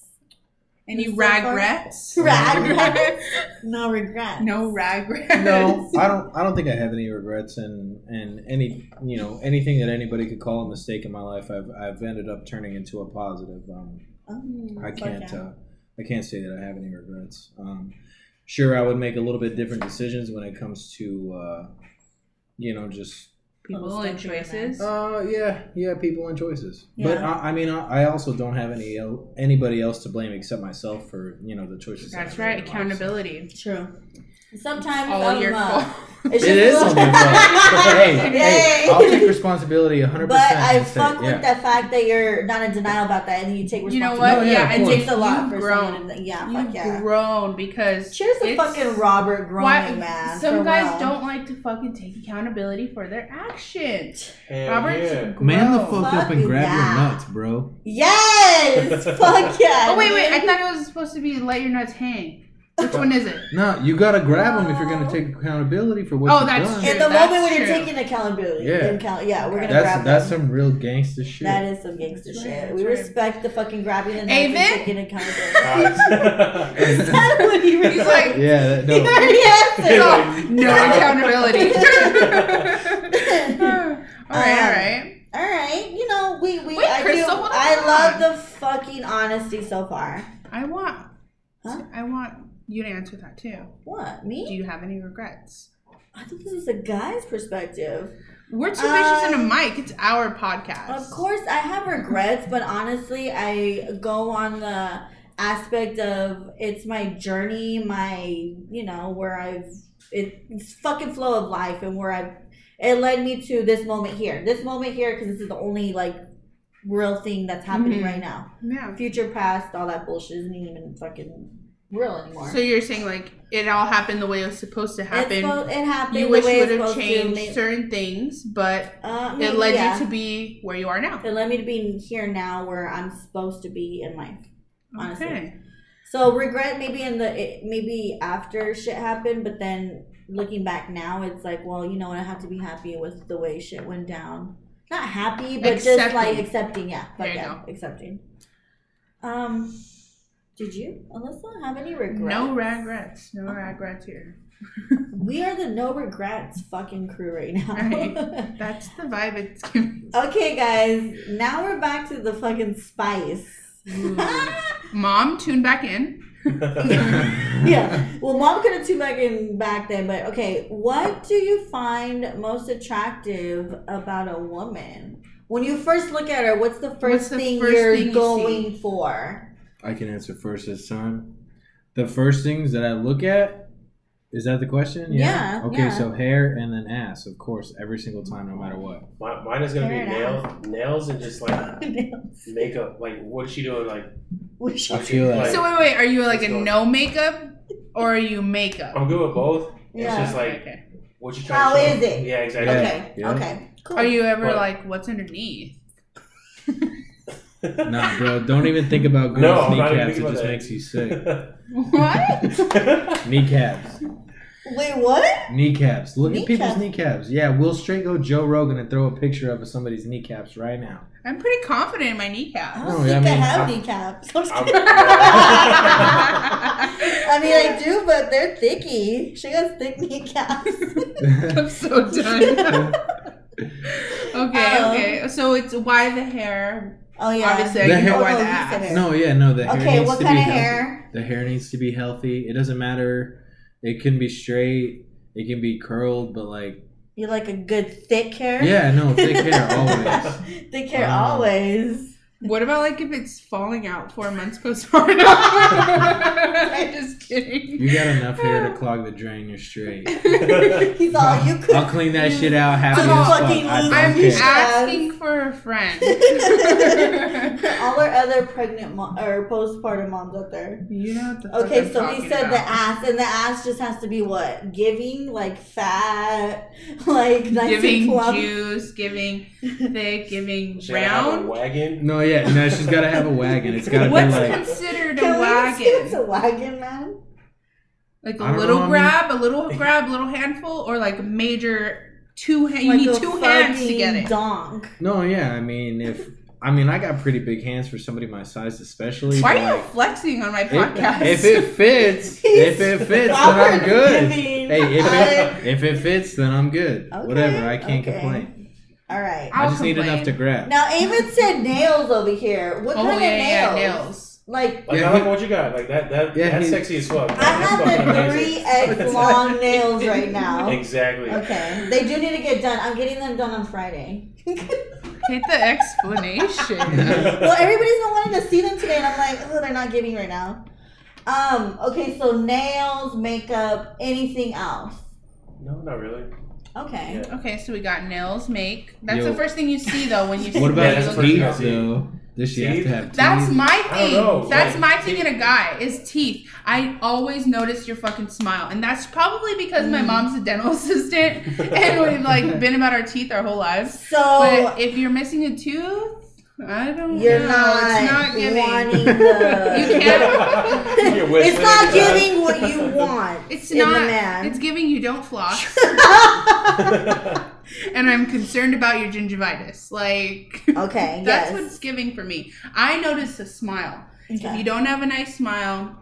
Speaker 1: Any
Speaker 2: So
Speaker 1: rag
Speaker 2: far-
Speaker 1: regrets?
Speaker 2: Regrets. No regrets.
Speaker 1: no rag regrets. [laughs]
Speaker 4: No, I don't. I don't think I have any regrets, and and any you know anything that anybody could call a mistake in my life, I've I've ended up turning into a positive. Um,
Speaker 2: Um,
Speaker 4: I
Speaker 2: fuck
Speaker 4: can't.
Speaker 2: yeah.
Speaker 4: Uh, I can't say that I have any regrets. Um, sure, I would make a little bit different decisions when it comes to, uh, you know, just
Speaker 1: people
Speaker 2: Well,
Speaker 1: and
Speaker 2: it's not very
Speaker 1: choices.
Speaker 2: nice.
Speaker 4: Uh, yeah, yeah, people and choices. But
Speaker 2: Yeah.
Speaker 4: I, I mean, I, I also don't have any el- anybody else to blame except myself for you know the choices. that
Speaker 1: That's
Speaker 4: I made
Speaker 1: right.
Speaker 4: in life.
Speaker 1: Accountability.
Speaker 2: True. Sometimes
Speaker 1: All
Speaker 2: I'm,
Speaker 1: your
Speaker 2: uh,
Speaker 1: fault.
Speaker 2: it's
Speaker 4: It is
Speaker 2: just-
Speaker 4: on your fault.
Speaker 2: [laughs]
Speaker 4: But [laughs] hey, hey,
Speaker 2: Yay.
Speaker 4: [laughs] I'll take responsibility 100.
Speaker 2: But I
Speaker 4: percent
Speaker 2: fuck with the fact that you're not in denial about that, and you take
Speaker 1: You know
Speaker 2: responsibility.
Speaker 1: what?
Speaker 4: No, yeah,
Speaker 1: yeah,
Speaker 4: of
Speaker 1: and
Speaker 2: it
Speaker 4: course.
Speaker 2: takes a lot
Speaker 1: You've
Speaker 2: for
Speaker 1: grown.
Speaker 2: someone. To, yeah,
Speaker 1: You've
Speaker 2: [laughs] fuck yeah.
Speaker 1: grown because
Speaker 2: Cheers to
Speaker 1: it's-
Speaker 2: fucking Robert Groening,
Speaker 1: Why-
Speaker 2: man.
Speaker 1: Some
Speaker 2: for
Speaker 1: guys
Speaker 2: real.
Speaker 1: don't like to fucking take accountability for their actions.
Speaker 3: Hell
Speaker 1: Robert,
Speaker 3: yeah.
Speaker 4: Man the
Speaker 1: grow.
Speaker 4: fuck up and
Speaker 2: Fuck
Speaker 4: grab
Speaker 2: yeah.
Speaker 4: your nuts, bro.
Speaker 2: Yes, fuck yeah.
Speaker 1: Oh wait, wait. I
Speaker 2: dude.
Speaker 1: thought it was supposed to be let your nuts hang. Which one is
Speaker 4: [laughs]
Speaker 1: it?
Speaker 4: No, you gotta grab them if you're gonna take accountability for what
Speaker 1: Oh,
Speaker 4: you've
Speaker 1: that's
Speaker 4: done.
Speaker 1: true.
Speaker 2: At the
Speaker 1: That's
Speaker 2: moment when you're
Speaker 1: true.
Speaker 2: taking accountability,
Speaker 4: Yeah.
Speaker 2: then count- yeah, we're gonna
Speaker 4: That's
Speaker 2: grab
Speaker 4: that's
Speaker 2: them.
Speaker 4: some real gangster shit.
Speaker 2: That is some gangster
Speaker 1: That's right,
Speaker 2: shit.
Speaker 1: that's
Speaker 2: We
Speaker 1: right.
Speaker 2: respect the fucking grabbing the knife
Speaker 1: Amen?
Speaker 2: and taking
Speaker 1: [laughs]
Speaker 2: [laughs] accountability.
Speaker 3: God.
Speaker 2: Is that what he was
Speaker 1: He's
Speaker 2: [laughs]
Speaker 1: like,
Speaker 4: yeah,
Speaker 1: [laughs]
Speaker 4: that, no.
Speaker 2: Yes.
Speaker 1: no, no
Speaker 2: [laughs]
Speaker 4: [laughs]
Speaker 1: accountability. [laughs] all right, all
Speaker 2: Um,
Speaker 1: right.
Speaker 2: [laughs] All right, you know we we
Speaker 1: Wait,
Speaker 2: I
Speaker 1: Crystal,
Speaker 2: do.
Speaker 1: what
Speaker 2: I love
Speaker 1: about-
Speaker 2: the fucking honesty so far.
Speaker 1: I want,
Speaker 2: Huh?
Speaker 1: I want you to answer that too.
Speaker 2: What
Speaker 1: Do
Speaker 2: me?
Speaker 1: you have any regrets?
Speaker 2: I think this is a guy's perspective.
Speaker 1: We're two bitches and a
Speaker 2: Um,
Speaker 1: mic. It's our podcast.
Speaker 2: Of course, I have regrets, but honestly, I go on the aspect of it's my journey, my you know where I've it, it's fucking flow of life and where I've it led me to this moment here, this moment here because this is the only like real thing that's happening
Speaker 1: Mhm.
Speaker 2: right now.
Speaker 1: Yeah.
Speaker 2: Future, past, all that bullshit isn't even fucking real anymore.
Speaker 1: So you're saying like it all happened the way it was supposed to
Speaker 2: It's
Speaker 1: happen.
Speaker 2: supposed- it happened.
Speaker 1: You
Speaker 2: the
Speaker 1: wish
Speaker 2: way
Speaker 1: you would
Speaker 2: it's
Speaker 1: have
Speaker 2: supposed to.
Speaker 1: changed
Speaker 2: May-
Speaker 1: certain things, but
Speaker 2: uh,
Speaker 1: it
Speaker 2: maybe,
Speaker 1: led
Speaker 2: yeah.
Speaker 1: you to be where you are now.
Speaker 2: It led me to be here now, where I'm supposed to be in life. honestly.
Speaker 1: Okay.
Speaker 2: So regret maybe in the it, maybe after shit happened, but then looking back now, it's like, well, you know, what, I have to be happy with the way shit went down. Not happy, but just like
Speaker 1: Accepting.
Speaker 2: accepting. Yeah, but
Speaker 1: There you
Speaker 2: yeah, accepting. Um, did you, Alyssa, have any regrets? Uh-huh.
Speaker 1: No regrets. No regrets here.
Speaker 2: We are the no regrets fucking crew right now.
Speaker 1: Right. That's the vibe it's giving.
Speaker 2: [laughs] okay, guys, now we're back to the fucking spice.
Speaker 1: Mom, tune back in.
Speaker 2: [laughs] yeah. Well, mom could have tuned back in back then, but okay. What do you find most attractive about a woman? When you first look at her, what's the first
Speaker 1: What's the
Speaker 2: thing
Speaker 1: first
Speaker 2: you're
Speaker 1: thing you
Speaker 2: going
Speaker 1: see?
Speaker 2: for?
Speaker 4: [laughs]
Speaker 2: [laughs]
Speaker 4: I can answer first this time. The first things that I look at is that the question?
Speaker 2: Yeah,
Speaker 4: Okay,
Speaker 2: yeah.
Speaker 4: so hair and then ass, of course, every single time, no matter what.
Speaker 3: Mi- Mine is gonna
Speaker 2: Fair
Speaker 3: be
Speaker 2: enough.
Speaker 3: nails, nails, and just like makeup. Like, what's she doing? Like,
Speaker 2: Which
Speaker 4: I feel that.
Speaker 1: So wait, wait, are you like a
Speaker 3: Let's go.
Speaker 1: no makeup or are you makeup?
Speaker 3: I'm good with both. It's
Speaker 2: Yeah.
Speaker 3: just like,
Speaker 1: okay.
Speaker 3: what you trying
Speaker 2: How
Speaker 3: to show?
Speaker 2: is it?
Speaker 3: Yeah, exactly.
Speaker 2: Okay.
Speaker 4: Yeah.
Speaker 2: Okay. Cool.
Speaker 1: Are you ever
Speaker 3: What?
Speaker 1: like, what's underneath?
Speaker 4: Nah, bro, don't even
Speaker 3: [laughs]
Speaker 4: think about girls'
Speaker 3: No, I'm not even
Speaker 4: kneecaps.
Speaker 3: thinking
Speaker 4: It
Speaker 3: about
Speaker 4: just
Speaker 3: that.
Speaker 4: makes you sick.
Speaker 1: What?
Speaker 2: [laughs]
Speaker 4: kneecaps.
Speaker 2: Wait, what?
Speaker 4: Kneecaps. Look at people's
Speaker 2: Kneecaps.
Speaker 4: kneecaps. Yeah, we'll straight go Joe Rogan and throw a picture up of somebody's kneecaps right now. [laughs]
Speaker 2: [laughs]
Speaker 1: I'm pretty confident in my
Speaker 2: I [laughs]
Speaker 1: kneecap.
Speaker 2: don't
Speaker 4: No,
Speaker 2: think
Speaker 4: I
Speaker 2: I,
Speaker 4: mean,
Speaker 2: have
Speaker 3: I-
Speaker 2: kneecaps. [laughs] I'm just
Speaker 3: I'm-
Speaker 2: kidding. I mean, I do, but they're thicky. She has
Speaker 1: [laughs]
Speaker 2: thick kneecaps.
Speaker 1: I'm so done. okay,
Speaker 2: Um,
Speaker 1: okay. So it's why the hair?
Speaker 2: oh yeah.
Speaker 1: Obviously, I
Speaker 4: The
Speaker 1: can
Speaker 4: hair-
Speaker 1: know why
Speaker 2: Oh,
Speaker 1: the
Speaker 2: no, he
Speaker 1: ass.
Speaker 2: said it.
Speaker 4: no, yeah, no, the hair
Speaker 2: Okay,
Speaker 4: needs
Speaker 2: what
Speaker 4: to
Speaker 2: kind
Speaker 4: be
Speaker 2: of
Speaker 4: healthy.
Speaker 2: hair?
Speaker 4: The hair needs to be healthy. It doesn't matter. It can be straight. It can be curled, but like,
Speaker 2: You like a good thick hair?
Speaker 4: yeah, no, thick
Speaker 1: [laughs]
Speaker 4: hair always.
Speaker 2: [laughs] Thick hair
Speaker 4: Um,
Speaker 2: always.
Speaker 1: What about like if it's falling out four months postpartum? [laughs] I'm just kidding.
Speaker 4: You got enough hair to clog the drain.
Speaker 1: [laughs]
Speaker 4: You're straight.
Speaker 2: He's all you could.
Speaker 4: I'll clean that shit out. Happy as
Speaker 1: I'm
Speaker 4: fuck.
Speaker 2: fucking
Speaker 4: I don't
Speaker 1: I'm
Speaker 2: Okay.
Speaker 4: care.
Speaker 1: asking for a
Speaker 2: [laughs]
Speaker 1: friend.
Speaker 2: all our other pregnant mom or postpartum moms out there.
Speaker 1: you know what the fuck
Speaker 2: Okay,
Speaker 1: I'm
Speaker 2: so he
Speaker 1: talking
Speaker 2: said the
Speaker 1: about.
Speaker 2: ass, and the ass just has to be what giving, like fat, [laughs] like nice and
Speaker 1: Giving
Speaker 2: plump.
Speaker 1: juice, giving thick, giving
Speaker 3: She gotta have a
Speaker 1: round.
Speaker 3: wagon.
Speaker 4: No, yeah, no. She's gotta have a wagon. It's gotta
Speaker 1: What's
Speaker 4: be like.
Speaker 1: considered a
Speaker 2: Can we
Speaker 1: wagon?
Speaker 2: see what's a wagon, man?
Speaker 1: Like
Speaker 4: I
Speaker 1: a
Speaker 4: don't
Speaker 1: little
Speaker 4: know, I mean-
Speaker 1: grab, a little grab, a little handful, or like a major two hands. You
Speaker 2: like
Speaker 1: need
Speaker 2: a
Speaker 1: two hands to
Speaker 2: fucking
Speaker 1: get it.
Speaker 2: Donk.
Speaker 4: No, yeah. I mean, if I mean, I got pretty big hands for somebody my size, especially.
Speaker 1: Why
Speaker 4: but,
Speaker 1: are you
Speaker 4: like,
Speaker 1: flexing on my podcast?
Speaker 4: if, if it
Speaker 1: [laughs]
Speaker 4: fits, if it fits, then
Speaker 2: [laughs]
Speaker 4: I'm good. Hey, if it, if it fits, then I'm good.
Speaker 2: Okay,
Speaker 4: Whatever, I can't
Speaker 2: okay.
Speaker 4: complain.
Speaker 2: All right.
Speaker 4: i
Speaker 1: I'll
Speaker 4: just need
Speaker 1: complain.
Speaker 4: enough to grab.
Speaker 2: Now, Avon said nails over here. What
Speaker 1: oh
Speaker 2: kind
Speaker 1: yeah, yeah,
Speaker 2: of nails?
Speaker 1: nails.
Speaker 2: Like
Speaker 3: Like
Speaker 4: Yeah,
Speaker 3: I like
Speaker 4: he-
Speaker 3: what you got. Like that. That
Speaker 4: Yeah,
Speaker 3: that's
Speaker 4: he-
Speaker 3: sexy as fuck.
Speaker 2: I
Speaker 3: That's fucking
Speaker 2: have the
Speaker 3: amazing.
Speaker 2: three
Speaker 3: [laughs]
Speaker 2: egg long nails right now.
Speaker 3: Exactly.
Speaker 4: [laughs]
Speaker 2: Okay, they do need to get done. I'm getting them done on
Speaker 3: [laughs]
Speaker 2: Friday.
Speaker 1: Hate the
Speaker 4: [laughs]
Speaker 1: explanation.
Speaker 2: Well, everybody's been wanting to see them today, and I'm like, oh, they're not giving right now. Um. Okay, so nails, makeup, anything else?
Speaker 3: no, not really.
Speaker 2: Okay.
Speaker 3: Yeah.
Speaker 1: okay, so we got nails make. That's
Speaker 4: Yo.
Speaker 1: the first thing you see though when you see
Speaker 4: What
Speaker 3: Yeah,
Speaker 4: about
Speaker 3: that's
Speaker 1: the
Speaker 3: the first thing I
Speaker 4: teeth
Speaker 3: see.
Speaker 4: though? Does she have
Speaker 3: Teeth?
Speaker 4: to have teeth?
Speaker 1: That's my
Speaker 3: I don't
Speaker 1: thing.
Speaker 3: know,
Speaker 1: That's
Speaker 3: like,
Speaker 1: my thing in a guy is teeth. I always notice your fucking smile, and that's probably because my
Speaker 2: Mm.
Speaker 1: mom's a dental [laughs] assistant, and we've
Speaker 2: [laughs]
Speaker 1: like been about our teeth our whole lives.
Speaker 2: So
Speaker 1: But if you're missing a tooth, I don't
Speaker 2: Oh. you're
Speaker 1: know.
Speaker 2: not,
Speaker 1: it's not giving. [laughs]
Speaker 2: wanting the.
Speaker 3: [laughs]
Speaker 1: You can't-
Speaker 3: You're whistling
Speaker 2: It's not
Speaker 3: at the time.
Speaker 2: giving what you
Speaker 3: [laughs]
Speaker 2: want.
Speaker 1: It's
Speaker 2: in
Speaker 1: not.
Speaker 2: The man.
Speaker 1: It's giving you don't floss, and I'm concerned about your gingivitis.
Speaker 2: [laughs]
Speaker 1: Like [laughs]
Speaker 2: okay.
Speaker 1: that's
Speaker 2: yes.
Speaker 1: what it's giving for me. I notice a smile.
Speaker 2: Okay.
Speaker 1: If you don't have a nice smile,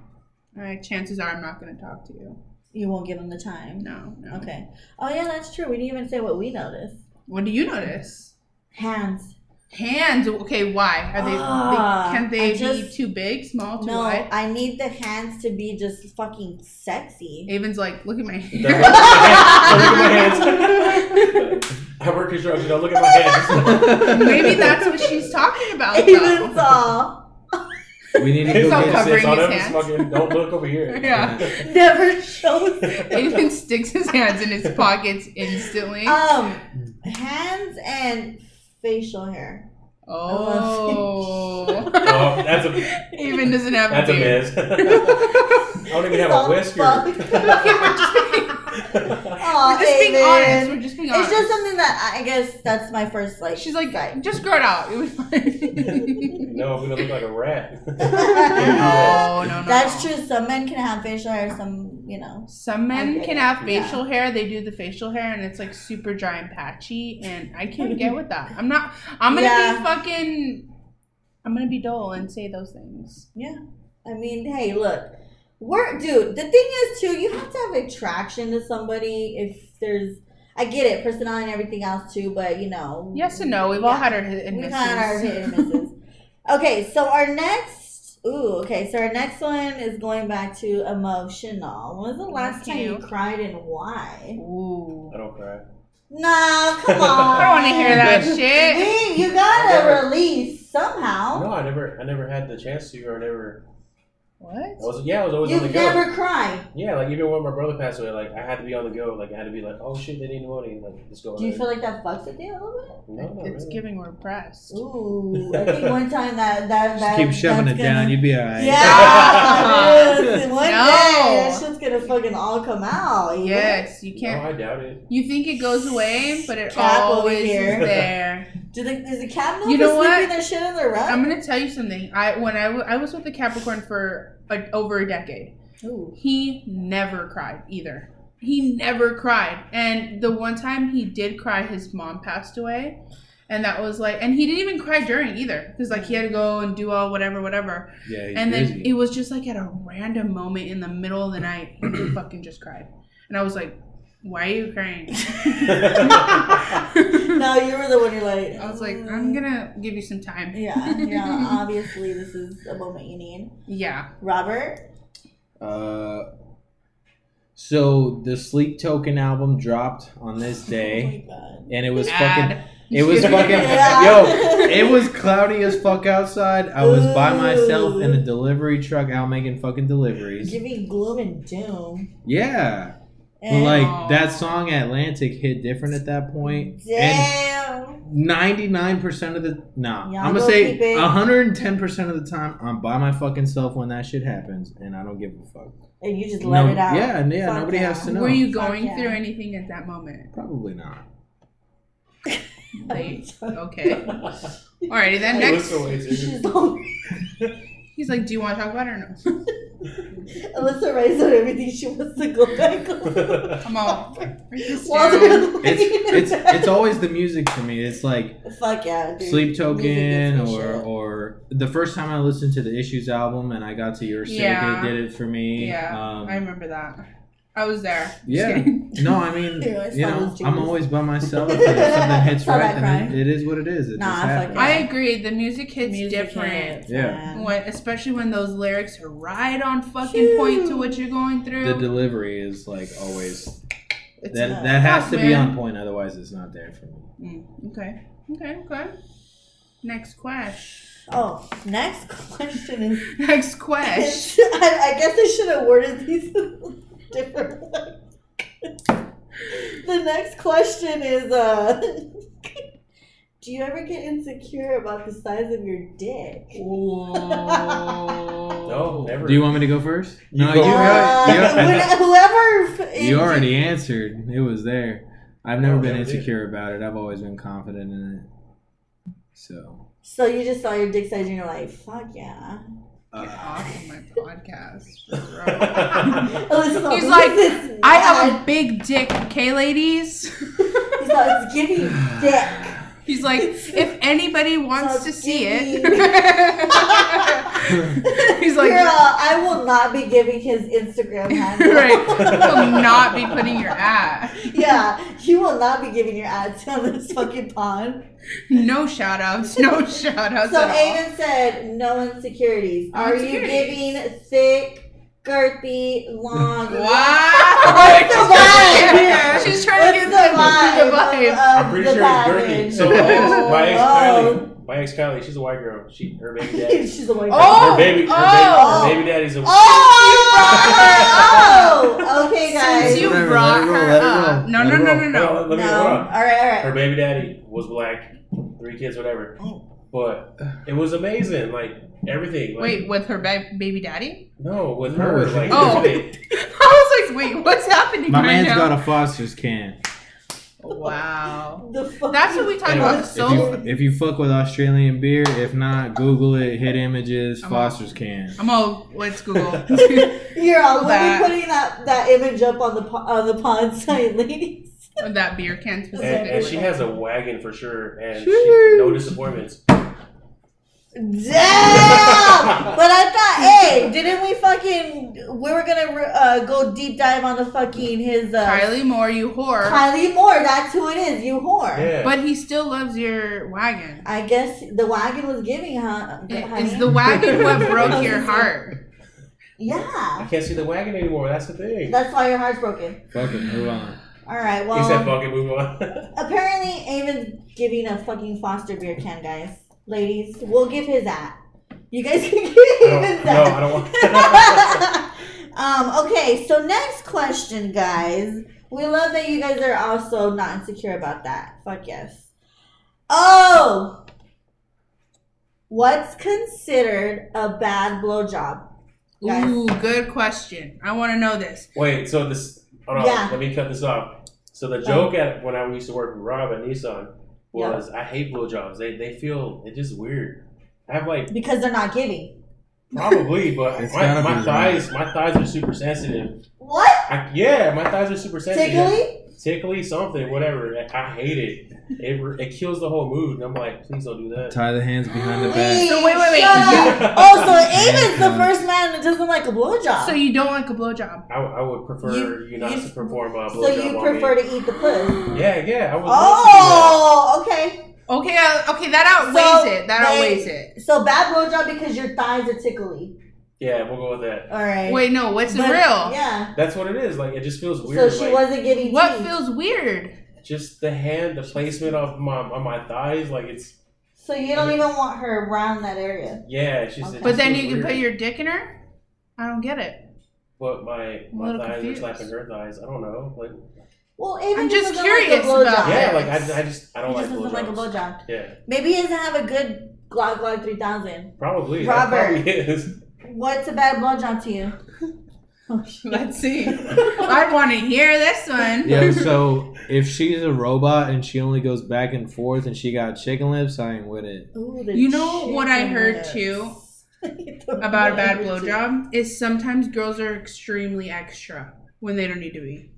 Speaker 1: uh, chances are I'm not going to talk to you.
Speaker 2: You won't give them the time.
Speaker 1: No, no.
Speaker 2: Okay. Oh yeah, that's true. We didn't even say what we noticed.
Speaker 1: What do you notice?
Speaker 2: Hands.
Speaker 1: Hands. Okay, why are they?
Speaker 2: Ah,
Speaker 1: they can they
Speaker 2: I
Speaker 1: be
Speaker 2: just-
Speaker 1: too big, small, too
Speaker 2: No,
Speaker 1: wide?
Speaker 2: I need the hands to be just fucking [laughs]
Speaker 1: [laughs]
Speaker 2: sexy.
Speaker 1: Avon's like, look at my hair. [laughs]
Speaker 3: Don't look at my hands. I work construction. Don't look at
Speaker 2: [laughs]
Speaker 3: my hands.
Speaker 1: [laughs] Maybe that's what she's talking about.
Speaker 2: Even
Speaker 1: Though.
Speaker 2: saw.
Speaker 4: we need to
Speaker 3: It's
Speaker 4: go
Speaker 1: all
Speaker 4: get
Speaker 3: on
Speaker 1: covering his
Speaker 3: him,
Speaker 1: hands.
Speaker 3: fucking, don't look
Speaker 2: [laughs]
Speaker 3: over here.
Speaker 1: Yeah.
Speaker 2: Never shows.
Speaker 3: [laughs]
Speaker 1: Avon sticks his hands in his pockets instantly.
Speaker 2: Um, hands and facial hair.
Speaker 1: oh.
Speaker 2: [laughs]
Speaker 3: Oh, that's a
Speaker 1: Avon doesn't have
Speaker 3: that's a
Speaker 1: a beard.
Speaker 3: miss. [laughs] I don't even have a
Speaker 2: Fuck,
Speaker 3: whisker. [laughs]
Speaker 2: fuck. [laughs] Aw,
Speaker 1: We're just being
Speaker 2: Aiden.
Speaker 1: honest. We're just being honest.
Speaker 2: Oh, It's just something that I guess that's my first like.
Speaker 1: She's like,
Speaker 2: sight.
Speaker 1: just grow it
Speaker 3: [laughs]
Speaker 1: out. [laughs] Oh, It was fine.
Speaker 3: no, I'm gonna look like a rat. [laughs]
Speaker 1: no, no, no.
Speaker 2: [laughs] That's true. Some men can have facial hair. Some, you know.
Speaker 1: Some
Speaker 2: I
Speaker 1: men
Speaker 2: get
Speaker 1: can
Speaker 2: it.
Speaker 1: have facial hair. They do the facial hair, and it's like super dry and patchy. And I
Speaker 2: [laughs]
Speaker 1: can't get with that. I'm not. I'm gonna
Speaker 2: Yeah.
Speaker 1: be fucking. I'm gonna be dull and say those things.
Speaker 2: I mean, hey, look, we're dude. The thing is, too, you have to have attraction to somebody. If there's, I get it, personality and everything else too, but you know.
Speaker 1: Yes and no. We've all
Speaker 2: Yeah.
Speaker 1: had our hit and
Speaker 2: We've
Speaker 1: misses.
Speaker 2: had our hit and
Speaker 1: [laughs]
Speaker 2: misses. okay, so our next. Ooh, okay. So our next one is going back to emotional. When was the last time you
Speaker 1: Cute.
Speaker 2: cried and why?
Speaker 1: Ooh.
Speaker 3: I don't cry.
Speaker 2: No, come
Speaker 1: [laughs]
Speaker 2: on.
Speaker 1: I don't want to hear
Speaker 2: [laughs]
Speaker 1: that shit.
Speaker 2: We, you
Speaker 3: Never.
Speaker 2: gotta release somehow.
Speaker 3: No, I never, I never had the chance to, or never. I
Speaker 1: What?
Speaker 3: was, yeah, I was always on
Speaker 2: You've
Speaker 3: the go.
Speaker 2: never cried.
Speaker 3: Yeah, like even when my brother passed away, like I had to be on the go. Like I had to be like, oh shit, they need money. Like let's go.
Speaker 2: Do you
Speaker 3: Like,
Speaker 2: feel like that fucks with you a little
Speaker 3: no, not
Speaker 1: It's
Speaker 3: really.
Speaker 1: giving repressed.
Speaker 2: bit? Ooh, I think one time that that
Speaker 4: Just
Speaker 2: that
Speaker 4: keep shoving it
Speaker 2: that's
Speaker 4: down.
Speaker 2: gonna-
Speaker 4: You'd be alright.
Speaker 2: Yeah, dude, one
Speaker 1: No.
Speaker 2: day that shit's gonna fucking all come out. you
Speaker 1: Yes, you
Speaker 3: No,
Speaker 1: can't.
Speaker 3: I doubt it. [laughs]
Speaker 1: You think it goes away, but it
Speaker 2: Cat over
Speaker 1: always
Speaker 2: here.
Speaker 1: is there.
Speaker 2: [laughs] know? Do the, does the cat know
Speaker 1: You
Speaker 2: if they're
Speaker 1: know what?
Speaker 2: sleeping their shit in their rug?
Speaker 1: I'm gonna tell you something. I when I, w- I was with a Capricorn for a, over a decade.
Speaker 2: Ooh.
Speaker 1: He never cried either. He never cried. And the one time he did cry, his mom passed away, and that was like, and he didn't even cry during either, because like he had to go and do all whatever, whatever.
Speaker 4: Yeah, he's
Speaker 1: and then
Speaker 4: busy.
Speaker 1: it was just like at a random moment in the middle of the night, he fucking just cried, and I was like, why are you
Speaker 4: [laughs]
Speaker 1: crying? I
Speaker 2: No, you were the one. You're like.
Speaker 1: was like,
Speaker 2: mm,
Speaker 1: I'm gonna give you some time.
Speaker 2: Yeah, yeah. Obviously, this is a moment you need.
Speaker 1: [laughs] Yeah.
Speaker 2: Robert.
Speaker 4: Uh, so the Sleep Token album dropped on this day,
Speaker 2: Oh my god.
Speaker 4: and it was
Speaker 1: Ad.
Speaker 4: fucking.
Speaker 1: [laughs]
Speaker 4: It was fucking. [laughs]
Speaker 2: Yeah. [laughs]
Speaker 4: Yo, it was cloudy as fuck outside. I was by
Speaker 2: Ooh.
Speaker 4: myself in a delivery truck out making fucking deliveries.
Speaker 2: Giving gloom and doom.
Speaker 4: Yeah, but
Speaker 2: And
Speaker 4: like that song Atlantic hit different at that point. And
Speaker 2: Damn.
Speaker 4: ninety nine percent of the nah,
Speaker 2: Y'all
Speaker 4: I'm gonna
Speaker 2: go keep
Speaker 4: say
Speaker 2: it.
Speaker 4: hundred and ten percent of the time I'm by my fucking self when that shit happens, and I don't give a fuck.
Speaker 2: And you just let
Speaker 4: No-
Speaker 2: it out. [laughs]
Speaker 4: Yeah, and yeah,
Speaker 2: Fuck
Speaker 4: nobody
Speaker 2: yeah.
Speaker 4: has to know.
Speaker 1: Were you
Speaker 2: Fuck
Speaker 1: going
Speaker 2: yeah.
Speaker 1: through anything at that moment?
Speaker 4: Probably not.
Speaker 1: Like, okay. Alrighty then.
Speaker 3: It
Speaker 1: Next,
Speaker 3: was the
Speaker 2: [laughs]
Speaker 3: way, dude.
Speaker 2: She's on-
Speaker 1: he's like, "Do you want to talk about it or no?" [laughs]
Speaker 2: Alyssa writes on everything she wants to go back
Speaker 3: [laughs]
Speaker 2: on.
Speaker 1: Come on.
Speaker 4: [laughs]
Speaker 1: Write this
Speaker 2: While
Speaker 1: down.
Speaker 2: they're laying
Speaker 4: It's it's
Speaker 2: in bed.
Speaker 4: it's always the music for me. It's like
Speaker 2: [laughs] Fuck yeah, dude.
Speaker 4: Sleep
Speaker 2: Music
Speaker 4: Token
Speaker 2: is my
Speaker 4: or
Speaker 2: shit.
Speaker 4: or the first time I listened to the Issues album and I got to Your Sake,
Speaker 1: Yeah.
Speaker 4: it did it for me.
Speaker 1: Yeah,
Speaker 4: um,
Speaker 1: I remember that. I was there. Just
Speaker 4: Yeah.
Speaker 1: kidding.
Speaker 4: No, I mean,
Speaker 2: They really
Speaker 4: you
Speaker 2: thought [laughs] it
Speaker 4: know,
Speaker 2: was
Speaker 4: I'm
Speaker 2: genius. [laughs]
Speaker 4: always by myself. If something hits
Speaker 2: Thought
Speaker 4: right,
Speaker 2: I'd
Speaker 4: then
Speaker 2: cry.
Speaker 4: it, it is what it is. It
Speaker 2: Nah,
Speaker 4: just
Speaker 2: I fucking-
Speaker 4: happens.
Speaker 1: I agree. The music hits
Speaker 2: Music
Speaker 1: different.
Speaker 2: hits,
Speaker 4: Yeah.
Speaker 2: man.
Speaker 1: When, especially when those lyrics are right on fucking point to what you're going
Speaker 4: the
Speaker 1: through.
Speaker 4: delivery is like always.
Speaker 1: It's-
Speaker 4: That
Speaker 2: not-
Speaker 4: that has to be
Speaker 1: man.
Speaker 4: on point, otherwise it's not there for me.
Speaker 1: Mm, okay. Okay. Okay. Next question.
Speaker 2: Oh, next question is
Speaker 1: [laughs] Next question.
Speaker 4: [laughs]
Speaker 2: [laughs] I, I guess I should have worded these [laughs] differently. the next question is uh, [laughs] Do you ever get insecure about the size of your dick?
Speaker 3: No,
Speaker 1: no.
Speaker 3: never.
Speaker 4: Do you want me to go first?
Speaker 3: You
Speaker 4: no,
Speaker 3: go
Speaker 4: you,
Speaker 3: first.
Speaker 2: Uh,
Speaker 4: already- you-
Speaker 2: when- whoever. f-
Speaker 4: you already answered. It was there. I've never
Speaker 3: Oh,
Speaker 4: been
Speaker 3: yeah, it is.
Speaker 4: insecure about it. I've always been confident in it. So.
Speaker 2: So you just saw your dick size and you're like, fuck yeah.
Speaker 1: Get
Speaker 4: Uh,
Speaker 1: off of
Speaker 4: [laughs]
Speaker 1: my podcast. bro. [laughs]
Speaker 2: Oh, this is all-
Speaker 1: He's
Speaker 2: this
Speaker 1: like,
Speaker 2: is
Speaker 1: I have
Speaker 2: bad."
Speaker 1: a big dick, okay, ladies? [laughs]
Speaker 2: He's like, it's
Speaker 4: [sighs]
Speaker 2: giving dick.
Speaker 1: He's like, if anybody wants to see it. [laughs] He's like,
Speaker 2: Girl, I will not be giving his Instagram handle.
Speaker 1: [laughs] right. Will not be putting your ass.
Speaker 2: Yeah, you will not be giving your ads on this fucking pond.
Speaker 1: No shout outs. No shout outs
Speaker 2: So
Speaker 1: at
Speaker 2: Aiden said no insecurities.
Speaker 1: No
Speaker 2: Are you
Speaker 1: insecurities.
Speaker 2: giving thick, girthy,
Speaker 1: [laughs]
Speaker 2: long?
Speaker 1: all.
Speaker 2: What's the
Speaker 1: Wow.
Speaker 2: vibe?
Speaker 1: [laughs] She's trying
Speaker 2: What's
Speaker 1: to
Speaker 2: the
Speaker 1: get the
Speaker 2: vibe?
Speaker 1: vibe.
Speaker 2: of-
Speaker 3: [laughs] I'm
Speaker 2: of
Speaker 3: pretty
Speaker 2: the
Speaker 3: sure
Speaker 2: pattern?
Speaker 3: it's girthy. So my ex, my ex
Speaker 2: [laughs] Oh.
Speaker 3: Kylie, my ex Kylie, she's a white girl. She her
Speaker 2: [laughs]
Speaker 3: baby [laughs] daddy.
Speaker 2: She's a white girl.
Speaker 1: Oh.
Speaker 3: her baby, her,
Speaker 1: oh.
Speaker 3: baby her baby daddy's a.
Speaker 2: Oh!
Speaker 1: You brought her
Speaker 2: Oh! Okay, guys.
Speaker 1: Since you
Speaker 4: Whatever,
Speaker 1: brought
Speaker 4: let it roll,
Speaker 1: her
Speaker 4: let it
Speaker 1: up.
Speaker 4: roll,
Speaker 1: No,
Speaker 4: let
Speaker 1: no,
Speaker 4: it
Speaker 1: no,
Speaker 4: roll.
Speaker 1: no,
Speaker 3: No,
Speaker 1: no.
Speaker 3: let
Speaker 2: no.
Speaker 3: me hold on.
Speaker 2: All right, all
Speaker 3: Her
Speaker 2: right.
Speaker 3: baby daddy was black, three kids, whatever. But it was amazing, like everything. Like,
Speaker 1: Wait, with her ba- baby daddy? [laughs]
Speaker 3: no, with
Speaker 4: Her.
Speaker 3: her, like
Speaker 1: Oh.
Speaker 3: everything.
Speaker 1: I was like, wait, what's happening
Speaker 4: [laughs] my
Speaker 1: right
Speaker 4: man's
Speaker 1: now?
Speaker 4: got a Foster's can.
Speaker 1: wow.
Speaker 2: The fuck
Speaker 1: That's what we talk
Speaker 3: Anyway,
Speaker 1: about
Speaker 3: if
Speaker 4: If you,
Speaker 1: so
Speaker 4: if you fuck with Australian beer, if not, Google it. Hit images.
Speaker 1: I'm on-
Speaker 4: Foster's can.
Speaker 1: I'm all let's Google.
Speaker 4: [laughs]
Speaker 2: You're all. We'll
Speaker 1: That-
Speaker 2: be putting that that image up on the po- on the pond [laughs] site, ladies.
Speaker 1: that beer can
Speaker 3: And, and she
Speaker 1: specifically.
Speaker 3: has a wagon for sure, and she,
Speaker 4: Sheesh.
Speaker 3: no disappointments.
Speaker 2: Damn! but I thought,
Speaker 1: [laughs]
Speaker 2: hey, didn't we fucking we were gonna uh, go deep dive on the fucking his uh,
Speaker 1: Kylie Moore, you whore.
Speaker 2: Kylie Moore? That's who it is. You whore.
Speaker 3: Yeah,
Speaker 1: But he still loves your wagon.
Speaker 2: I guess the wagon was giving, huh?
Speaker 1: I-
Speaker 2: honey?
Speaker 1: Is the wagon what broke your heart?
Speaker 3: I
Speaker 2: yeah.
Speaker 3: can't see the wagon anymore. That's the thing.
Speaker 2: That's why your heart's broken.
Speaker 4: Fuck it. Move on.
Speaker 2: All right.
Speaker 3: he
Speaker 2: Well,
Speaker 3: said, "Fuck it, move on." [laughs]
Speaker 2: apparently, Avon's giving a fucking Foster beer can, guys. Ladies, we'll give his that. You guys can [laughs] give
Speaker 3: I
Speaker 2: Avon's
Speaker 3: don't,
Speaker 2: that.
Speaker 3: no, I don't
Speaker 2: [laughs]
Speaker 3: want. [laughs]
Speaker 2: um, okay, so next question, guys. We love that you guys are also not insecure about that. Fuck yes. Oh! What's considered a bad blowjob? Guys.
Speaker 1: Ooh, good question. I want to know this.
Speaker 3: Wait, so this. Hold on,
Speaker 2: Yeah.
Speaker 3: let me cut this off. So the joke at when I used to work with Rob at Nissan was I hate blowjobs. They they feel it's just weird. I have like
Speaker 2: Because they're not giving.
Speaker 3: probably, but
Speaker 4: It's
Speaker 3: my,
Speaker 4: gotta
Speaker 3: my
Speaker 4: be
Speaker 3: thighs my thighs are super sensitive.
Speaker 2: What?
Speaker 3: I, yeah, my thighs are super sensitive.
Speaker 2: Tickly?
Speaker 3: Tickly, something, whatever. I- I hate it. It re- it kills the whole mood, and I'm like, please don't do that.
Speaker 4: Tie the hands behind the back.
Speaker 1: So wait, wait, wait. [laughs]
Speaker 2: shut up. Oh, so Avon's the
Speaker 4: Yeah.
Speaker 2: first man that doesn't like a blowjob.
Speaker 1: So you don't like a blowjob?
Speaker 3: I, I would prefer
Speaker 2: You-
Speaker 3: you, not
Speaker 2: you-
Speaker 3: to perform a blowjob.
Speaker 2: So you
Speaker 3: on
Speaker 2: prefer
Speaker 3: me.
Speaker 2: to eat the puss?
Speaker 3: Yeah, yeah. I would love
Speaker 2: Oh, okay.
Speaker 1: Okay, uh, okay, that outweighs
Speaker 2: So
Speaker 1: it. That
Speaker 2: they-
Speaker 1: outweighs it.
Speaker 2: So bad blowjob because your thighs are tickly.
Speaker 3: to do that. Yeah, we'll go with that.
Speaker 2: All right.
Speaker 1: Wait, no, what's
Speaker 2: But-
Speaker 1: real?
Speaker 2: Yeah.
Speaker 3: That's what it is. Like it just feels
Speaker 2: so
Speaker 3: weird.
Speaker 2: she
Speaker 3: like,
Speaker 2: wasn't giving
Speaker 1: What
Speaker 2: tea.
Speaker 1: feels weird?
Speaker 3: just the hand, the placement of my on my thighs, like it's
Speaker 2: so you don't even want her around that area.
Speaker 3: yeah, it's just.
Speaker 2: Okay.
Speaker 3: It
Speaker 1: But
Speaker 3: just
Speaker 1: then
Speaker 3: feels
Speaker 1: you can
Speaker 3: weird.
Speaker 1: put your dick in her? I don't get it.
Speaker 3: But my
Speaker 1: I'm a
Speaker 3: my
Speaker 1: little
Speaker 3: thighs
Speaker 1: confused.
Speaker 3: are slapping her thighs. I don't know. Like
Speaker 2: Well, Ava
Speaker 1: I'm just
Speaker 2: doesn't
Speaker 1: curious
Speaker 2: like a
Speaker 1: about
Speaker 2: blowjob.
Speaker 3: yeah,
Speaker 1: it.
Speaker 3: like I, I just I don't
Speaker 2: he
Speaker 3: like
Speaker 2: just doesn't like a
Speaker 3: blowjobs.
Speaker 2: blowjob.
Speaker 3: yeah,
Speaker 2: Maybe he doesn't have a good Glock Glock 3000.
Speaker 3: probably.
Speaker 2: Robert.
Speaker 3: That probably is.
Speaker 2: What's a bad blowjob to you? [laughs] Oh,
Speaker 1: Let's see. [laughs] I want to hear this one.
Speaker 4: Yeah, so if she's a robot and she only goes back and forth and she got chicken lips, I ain't with it.
Speaker 2: Ooh, the
Speaker 1: You know what I
Speaker 2: chicken
Speaker 1: heard,
Speaker 2: lips.
Speaker 1: too,
Speaker 2: [laughs] The
Speaker 1: about a bad
Speaker 2: lips.
Speaker 1: blowjob is sometimes girls are extremely extra when they don't need to be.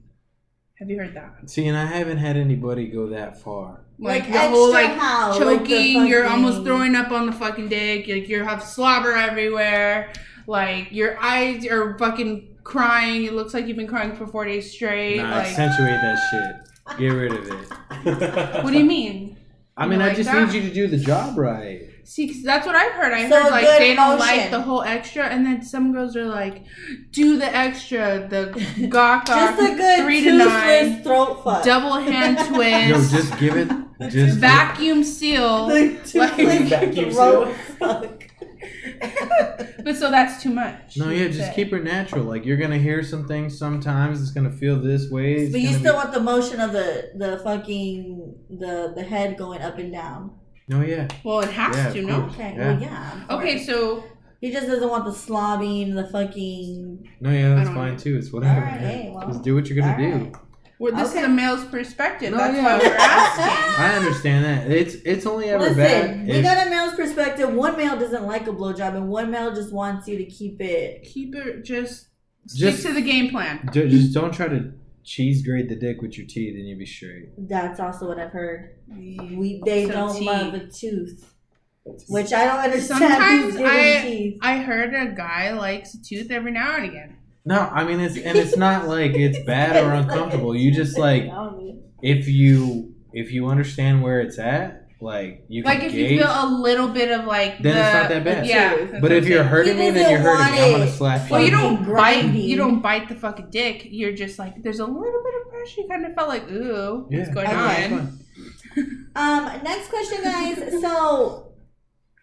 Speaker 1: Have you heard that?
Speaker 4: See, and I haven't had anybody go that far.
Speaker 1: Like,
Speaker 2: Like
Speaker 1: the whole
Speaker 2: extra
Speaker 1: like
Speaker 2: how? Like the
Speaker 1: choking, you're
Speaker 2: fucking-
Speaker 1: almost throwing up on the fucking dick. Like you have slobber everywhere. Like your eyes are fucking crying. It looks like you've been crying for four days straight.
Speaker 4: Nah,
Speaker 1: like,
Speaker 4: accentuate that shit. Get rid of it.
Speaker 3: [laughs]
Speaker 1: what do you mean?
Speaker 4: I
Speaker 1: You
Speaker 4: mean, I
Speaker 1: like
Speaker 4: just
Speaker 1: that?
Speaker 4: need you to do the job right.
Speaker 1: See, 'cause that's what I've heard. I
Speaker 2: So
Speaker 1: heard like
Speaker 2: good
Speaker 1: they don't like
Speaker 2: motion.
Speaker 1: the whole extra, and then some girls are like, "Do the extra, the
Speaker 2: [laughs]
Speaker 1: gawk
Speaker 2: Just a good
Speaker 1: three to
Speaker 2: two
Speaker 1: nine,
Speaker 2: Swiss throat fuck. [laughs]
Speaker 1: double hand twist,
Speaker 4: [laughs] Yo, just give it. Just
Speaker 1: vacuum seal."
Speaker 2: The [laughs] two
Speaker 1: Like-
Speaker 2: Swiss
Speaker 3: Vacuum
Speaker 2: throat fuck.
Speaker 1: But so that's too much.
Speaker 4: No, yeah, just keep her natural. Like you're gonna hear some things sometimes. It's gonna feel this way. it's
Speaker 2: But you
Speaker 4: gonna
Speaker 2: still
Speaker 4: be-
Speaker 2: want the motion of the the fucking the the head going up and down.
Speaker 4: No, yeah.
Speaker 1: Well, it has
Speaker 4: Yeah,
Speaker 1: to.
Speaker 4: of
Speaker 1: No.
Speaker 4: course.
Speaker 2: Okay,
Speaker 4: Yeah.
Speaker 2: well yeah. of
Speaker 1: Okay,
Speaker 2: course.
Speaker 1: so
Speaker 2: he just doesn't want the slobbing, the fucking.
Speaker 4: No, yeah, that's
Speaker 1: I don't
Speaker 4: fine
Speaker 1: know.
Speaker 4: too. It's whatever.
Speaker 2: Alright,
Speaker 4: yeah.
Speaker 2: hey, well,
Speaker 4: Just do what you're gonna do.
Speaker 2: alright.
Speaker 1: well, this
Speaker 2: Okay.
Speaker 1: is a male's perspective.
Speaker 4: No,
Speaker 1: that's
Speaker 4: yeah.
Speaker 1: why we're
Speaker 4: [laughs]
Speaker 1: asking.
Speaker 4: I understand that. It's it's only ever
Speaker 2: Listen,
Speaker 4: bad.
Speaker 2: we
Speaker 4: if-
Speaker 2: got a male's perspective. One male doesn't like a blowjob, and one male just wants you to keep it.
Speaker 1: keep it just stick
Speaker 4: just
Speaker 1: to the game plan.
Speaker 4: do, just don't try to cheese grade the dick with your teeth, and you'll be straight.
Speaker 2: That's also what I've heard. We they
Speaker 1: So
Speaker 2: don't
Speaker 1: teeth.
Speaker 2: love a tooth, which I don't understand.
Speaker 1: Sometimes
Speaker 2: who's giving
Speaker 1: I-
Speaker 2: teeth.
Speaker 1: I heard a guy likes a tooth every now and again.
Speaker 4: No, I mean it's and it's not like it's bad
Speaker 2: [laughs]
Speaker 4: or uncomfortable. You just like if you if you understand where it's at, like you can
Speaker 1: Like if
Speaker 4: gauge.
Speaker 1: you feel a little bit of like
Speaker 4: Then
Speaker 1: the,
Speaker 4: it's not that bad.
Speaker 1: Yeah,
Speaker 2: But
Speaker 1: that's
Speaker 4: but
Speaker 1: what
Speaker 4: if
Speaker 1: I'm
Speaker 4: you're
Speaker 1: saying.
Speaker 4: hurting me,
Speaker 2: People
Speaker 4: then you're
Speaker 2: that
Speaker 4: hurting me. I'm
Speaker 2: want
Speaker 4: gonna
Speaker 2: it.
Speaker 4: slap
Speaker 1: well, you
Speaker 2: fucking
Speaker 1: don't bite.
Speaker 2: grinding.
Speaker 1: You don't bite the fucking dick. You're just like there's a little bit of pressure. You kind of felt like ooh, what's
Speaker 4: Yeah.
Speaker 1: going
Speaker 2: Okay.
Speaker 1: on?
Speaker 2: Um, next question,
Speaker 1: [laughs]
Speaker 2: guys. So,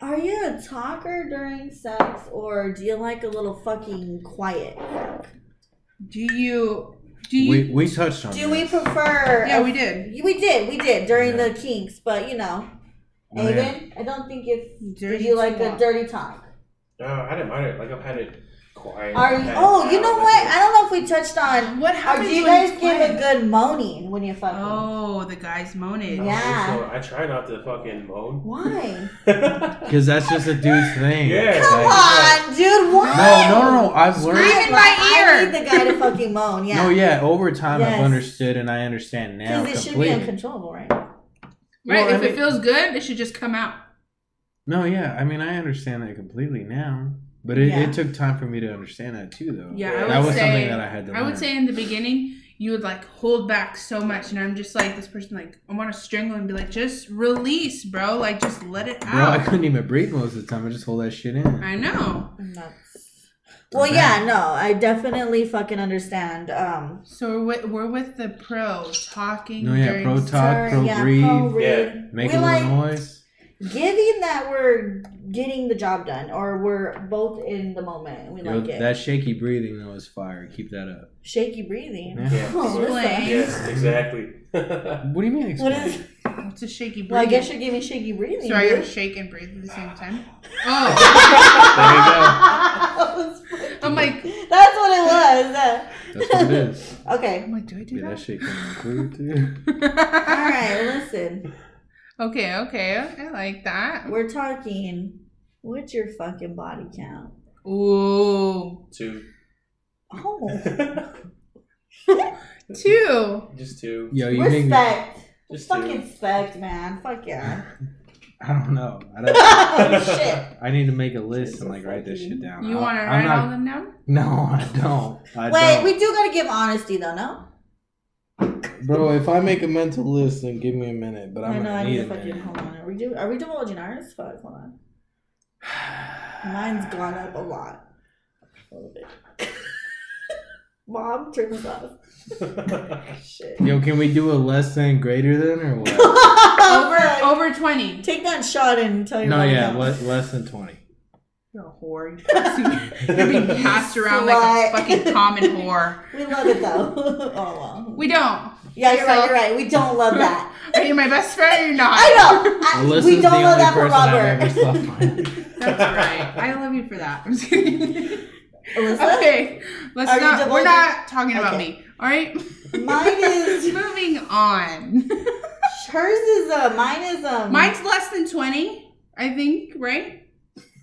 Speaker 2: are you a talker during sex, or do you like a little fucking quiet?
Speaker 1: Do you? Do you?
Speaker 4: We we touched on.
Speaker 2: Do
Speaker 4: this.
Speaker 2: we prefer?
Speaker 1: yeah, we did.
Speaker 2: We did, we did during
Speaker 4: Yeah.
Speaker 2: the kinks, but you know,
Speaker 4: Oh, yeah.
Speaker 2: Aiden, I don't think if did
Speaker 1: Dirty
Speaker 2: you like a
Speaker 1: talk.
Speaker 2: dirty talk?
Speaker 3: No, I didn't mind it. Like I've had it quiet.
Speaker 2: Are
Speaker 3: I've
Speaker 2: you?
Speaker 3: had it
Speaker 2: Oh, you
Speaker 3: loud,
Speaker 2: know
Speaker 3: I've
Speaker 2: what?
Speaker 3: had
Speaker 2: I don't know if we touched on.
Speaker 1: What
Speaker 2: Or
Speaker 1: happens?
Speaker 2: do you
Speaker 1: when
Speaker 2: guys
Speaker 1: it's
Speaker 2: give a
Speaker 1: quiet?
Speaker 2: good moaning when you fucking?
Speaker 1: Oh, the guys
Speaker 3: it-
Speaker 1: moaning.
Speaker 2: Yeah.
Speaker 3: So I try not to
Speaker 2: [laughs]
Speaker 3: fucking moan.
Speaker 2: Why?
Speaker 4: Because that's just a dude's thing.
Speaker 3: Yeah.
Speaker 4: It's
Speaker 2: Come
Speaker 4: like-
Speaker 2: on, dude. Why?
Speaker 4: No, no, no, no. I've
Speaker 1: Scream
Speaker 4: learned.
Speaker 1: in my
Speaker 2: I
Speaker 1: ear.
Speaker 2: need the guy to fucking moan. Yeah.
Speaker 4: [laughs] No, yeah. Over time,
Speaker 2: Yes.
Speaker 4: I've understood and I understand now
Speaker 2: Because it should be
Speaker 4: completely.
Speaker 2: uncontrollable, right?
Speaker 1: Right?
Speaker 4: Well, I
Speaker 1: if
Speaker 4: mean-
Speaker 1: it feels good, it should just come out.
Speaker 4: No, yeah. I mean, I understand that completely now. But it,
Speaker 2: Yeah.
Speaker 4: it took time for me to understand that too, though.
Speaker 1: Yeah,
Speaker 3: Yeah.
Speaker 1: I would
Speaker 4: that was
Speaker 1: say,
Speaker 4: something that I had to
Speaker 1: I
Speaker 4: learn.
Speaker 1: would say in the beginning, you would like hold back so much, and I'm just like this person, like I want to strangle and be like, just release, bro, like just let it
Speaker 4: Bro, I
Speaker 1: out.
Speaker 4: couldn't even breathe most of the time. I just hold that shit in.
Speaker 1: I know.
Speaker 2: Well,
Speaker 4: Okay.
Speaker 2: yeah, no, I definitely fucking understand. Um,
Speaker 1: So we're with, we're with the pro talking.
Speaker 4: No, yeah,
Speaker 1: during
Speaker 4: pro
Speaker 1: sex.
Speaker 4: talk.
Speaker 2: sorry,
Speaker 4: pro
Speaker 2: yeah,
Speaker 4: breathe,
Speaker 2: pro breathe.
Speaker 3: yeah.
Speaker 4: Make
Speaker 2: we
Speaker 4: a little
Speaker 2: like
Speaker 4: noise.
Speaker 2: giving that we're getting the job done, or we're both in the moment. and We
Speaker 4: Yo,
Speaker 2: like it.
Speaker 4: that shaky breathing though is fire. Keep that up.
Speaker 2: Shaky breathing. [laughs]
Speaker 4: Yeah.
Speaker 3: Yeah.
Speaker 2: Oh,
Speaker 3: Yeah.
Speaker 2: listen.
Speaker 3: yes, exactly. [laughs]
Speaker 4: What do you mean?
Speaker 2: What
Speaker 4: explain?
Speaker 2: is?
Speaker 1: It's a shaky breathing.
Speaker 2: Well, I guess you're giving shaky breathing.
Speaker 1: so I gotta
Speaker 2: dude.
Speaker 1: shake and breathe at the same
Speaker 4: [laughs]
Speaker 1: time. Oh,
Speaker 2: That was funny.
Speaker 1: I'm like,
Speaker 2: That's what it was. uh,
Speaker 4: [laughs] That's what it is.
Speaker 2: Okay.
Speaker 1: I'm like, do I do
Speaker 4: Yeah, that
Speaker 1: that? [laughs]
Speaker 4: shit can include too.
Speaker 2: All right. Listen,
Speaker 1: okay, okay, I like that.
Speaker 2: we're talking. What's your fucking body count?
Speaker 1: Ooh,
Speaker 3: two. [laughs]
Speaker 2: Oh,
Speaker 1: two.
Speaker 3: Just two.
Speaker 4: Yo, you make me.
Speaker 2: respect.
Speaker 3: Just
Speaker 2: Fucking
Speaker 3: two.
Speaker 2: respect, man. Fuck yeah.
Speaker 4: [laughs] I don't know. I, don't,
Speaker 2: oh shit.
Speaker 4: I need to make a list and like write this shit down.
Speaker 1: You
Speaker 4: I-
Speaker 1: want to
Speaker 4: Uh, I'm
Speaker 1: write
Speaker 4: not-
Speaker 1: all them down?
Speaker 4: No, I don't. I
Speaker 2: Wait,
Speaker 4: don't.
Speaker 2: we do gotta give honesty though, no?
Speaker 4: bro. If I make a mental list, then give me a minute. But
Speaker 2: I
Speaker 4: I'm
Speaker 2: know
Speaker 4: gonna
Speaker 2: I
Speaker 4: need
Speaker 2: need
Speaker 4: a
Speaker 2: to fucking
Speaker 4: minute.
Speaker 2: hold on. Are we do are we divulging ours? Fuck, hold
Speaker 4: [sighs]
Speaker 2: on. Mine's gone up a lot. A little bit. [laughs] Mom, turn this off. Shit.
Speaker 4: Yo, can we do a less than greater than or
Speaker 2: [laughs]
Speaker 4: what?
Speaker 1: over
Speaker 2: Fuck.
Speaker 1: over
Speaker 2: [laughs]
Speaker 1: 20
Speaker 2: Take that shot and tell your
Speaker 4: no,
Speaker 2: mom
Speaker 4: yeah,
Speaker 2: no.
Speaker 4: le- less than twenty.
Speaker 1: you're a whore [laughs] you're
Speaker 2: [laughs]
Speaker 1: being passed around like
Speaker 2: Slut.
Speaker 1: a fucking common whore
Speaker 2: We love it though. [laughs] oh well.
Speaker 1: we don't
Speaker 2: Yeah, you're right,
Speaker 1: So-
Speaker 2: you're right. We
Speaker 1: [laughs]
Speaker 2: don't love that.
Speaker 1: are you my best friend or you're not
Speaker 2: I know. I,
Speaker 4: Alyssa's
Speaker 2: we don't
Speaker 4: the
Speaker 2: love
Speaker 4: only
Speaker 2: that for
Speaker 4: person I've ever
Speaker 2: Robert.
Speaker 4: slept with.
Speaker 1: that's right i love you for that i'm just kidding
Speaker 2: [laughs] Alyssa?
Speaker 1: okay let's
Speaker 2: Are you
Speaker 1: not we're
Speaker 2: divulging-
Speaker 1: not talking about
Speaker 2: Okay.
Speaker 1: me all right [laughs]
Speaker 2: Mine is
Speaker 1: moving on
Speaker 2: hers is uh mine is um
Speaker 1: mine's less than 20 i think right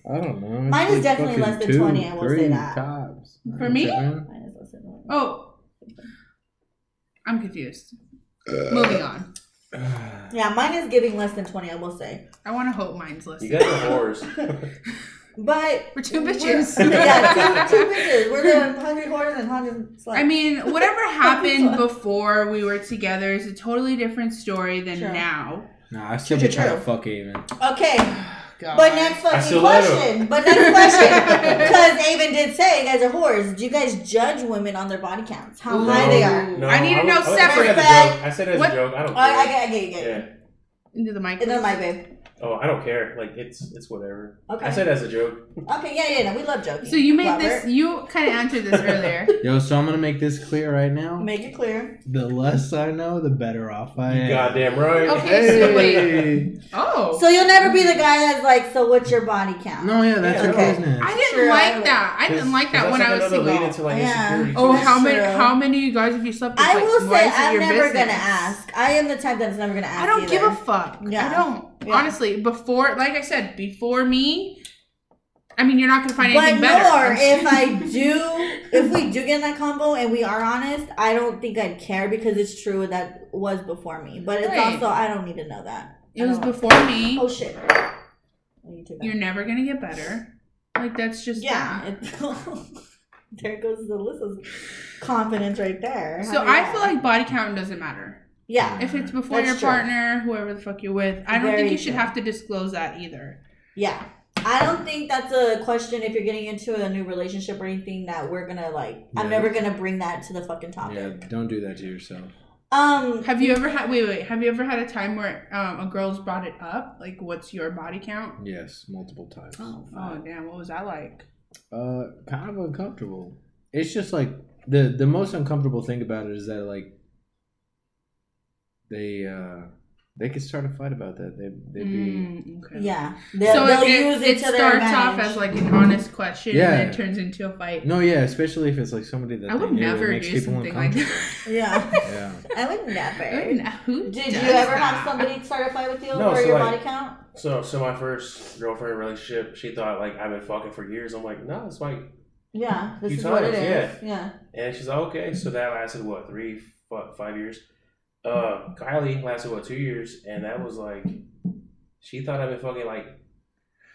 Speaker 4: I don't know.
Speaker 2: Mine
Speaker 4: It's
Speaker 2: is definitely
Speaker 4: fucking
Speaker 2: less than
Speaker 4: two,
Speaker 2: 20, I will say
Speaker 4: three
Speaker 2: that.
Speaker 4: Tops.
Speaker 1: For me?
Speaker 4: Seven.
Speaker 2: Mine is less than one.
Speaker 1: oh i'm confused moving on
Speaker 2: Yeah, mine is giving less than 20, I will say.
Speaker 1: i want to hope mine's less
Speaker 3: [laughs] You
Speaker 1: than
Speaker 3: guys are whores.
Speaker 2: But
Speaker 1: We're two
Speaker 2: we're-
Speaker 1: bitches.
Speaker 2: [laughs] yeah,
Speaker 1: [laughs]
Speaker 2: two, two bitches. We're doing hungry horses and hungry.
Speaker 1: I mean, whatever happened
Speaker 2: Fuck.
Speaker 1: before we were together is a totally different story than
Speaker 2: Sure.
Speaker 1: now.
Speaker 4: [sighs] Nah, I still
Speaker 2: True,
Speaker 4: be
Speaker 2: true,
Speaker 4: trying to
Speaker 2: true.
Speaker 4: fuck Aven.
Speaker 2: okay,
Speaker 1: God.
Speaker 2: but next fucking
Speaker 3: still love
Speaker 2: question. But next question,
Speaker 3: [laughs]
Speaker 2: because Avon did say you guys are whores. Do you guys judge women on their body counts? How
Speaker 1: Ooh.
Speaker 2: high
Speaker 3: Um,
Speaker 2: they are?
Speaker 1: I need to
Speaker 3: was-
Speaker 1: know
Speaker 3: was- I said
Speaker 2: separate.
Speaker 3: as a joke. I said it as
Speaker 1: What?
Speaker 3: a joke. I don't
Speaker 2: Oh, I, I
Speaker 3: care.
Speaker 2: get, I get, I get.
Speaker 3: yeah.
Speaker 1: into the mic.
Speaker 2: It's not my babe.
Speaker 3: Oh, I don't care. Like it's it's whatever.
Speaker 2: Okay.
Speaker 3: I said it as a joke.
Speaker 2: Okay, yeah, yeah, no, we love jokes.
Speaker 1: So you made this. You kind of answered
Speaker 2: [laughs]
Speaker 1: this earlier.
Speaker 4: Yo, so I'm gonna make this clear right now.
Speaker 2: Make it clear.
Speaker 4: The less I know, the better off I
Speaker 3: You
Speaker 4: am.
Speaker 3: goddamn right.
Speaker 1: Okay. so wait. Oh,
Speaker 2: So you'll never be the guy that's like, so what's your body count?
Speaker 4: No, yeah, that's your
Speaker 2: Okay.
Speaker 4: business.
Speaker 1: I didn't
Speaker 2: Sure,
Speaker 1: like
Speaker 2: I would.
Speaker 1: that.
Speaker 3: [laughs]
Speaker 1: I didn't like that when I was
Speaker 3: single. Lead
Speaker 1: single.
Speaker 3: into, like,
Speaker 2: Yeah.
Speaker 3: insecurity,
Speaker 1: Oh,
Speaker 2: That's
Speaker 3: too.
Speaker 1: how many?
Speaker 2: true.
Speaker 1: How many of you guys have you slept with?
Speaker 2: I
Speaker 1: Like,
Speaker 2: will
Speaker 1: why
Speaker 2: say
Speaker 1: is it
Speaker 2: I'm
Speaker 1: your
Speaker 2: never
Speaker 1: business?
Speaker 2: gonna ask. I am the type that's never gonna ask.
Speaker 1: I don't give a
Speaker 2: either.
Speaker 1: fuck.
Speaker 2: Yeah.
Speaker 1: I don't.
Speaker 2: Yeah.
Speaker 1: Honestly, before, like I said, before me, I mean, you're not gonna find
Speaker 2: But
Speaker 1: anything better.
Speaker 2: nor
Speaker 1: I'm-
Speaker 2: if
Speaker 1: [laughs]
Speaker 2: I do, if we do get in that combo and we are honest, I don't think I'd care because it's true that was before me. But it's
Speaker 1: Right.
Speaker 2: also I don't need to know that.
Speaker 1: it was
Speaker 2: I don't-
Speaker 1: before me.
Speaker 2: Oh shit! Oh, you took that.
Speaker 1: You're never gonna get better. Like that's just
Speaker 2: yeah.
Speaker 1: that.
Speaker 2: it- [laughs] there goes the list of confidence right there.
Speaker 1: So
Speaker 2: How do you
Speaker 1: I
Speaker 2: know?
Speaker 1: feel like body count doesn't matter.
Speaker 2: yeah,
Speaker 1: If it's before
Speaker 2: That's
Speaker 1: your
Speaker 2: true.
Speaker 1: partner, whoever the fuck you're with, I don't
Speaker 2: Very
Speaker 1: think you should
Speaker 2: true.
Speaker 1: have to disclose that either.
Speaker 2: yeah. I don't think that's a question if you're getting into a new relationship or anything that we're gonna like. I'm
Speaker 4: Yeah.
Speaker 2: never gonna bring that to the fucking topic.
Speaker 4: Yeah, don't do that to yourself.
Speaker 2: Um,
Speaker 1: Have you ever had wait wait? Have you ever had a time where um, a girl's brought it up? Like, what's your body count?
Speaker 4: Yes, multiple times.
Speaker 2: Oh,
Speaker 1: Oh damn, what was that like?
Speaker 4: Uh, kind of uncomfortable. It's just like the the most uncomfortable thing about it is that like they uh they could start a fight about that. They they'd be
Speaker 1: Mm, okay.
Speaker 2: yeah. They'll,
Speaker 1: So
Speaker 2: they'll
Speaker 1: it, it-
Speaker 2: use it,
Speaker 1: it
Speaker 2: to their
Speaker 1: starts off
Speaker 2: advantage.
Speaker 1: as like an honest question, and then
Speaker 4: Yeah.
Speaker 1: it turns into a fight.
Speaker 4: no, yeah, especially if it's like somebody that
Speaker 1: I would
Speaker 4: they knew that
Speaker 1: never
Speaker 4: makes
Speaker 1: do
Speaker 4: people
Speaker 1: something like that.
Speaker 2: yeah,
Speaker 4: uncomfortable. yeah.
Speaker 2: I would
Speaker 1: [laughs] I
Speaker 2: never.
Speaker 1: would not- Who
Speaker 2: Did you
Speaker 1: does
Speaker 2: ever
Speaker 1: that?
Speaker 2: have somebody start a fight with you
Speaker 3: No,
Speaker 2: or
Speaker 3: so,
Speaker 2: your
Speaker 3: like-
Speaker 2: body count?
Speaker 3: So so my first girlfriend relationship, she thought like I've been fucking for years. I'm like, no, it's like,
Speaker 2: Yeah, this
Speaker 3: You
Speaker 2: is what it
Speaker 3: times,
Speaker 2: is. Yeah.
Speaker 3: and she's like, okay. So that lasted what three, fu- five years. Uh, Kylie lasted what two years, and that was like, she thought I've been fucking like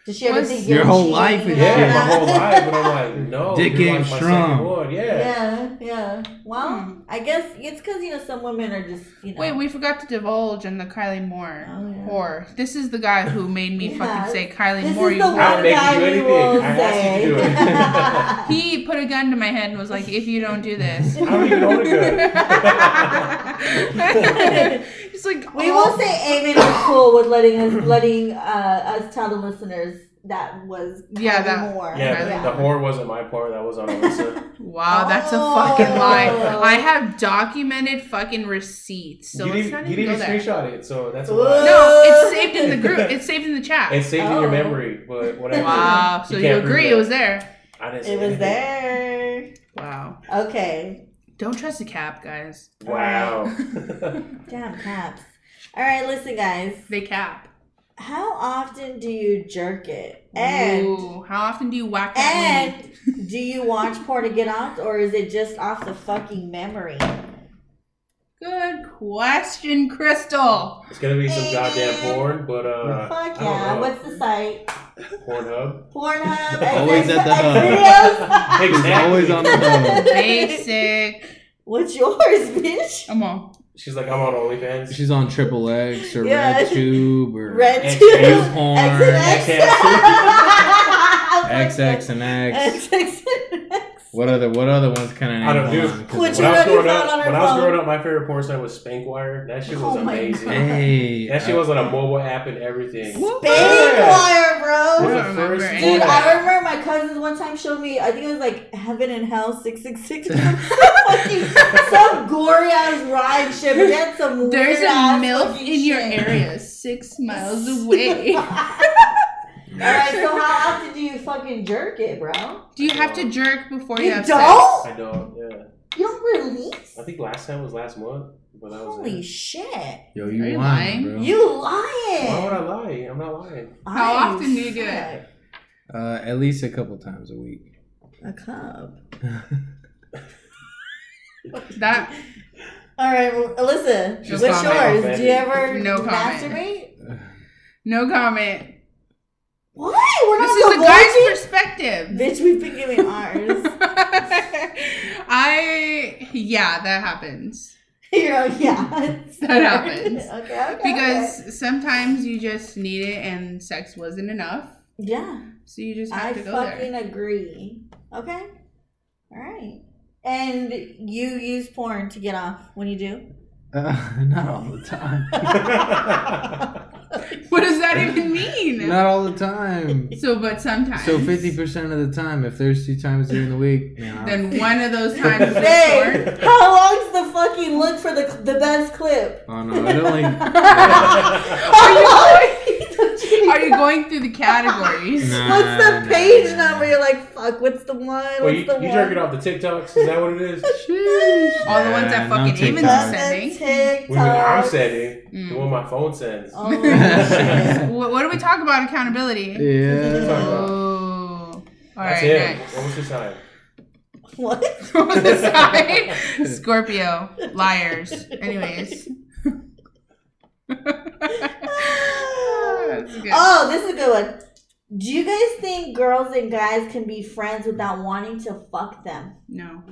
Speaker 2: Did she ever
Speaker 1: Was-
Speaker 2: think you
Speaker 4: Your
Speaker 2: were
Speaker 4: whole
Speaker 2: cheating
Speaker 4: life
Speaker 2: and
Speaker 4: is
Speaker 2: all
Speaker 4: Yeah.
Speaker 3: yeah, my
Speaker 2: that?
Speaker 3: whole
Speaker 2: [laughs]
Speaker 3: life, but I'm like, no,
Speaker 4: Dick
Speaker 3: you're
Speaker 4: ain't
Speaker 3: like my
Speaker 4: strong.
Speaker 3: second one. Yeah.
Speaker 2: yeah, yeah. Well,
Speaker 1: Hmm.
Speaker 2: I guess it's because you know some women are just you know.
Speaker 1: Wait, we forgot to divulge in the Kylie Moore
Speaker 2: Oh, yeah.
Speaker 1: whore. This is the guy who made me
Speaker 2: Yeah.
Speaker 1: fucking say Kylie
Speaker 2: this
Speaker 1: Moore.
Speaker 2: is
Speaker 1: you
Speaker 2: the
Speaker 1: whore."
Speaker 2: one
Speaker 3: I'll make you
Speaker 2: guy
Speaker 3: do
Speaker 2: we
Speaker 3: anything.
Speaker 2: will
Speaker 3: I asked you to do it.
Speaker 2: say.
Speaker 1: He put a gun to my head and was like, "If you don't do this, [laughs]
Speaker 3: I don't even own a gun.
Speaker 1: It's like
Speaker 2: [laughs]
Speaker 1: "Oh,
Speaker 2: We will say Amen was cool with letting us letting uh, us tell the listeners that was
Speaker 1: Yeah,
Speaker 2: Kylie
Speaker 1: that-
Speaker 2: Moore.
Speaker 3: [laughs] yeah,
Speaker 1: Okay.
Speaker 3: the, the whore wasn't my part. That was on Alyssa.
Speaker 1: Wow, that's a
Speaker 2: Oh.
Speaker 1: fucking lie. I have documented fucking receipts, so
Speaker 3: you
Speaker 1: let's
Speaker 3: didn't,
Speaker 1: not
Speaker 3: you
Speaker 1: even
Speaker 3: didn't
Speaker 1: go
Speaker 3: even
Speaker 1: there.
Speaker 3: screenshot it, so that's a
Speaker 2: Whoa.
Speaker 3: lie.
Speaker 1: No, it's saved in the
Speaker 3: [laughs]
Speaker 1: group. It's saved in the chat.
Speaker 3: It's saved in
Speaker 2: Oh.
Speaker 3: your memory, but whatever.
Speaker 1: wow. So
Speaker 3: You
Speaker 1: you,
Speaker 3: can't prove
Speaker 1: agree
Speaker 3: it.
Speaker 1: it was there.
Speaker 3: I didn't say
Speaker 2: it was
Speaker 3: anything.
Speaker 2: there.
Speaker 1: Wow.
Speaker 2: Okay,
Speaker 1: Don't trust the cap, guys.
Speaker 2: [laughs]
Speaker 3: Wow.
Speaker 2: damn caps. All right, listen, guys.
Speaker 1: They cap.
Speaker 2: How often do you jerk it? And
Speaker 1: Ooh, how often do you whack that weed?
Speaker 2: and do you watch porn to get off, or is it just off the fucking memory?
Speaker 1: Good question, Crystal.
Speaker 3: it's gonna be some goddamn porn, but uh,
Speaker 2: Fuck
Speaker 3: I don't
Speaker 2: yeah!
Speaker 3: know.
Speaker 2: What's the site?
Speaker 3: Pornhub?
Speaker 2: Pornhub.
Speaker 4: Always
Speaker 2: Xvideos?
Speaker 4: at the hub.
Speaker 3: [laughs] Exactly.
Speaker 4: It's always on the phone. [laughs]
Speaker 1: Basic.
Speaker 2: What's yours, bitch?
Speaker 1: Come on.
Speaker 3: She's like, I'm on OnlyFans.
Speaker 4: She's on Triple X or
Speaker 2: Yeah.
Speaker 4: Red Tube or
Speaker 2: Red
Speaker 3: X-
Speaker 2: two.
Speaker 3: X-
Speaker 4: Porn,
Speaker 2: X and X.
Speaker 4: X X and X.
Speaker 2: X, X, and X.
Speaker 4: What other what other ones kind of
Speaker 3: I don't do-
Speaker 2: Which
Speaker 3: when I was
Speaker 2: already found
Speaker 3: growing up,
Speaker 2: on her
Speaker 3: when I was
Speaker 2: phone.
Speaker 3: growing up, my favorite porn site was Spankwire. That shit was
Speaker 2: Oh my
Speaker 3: amazing.
Speaker 2: God.
Speaker 4: Hey,
Speaker 3: That shit
Speaker 4: I-
Speaker 3: was on a mobile app and everything.
Speaker 1: Whoop.
Speaker 2: Baby choir,
Speaker 3: Yeah. It
Speaker 2: bro.
Speaker 3: was
Speaker 1: Yeah.
Speaker 3: the
Speaker 1: I don't
Speaker 3: first
Speaker 1: remember any
Speaker 3: porn
Speaker 2: Dude,
Speaker 1: of
Speaker 3: app.
Speaker 2: I remember my cousins one time showed me. I think it was like Heaven and Hell six six six. [laughs] Fucking some gory ass ride ship. They had some
Speaker 1: There's
Speaker 2: weird
Speaker 1: a
Speaker 2: ass
Speaker 1: milk
Speaker 2: fucking
Speaker 1: in your
Speaker 2: shit.
Speaker 1: area, six miles
Speaker 2: [laughs]
Speaker 1: away. [laughs]
Speaker 2: All right, so how often do you fucking jerk it, bro?
Speaker 1: Do you have
Speaker 2: [laughs]
Speaker 1: to jerk before you,
Speaker 2: You
Speaker 1: have
Speaker 2: don't?
Speaker 1: sex?
Speaker 3: I know, yeah.
Speaker 2: You don't release?
Speaker 3: I think last time was last month, but that was
Speaker 2: Holy shit!
Speaker 4: Yo,
Speaker 1: Are
Speaker 4: you
Speaker 1: you
Speaker 4: lying,
Speaker 1: lying?
Speaker 4: bro?
Speaker 2: You
Speaker 3: Why would
Speaker 2: lying?
Speaker 3: I lie? I'm not lying.
Speaker 1: How
Speaker 2: I
Speaker 1: often do you do it?
Speaker 2: suck.
Speaker 4: Uh, at least a couple times a week. [sighs]
Speaker 2: A cup.
Speaker 1: That
Speaker 2: All right, well, Alyssa,
Speaker 1: Just
Speaker 2: what's
Speaker 1: comment.
Speaker 2: yours? Do you ever
Speaker 1: No comment.
Speaker 2: masturbate?
Speaker 1: no comment.
Speaker 2: What? we're
Speaker 1: This
Speaker 2: not
Speaker 1: is a
Speaker 2: divulging.
Speaker 1: guy's perspective.
Speaker 2: Bitch, we've been giving ours.
Speaker 1: [laughs]
Speaker 2: [laughs]
Speaker 1: I yeah, that happens.
Speaker 2: you know, yeah. [laughs]
Speaker 1: That happens.
Speaker 2: okay, okay. okay.
Speaker 1: Because sometimes you just need it and sex wasn't enough.
Speaker 2: yeah,
Speaker 1: So you just have
Speaker 2: I
Speaker 1: to go
Speaker 2: fucking
Speaker 1: there.
Speaker 2: agree. Okay, all right. And you use porn to get off when you
Speaker 4: [laughs]
Speaker 2: do. [laughs]
Speaker 4: Uh, not all the time.
Speaker 1: [laughs] What does that even mean?
Speaker 4: not all the
Speaker 2: [laughs]
Speaker 4: time.
Speaker 1: So but sometimes
Speaker 4: So fifty percent of the time, if there's two times during the week, man,
Speaker 2: [laughs]
Speaker 4: I'm-
Speaker 1: then one of those times is
Speaker 2: Babe, how long's the fucking look for the the best clip?
Speaker 4: oh no, it
Speaker 2: [laughs]
Speaker 4: only
Speaker 1: short. Are you going through the categories?
Speaker 2: [laughs]
Speaker 4: No.
Speaker 2: What's the
Speaker 4: Nah,
Speaker 2: page
Speaker 4: nah.
Speaker 2: number? You're like, fuck. What's the one? What's
Speaker 3: Wait, you,
Speaker 2: the
Speaker 3: you
Speaker 2: one?
Speaker 3: jerking off the TikToks? Is that what it is?
Speaker 4: Sheesh.
Speaker 1: All the ones that
Speaker 4: Yeah, no
Speaker 1: fucking Eamon's
Speaker 4: TikTok.
Speaker 2: Fuck
Speaker 1: are
Speaker 2: the
Speaker 1: sending.
Speaker 2: TikTok.
Speaker 3: Women I'm sending. The
Speaker 1: Mm.
Speaker 3: one my phone sends.
Speaker 2: [laughs] Oh, shit.
Speaker 1: Hmm. what, what do we talk about? Accountability.
Speaker 4: Yeah.
Speaker 1: Oh. All
Speaker 3: That's
Speaker 1: right,
Speaker 3: him.
Speaker 1: next. [laughs]
Speaker 3: What was his time?
Speaker 2: [laughs] What?
Speaker 1: Throw it aside. Scorpio. Liars. Anyways. [laughs] That's good.
Speaker 2: Oh, this is a good one. Do you guys think girls and guys can be friends without wanting to fuck them?
Speaker 1: No.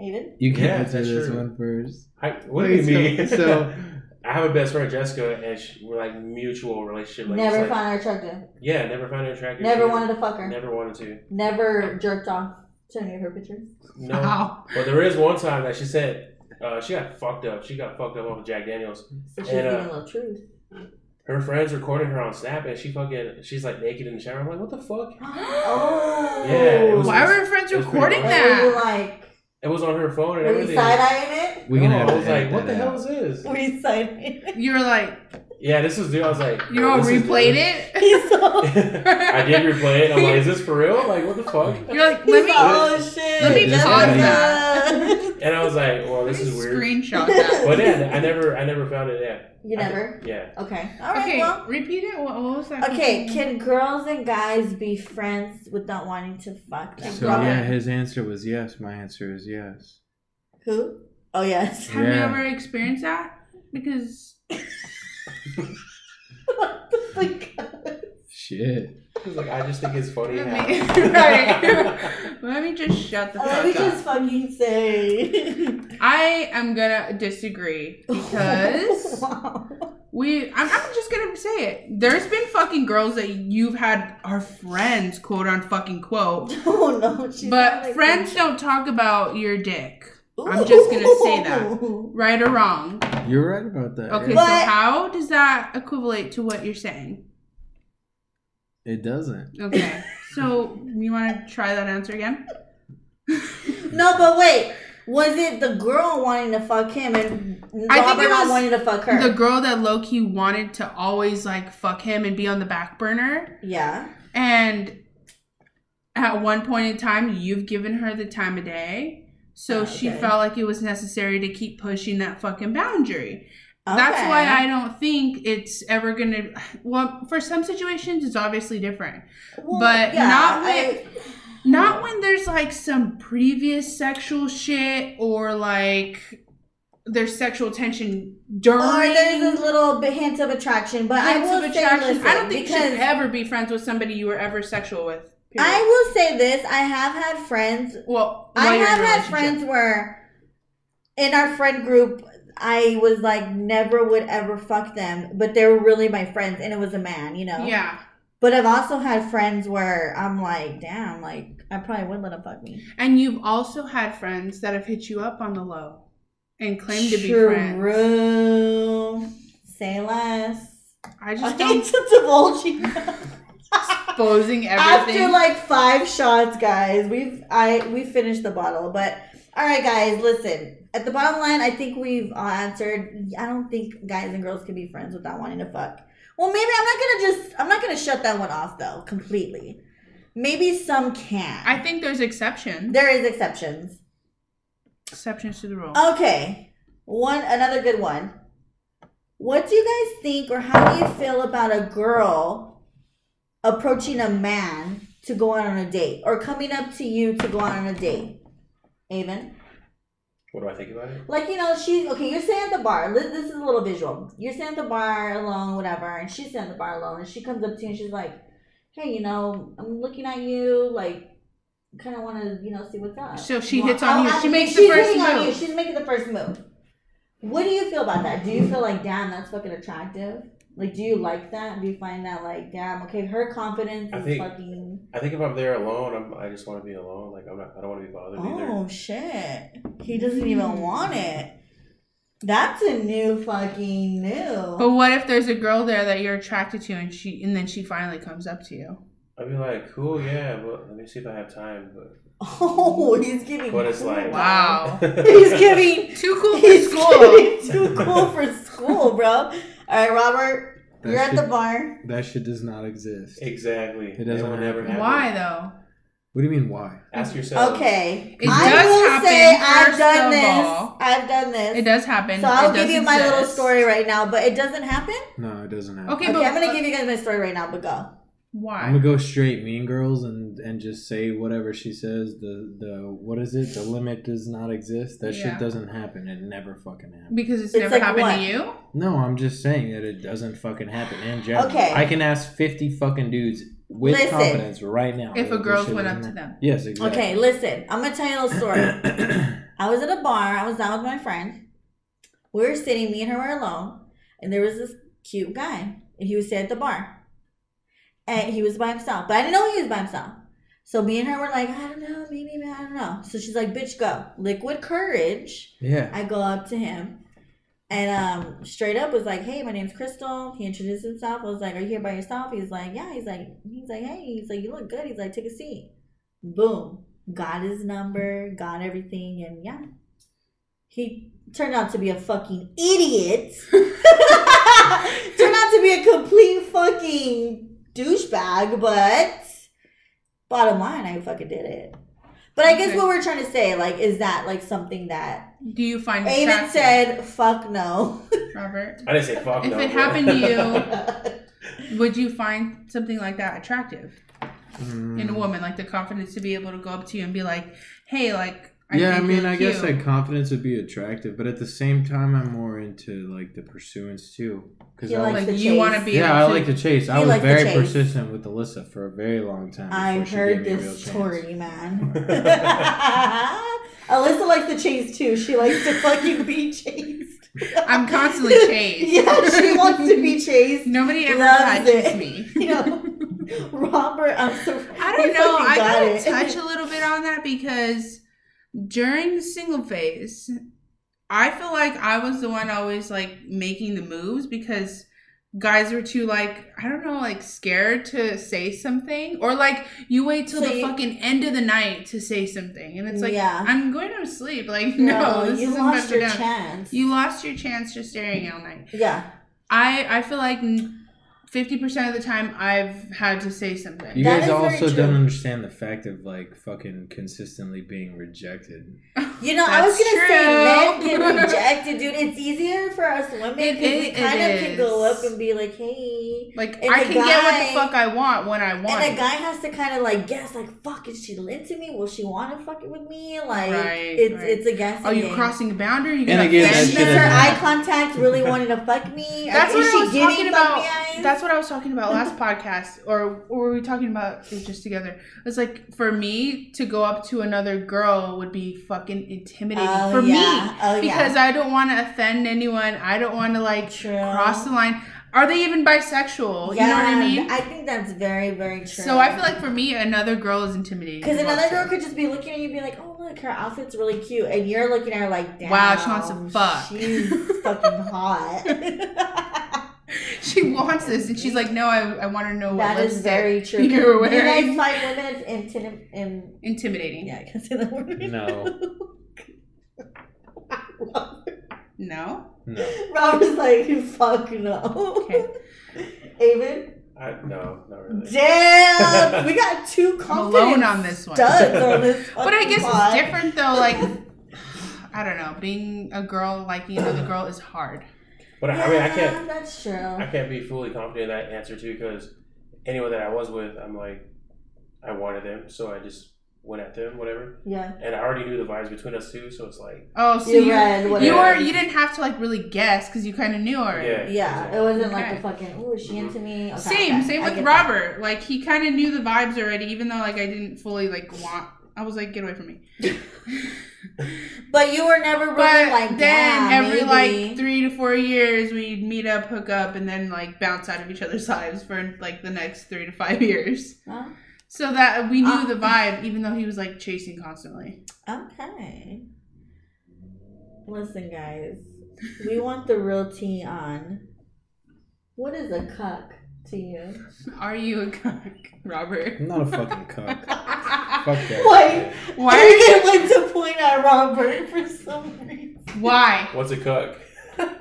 Speaker 2: Aiden?
Speaker 4: You
Speaker 3: Yeah,
Speaker 4: can answer
Speaker 3: that's
Speaker 4: this
Speaker 3: true.
Speaker 4: one first.
Speaker 3: I, what do you
Speaker 4: Wait,
Speaker 3: mean?
Speaker 4: So, so
Speaker 3: [laughs] I have a best friend, Jessica, and she, we're like mutual relationship. Like,
Speaker 2: never
Speaker 3: it's like,
Speaker 2: found her attractive.
Speaker 3: Yeah, never found her attractive.
Speaker 2: Never
Speaker 3: She
Speaker 2: wanted to fuck her. Never,
Speaker 3: Never wanted
Speaker 2: [laughs]
Speaker 3: to.
Speaker 2: jerked off to any of her pictures.
Speaker 3: No.
Speaker 1: Wow.
Speaker 3: but there is one time that she said uh, she got fucked up. She got fucked up off of Jack Daniels.
Speaker 2: So she's
Speaker 3: And, uh,
Speaker 2: getting a little truth.
Speaker 1: [gasps]
Speaker 3: her friends recorded her on Snap, and she fucking she's like naked in the shower. I'm like, what the fuck?
Speaker 2: oh.
Speaker 3: Yeah, it was-
Speaker 1: Why were your friends
Speaker 3: It was pretty
Speaker 1: recording
Speaker 3: wild.
Speaker 2: Were you
Speaker 1: that?
Speaker 2: like,
Speaker 3: It was on her phone and
Speaker 2: were you
Speaker 3: everything.
Speaker 2: side eyeing
Speaker 4: we're
Speaker 3: No,
Speaker 4: gonna have to
Speaker 3: I was
Speaker 4: edit
Speaker 3: like, what
Speaker 4: that
Speaker 3: the
Speaker 4: out.
Speaker 3: hell is
Speaker 2: it?
Speaker 3: this?
Speaker 2: Were you side eyeing it? [laughs]
Speaker 1: You were like,
Speaker 3: Yeah, this was dude. I was like,
Speaker 1: you all
Speaker 3: this is-
Speaker 1: replayed it?
Speaker 2: He's all,
Speaker 3: [laughs] I
Speaker 1: [laughs]
Speaker 3: did replay it. I'm like, is this for real? Like, what the fuck?
Speaker 1: You're like, let
Speaker 2: he's
Speaker 1: me,
Speaker 2: all, oh shit.
Speaker 1: let
Speaker 4: me
Speaker 2: Jessica." [laughs]
Speaker 4: pause
Speaker 3: that. And I was like, well,
Speaker 1: let
Speaker 3: this
Speaker 1: me
Speaker 3: is weird. [laughs]
Speaker 1: screenshot that.
Speaker 3: But yeah, I never, I never found it. Yeah,
Speaker 2: you
Speaker 3: I-
Speaker 2: never?
Speaker 3: yeah.
Speaker 2: Okay. All right,
Speaker 1: Okay,
Speaker 2: well.
Speaker 1: repeat it. What, what was that?
Speaker 2: Okay,
Speaker 1: question?
Speaker 2: can girls and guys be friends without wanting to fuck? Like,
Speaker 4: So
Speaker 2: girl-
Speaker 4: yeah, his answer was yes. My answer is yes.
Speaker 2: Who? Oh yes.
Speaker 1: Have you
Speaker 4: Yeah.
Speaker 1: ever experienced that? Because
Speaker 2: [laughs] like, [laughs]
Speaker 4: Shit.
Speaker 3: It's like I just think it's funny.
Speaker 1: Let
Speaker 3: How,
Speaker 1: me, [laughs]
Speaker 3: [laughs]
Speaker 1: right. Let me just shut the
Speaker 2: let me
Speaker 1: fuck
Speaker 2: just
Speaker 1: up.
Speaker 2: fucking say.
Speaker 1: I am gonna disagree [laughs]
Speaker 2: [laughs]
Speaker 1: because
Speaker 2: wow.
Speaker 1: we. I'm, I'm just gonna say it. There's been fucking girls that you've had are friends, quote on fucking quote,
Speaker 2: Oh no, she's not
Speaker 1: but
Speaker 2: like
Speaker 1: friends
Speaker 2: that.
Speaker 1: don't talk about your dick, I'm just gonna say that.
Speaker 2: Ooh.
Speaker 1: right or wrong.
Speaker 4: You're right about that.
Speaker 1: Okay,
Speaker 4: yeah.
Speaker 2: But-
Speaker 1: so how does that equivalate to what you're saying?
Speaker 4: It doesn't.
Speaker 2: [laughs]
Speaker 1: Okay, so you want to try that answer again?
Speaker 2: [laughs] No, but wait. Was it the girl wanting to fuck him and
Speaker 1: I think
Speaker 2: Robert
Speaker 1: it
Speaker 2: not
Speaker 1: was
Speaker 2: wanting to fuck her?
Speaker 1: The girl that Loki wanted to always like fuck him and be on the back burner.
Speaker 2: yeah.
Speaker 1: And at one point in time, you've given her the time of day. So she
Speaker 2: Oh, Okay.
Speaker 1: felt like it was necessary to keep pushing that fucking boundary. That's why I don't think it's ever gonna. Well, for some situations, it's obviously different. but not with- Not when there's like some previous sexual shit or like there's sexual tension during.
Speaker 2: or there's a little bit hint of attraction, but I
Speaker 1: hints
Speaker 2: will
Speaker 1: of
Speaker 2: say,
Speaker 1: attraction.
Speaker 2: listen,
Speaker 1: I don't think you
Speaker 2: because
Speaker 1: should ever be friends with somebody you were ever sexual with. period.
Speaker 2: I will say this: I have had friends
Speaker 1: well, while
Speaker 2: I
Speaker 1: you're in a
Speaker 2: have had
Speaker 1: relationship.
Speaker 2: friends where in our friend group I was like never would ever fuck them, but they were really my friends and it was a man, you know.
Speaker 1: Yeah,
Speaker 2: But I've also had friends where I'm like, damn, like I probably would let him fuck me.
Speaker 1: and you've also had friends that have hit you up on the low and claim to be friends.
Speaker 2: True. Say less.
Speaker 1: I
Speaker 2: I
Speaker 1: just
Speaker 2: hate
Speaker 1: don't
Speaker 2: to divulge you. [laughs]
Speaker 1: exposing everything.
Speaker 2: After like five shots, guys, we've I we finished the bottle. But all right, guys, listen. At the bottom line, I think we've all answered. I don't think guys and girls can be friends without wanting to fuck. Well, maybe I'm not gonna just I'm not gonna shut that one off though completely. Maybe some can.
Speaker 1: I think there's exceptions.
Speaker 2: there is exceptions.
Speaker 1: exceptions to the rule.
Speaker 2: Oh. Okay, one another good one. What do you guys think, or how do you feel about a girl approaching a man to go out on a date, or coming up to you to go out on a date? Aven,
Speaker 3: what do I think about it?
Speaker 2: like you know, she okay. You're sitting at the bar. Li- This is a little visual. You're sitting at the bar alone, whatever, and she's sitting at the bar alone, and she comes up to you and she's like, hey, you know, I'm looking at you, like, kind of want to, you know, see what's up.
Speaker 1: So she
Speaker 2: Well,
Speaker 1: hits on
Speaker 2: I'll
Speaker 1: you.
Speaker 2: ask
Speaker 1: She makes the
Speaker 2: she's
Speaker 1: first
Speaker 2: hitting on you.
Speaker 1: move.
Speaker 2: She's making the first move. What do you feel about that? Do you feel like, damn, that's fucking attractive? Like, do you like that? Do you find that like, damn, okay, her confidence
Speaker 3: I
Speaker 2: is
Speaker 3: think-
Speaker 2: fucking.
Speaker 3: I think if I'm there alone, I'm, I just want to be alone. Like I'm not. I don't want to be bothered either.
Speaker 2: Oh shit! He doesn't even want it. That's a new fucking new.
Speaker 1: But what if there's a girl there that you're attracted to, and she and then she finally comes up to you?
Speaker 3: I'd be like, cool, yeah, but let me see if I have time.
Speaker 1: [laughs]
Speaker 3: But [laughs]
Speaker 2: Oh, he's giving.
Speaker 3: But it's
Speaker 2: cool
Speaker 3: like-
Speaker 2: vibes. [laughs]
Speaker 1: Wow,
Speaker 2: He's giving.
Speaker 1: too cool [laughs] for
Speaker 2: He's
Speaker 1: school.
Speaker 2: giving too cool for school, bro. All right, Robert,
Speaker 4: That
Speaker 2: you're at
Speaker 4: shit,
Speaker 2: the bar.
Speaker 4: that shit does not exist.
Speaker 3: exactly.
Speaker 4: It doesn't
Speaker 3: will never
Speaker 4: happen.
Speaker 3: happen.
Speaker 1: Why though?
Speaker 4: What do you mean why?
Speaker 3: Ask yourself.
Speaker 2: Okay,
Speaker 1: It
Speaker 2: I
Speaker 1: does
Speaker 2: will
Speaker 1: happen,
Speaker 2: say I've
Speaker 1: first
Speaker 2: done
Speaker 1: of
Speaker 2: this.
Speaker 1: all.
Speaker 2: I've done this.
Speaker 1: It does happen.
Speaker 2: So I'll
Speaker 1: It
Speaker 2: give
Speaker 1: does
Speaker 2: you my little
Speaker 1: exist.
Speaker 2: story right now, but it doesn't happen.
Speaker 4: No, it doesn't happen.
Speaker 1: Okay,
Speaker 2: Okay,
Speaker 1: but uh,
Speaker 2: I'm gonna give you guys my story right now, but go.
Speaker 4: I'm gonna
Speaker 1: why?
Speaker 4: go straight Mean Girls and and just say whatever she says. The the what is it? The limit does not exist. That
Speaker 1: Yeah.
Speaker 4: shit doesn't happen. It never fucking happens.
Speaker 1: Because it's,
Speaker 2: It's
Speaker 1: never
Speaker 2: like
Speaker 1: happened
Speaker 2: what?
Speaker 1: to you.
Speaker 4: No, I'm just saying that it doesn't fucking happen in general.
Speaker 2: Okay.
Speaker 4: I can ask fifty fucking dudes with
Speaker 2: Listen.
Speaker 4: confidence right now.
Speaker 1: If a
Speaker 4: that
Speaker 1: girl
Speaker 4: shit
Speaker 1: went up
Speaker 4: doesn't
Speaker 1: to
Speaker 4: happen.
Speaker 1: them.
Speaker 4: Yes, exactly.
Speaker 2: Okay, listen. I'm gonna tell you a little
Speaker 3: [clears throat]
Speaker 2: story. I was at a bar. I was down with my friend. We were sitting. Me and her were alone, and there was this cute guy, and he was sitting at the bar, and he was by himself. But I didn't know he was by himself. So me and her were like, I don't know, maybe, I don't know. So she's like, bitch, go. Liquid courage.
Speaker 4: [coughs] yeah.
Speaker 2: I go up to him and um straight up was like, Hey, my name's Crystal. He introduced himself. I was like, Are you here by yourself? He's like, Yeah. He's like he's like, Hey, he's like, You look good. He's like, Take a seat. Boom. Got his number, got everything, and yeah. He turned out to be a fucking idiot. [laughs] turned out to be a complete fucking douchebag, but bottom line, I fucking did it. But I guess
Speaker 1: Okay.
Speaker 2: what we're trying to say, like, is that like something that
Speaker 1: Do you find it
Speaker 2: Aiden
Speaker 1: attractive,
Speaker 2: said,
Speaker 1: [laughs]
Speaker 2: "Fuck no." [laughs]
Speaker 1: Robert?
Speaker 3: I didn't say fuck.
Speaker 1: If
Speaker 3: no,
Speaker 1: it
Speaker 3: but-
Speaker 1: happened to you,
Speaker 2: I
Speaker 1: would you find something like that attractive in a
Speaker 4: Mm.
Speaker 1: woman? Like the confidence to be able to go up to you and be like, "Hey, like." I
Speaker 4: yeah, I
Speaker 1: think
Speaker 4: mean,
Speaker 1: you're
Speaker 4: I guess
Speaker 1: cute."
Speaker 4: that confidence would be attractive, but at the same time, I'm more into like the pursuance too. Because
Speaker 2: You
Speaker 4: I
Speaker 2: like
Speaker 4: like,
Speaker 2: the
Speaker 1: you
Speaker 2: chase.
Speaker 1: want to be.
Speaker 4: yeah, I
Speaker 1: able
Speaker 4: like to chase. I
Speaker 2: He
Speaker 4: was
Speaker 2: likes to
Speaker 4: very
Speaker 2: chase.
Speaker 4: persistent with Alyssa for a very long time. before she
Speaker 2: heard
Speaker 4: gave me a real
Speaker 2: this
Speaker 4: chance.
Speaker 2: story, man. [laughs] Alyssa likes to chase too. She likes to fucking be chased.
Speaker 1: [laughs] I'm
Speaker 2: [laughs]
Speaker 1: constantly chased.
Speaker 2: yeah,
Speaker 1: [laughs]
Speaker 2: she wants to be chased.
Speaker 1: Nobody ever
Speaker 2: Loves
Speaker 1: touches
Speaker 2: it.
Speaker 1: me.
Speaker 2: You know, [laughs] Robert. I'm so.
Speaker 1: I
Speaker 2: you
Speaker 1: don't know.
Speaker 2: fucking
Speaker 1: I
Speaker 2: got
Speaker 1: gotta
Speaker 2: it. [laughs]
Speaker 1: touch a little bit on that because during the single phase, I feel like I was the one always like making the moves because guys were too like I don't know like scared to say something or like you wait till
Speaker 2: So
Speaker 1: the
Speaker 2: you-
Speaker 1: fucking end of the night to say something and it's like
Speaker 2: Yeah.
Speaker 1: I'm going to sleep [laughs] like
Speaker 2: No,
Speaker 1: no, this
Speaker 2: you
Speaker 1: isn't
Speaker 2: lost
Speaker 1: lost
Speaker 2: your
Speaker 1: down.
Speaker 2: chance.
Speaker 1: you lost your chance just staring all night.
Speaker 2: yeah,
Speaker 1: I I feel like fifty percent of the time I've had to say something.
Speaker 4: You
Speaker 2: That is
Speaker 4: guys
Speaker 2: very
Speaker 4: also
Speaker 2: true.
Speaker 4: don't understand the fact of like fucking consistently being rejected.
Speaker 2: you know. I was
Speaker 1: That's
Speaker 2: gonna
Speaker 1: [laughs]
Speaker 2: say
Speaker 1: true.
Speaker 2: men get rejected, dude. It's easier for us women
Speaker 1: It
Speaker 2: because we
Speaker 1: is-
Speaker 2: kind
Speaker 1: it
Speaker 2: of can go
Speaker 1: is.
Speaker 2: up and be like, "Hey,
Speaker 1: Like
Speaker 2: And
Speaker 1: I
Speaker 2: the
Speaker 1: can get what
Speaker 2: guy-
Speaker 1: the fuck I want when I want.
Speaker 2: And
Speaker 1: it.
Speaker 2: a guy has to kind of like guess, like, fuck, is she into me? Will she want to fuck it with me? Like,
Speaker 1: Right,
Speaker 2: it's
Speaker 1: right.
Speaker 2: it's a guessing.
Speaker 1: Are you
Speaker 2: game.
Speaker 1: crossing a boundary? You
Speaker 4: And
Speaker 1: gonna
Speaker 4: again, that
Speaker 1: offend
Speaker 2: Is
Speaker 4: shit
Speaker 1: me?
Speaker 4: is-
Speaker 2: her eye contact really wanting to fuck me? Or
Speaker 1: That's
Speaker 2: is
Speaker 1: what
Speaker 2: she
Speaker 1: I was
Speaker 2: giving
Speaker 1: talking
Speaker 2: fuck
Speaker 1: about.
Speaker 2: me eyes?
Speaker 1: That's what I was talking about
Speaker 2: [laughs]
Speaker 1: last podcast, or, or were we talking about it just together? It's like for me to go up to another girl would be fucking intimidating
Speaker 2: Oh,
Speaker 1: for
Speaker 2: yeah.
Speaker 1: me
Speaker 2: Oh, yeah.
Speaker 1: because I don't want to offend anyone. I don't want to like
Speaker 2: True.
Speaker 1: cross the line. Are they even bisexual? you know what I mean.
Speaker 2: I think that's very very true.
Speaker 1: So I feel like for me, another girl is intimidating.
Speaker 2: because
Speaker 1: to go
Speaker 2: another
Speaker 1: up to.
Speaker 2: girl could just be looking at you, and be like, "Oh look, her outfit's really cute," and you're looking at her like, Damn,
Speaker 1: Wow, she wants to fuck."
Speaker 2: She's fucking
Speaker 1: [laughs]
Speaker 2: hot."
Speaker 1: she wants this, and she's like, "No, I, I want to know what
Speaker 2: that is
Speaker 1: lipstick [laughs]
Speaker 2: very true.
Speaker 1: you're
Speaker 2: You guys
Speaker 1: wearing."
Speaker 2: find women as intimid- in
Speaker 1: [laughs] Intimidating.
Speaker 2: Yeah, I
Speaker 1: [laughs]
Speaker 2: can say that word. [laughs]
Speaker 4: No,
Speaker 1: No.
Speaker 4: no.
Speaker 2: Robert's like, fuck no.
Speaker 1: Okay.
Speaker 2: [laughs] Aven?
Speaker 3: [laughs] I, no, not really.
Speaker 2: Damn! We got
Speaker 1: [laughs]
Speaker 2: two
Speaker 1: I'm
Speaker 2: confident
Speaker 1: alone on this one. [laughs]
Speaker 2: studs on this
Speaker 1: But I
Speaker 2: fucking
Speaker 1: guess
Speaker 2: pod.
Speaker 1: it's different though.
Speaker 2: [laughs]
Speaker 1: Like, I don't know. Being a girl liking another girl is hard.
Speaker 3: But
Speaker 2: Yeah,
Speaker 3: I mean, I can't.
Speaker 2: That's true.
Speaker 3: I can't be fully confident in that answer too, because anyone that I was with, I'm like, I wanted them, so I just went at them, whatever.
Speaker 2: Yeah.
Speaker 3: And I already knew the vibes between us two, so it's like,
Speaker 1: Oh, so
Speaker 2: You
Speaker 1: you,
Speaker 2: read what
Speaker 1: you
Speaker 2: it
Speaker 1: were
Speaker 2: was.
Speaker 1: you didn't have to like really guess because you kind of knew already.
Speaker 3: yeah,
Speaker 2: Yeah,
Speaker 3: exactly.
Speaker 2: it wasn't like the
Speaker 1: Okay.
Speaker 2: fucking. Oh, is she into me? Okay,
Speaker 1: same,
Speaker 2: okay,
Speaker 1: same
Speaker 2: I
Speaker 1: with
Speaker 2: get that.
Speaker 1: Robert. Like he kind of knew the vibes already, even though like I didn't fully like want. I was like, get away from me.
Speaker 2: But you were never really
Speaker 1: But
Speaker 2: like
Speaker 1: then
Speaker 2: "Yeah,
Speaker 1: every
Speaker 2: maybe."
Speaker 1: like three to four years, we'd meet up, hook up, and then like bounce out of each other's [laughs] lives for like the next three to five years.
Speaker 2: Huh?
Speaker 1: So that we knew
Speaker 2: Ah.
Speaker 1: the vibe, even though he was like chasing constantly.
Speaker 2: Okay. Listen, guys, we want the real tea on. What is a cuck to you?
Speaker 1: Are you a cuck, Robert?
Speaker 4: I'm not a fucking cuck.
Speaker 1: Why?
Speaker 4: Fuck
Speaker 2: Wait.
Speaker 4: that. shit.
Speaker 2: [laughs] I didn't like to point at Robert for some reason.
Speaker 1: Why?
Speaker 3: what's a cuck?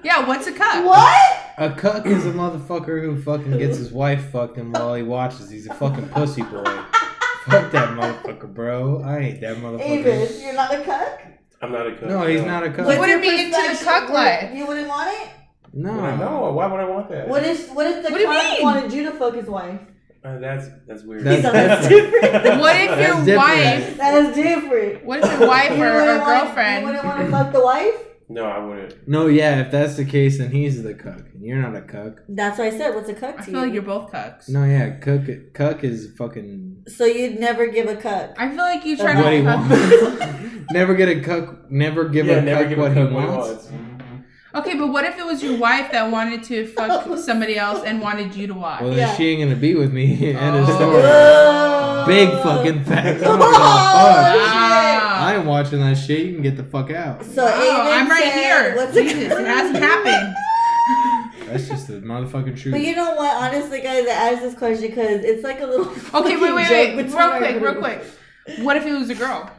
Speaker 1: Yeah, what's a cuck?
Speaker 2: What?
Speaker 4: A cuck is a motherfucker who fucking gets his wife fucking while he watches. He's a fucking pussy boy. Fuck that motherfucker, bro. I ain't that motherfucker.
Speaker 2: Avis, you're not a cuck?
Speaker 3: I'm not a cuck.
Speaker 4: No, he's not a cuck.
Speaker 1: What- wouldn't be into the
Speaker 2: Perfection-
Speaker 1: cuck life.
Speaker 2: You wouldn't want it?
Speaker 4: No,
Speaker 3: No, why would I want that?
Speaker 2: What if, what if the
Speaker 1: What do you
Speaker 2: cuck
Speaker 1: mean?
Speaker 2: wanted you to fuck his wife?
Speaker 3: Uh, that's that's weird.
Speaker 4: That's-
Speaker 2: So that's
Speaker 4: different.
Speaker 2: different.
Speaker 4: [laughs]
Speaker 1: What if your
Speaker 4: That's different.
Speaker 1: wife?
Speaker 2: That is different.
Speaker 1: What if your wife
Speaker 2: You
Speaker 1: or, or
Speaker 2: wouldn't want-
Speaker 1: girlfriend?
Speaker 2: You wouldn't want to fuck the wife?
Speaker 3: no, I wouldn't.
Speaker 4: No, yeah, if that's the case, then he's the cuck. and You're not a cuck.
Speaker 2: That's what I said. What's a cuck to
Speaker 1: I
Speaker 2: you?
Speaker 1: feel like you're both cucks.
Speaker 4: No, yeah, cuck, cuck is fucking.
Speaker 2: So you'd never give a cuck.
Speaker 1: I feel like you
Speaker 2: That's
Speaker 1: try
Speaker 4: What he
Speaker 1: to. cuck-
Speaker 4: wants. [laughs] never get a cuck. Never give
Speaker 3: yeah,
Speaker 4: a
Speaker 3: never
Speaker 4: cuck
Speaker 3: give
Speaker 4: what
Speaker 3: a
Speaker 4: he
Speaker 3: cuck what he
Speaker 4: wants.
Speaker 3: wants.
Speaker 1: [laughs] okay, but what if it was your wife that wanted to
Speaker 2: [laughs]
Speaker 1: fuck somebody else and wanted you to watch?
Speaker 4: Well, then
Speaker 2: Yeah.
Speaker 4: she ain't gonna be with me. [laughs] End of
Speaker 1: Oh.
Speaker 4: story.
Speaker 2: Whoa.
Speaker 4: Big fucking facts. I don't give a
Speaker 2: Oh,
Speaker 4: fuck.
Speaker 1: wow.
Speaker 4: I ain't watching that shit. You can get the fuck out.
Speaker 2: So
Speaker 1: Wow,
Speaker 2: Aiden
Speaker 1: Oh, I'm right
Speaker 2: said,
Speaker 1: here.
Speaker 2: What's a
Speaker 1: Jesus,
Speaker 2: cuck?
Speaker 1: it hasn't happened.
Speaker 4: That's just the motherfucking truth.
Speaker 2: But you know what? Honestly, guys, I asked this question because it's like a little.
Speaker 1: Okay,
Speaker 2: fucking
Speaker 1: wait, wait,
Speaker 2: joke
Speaker 1: wait.
Speaker 2: between
Speaker 1: Real
Speaker 2: our
Speaker 1: quick, real
Speaker 2: group.
Speaker 1: quick. What if it was a girl?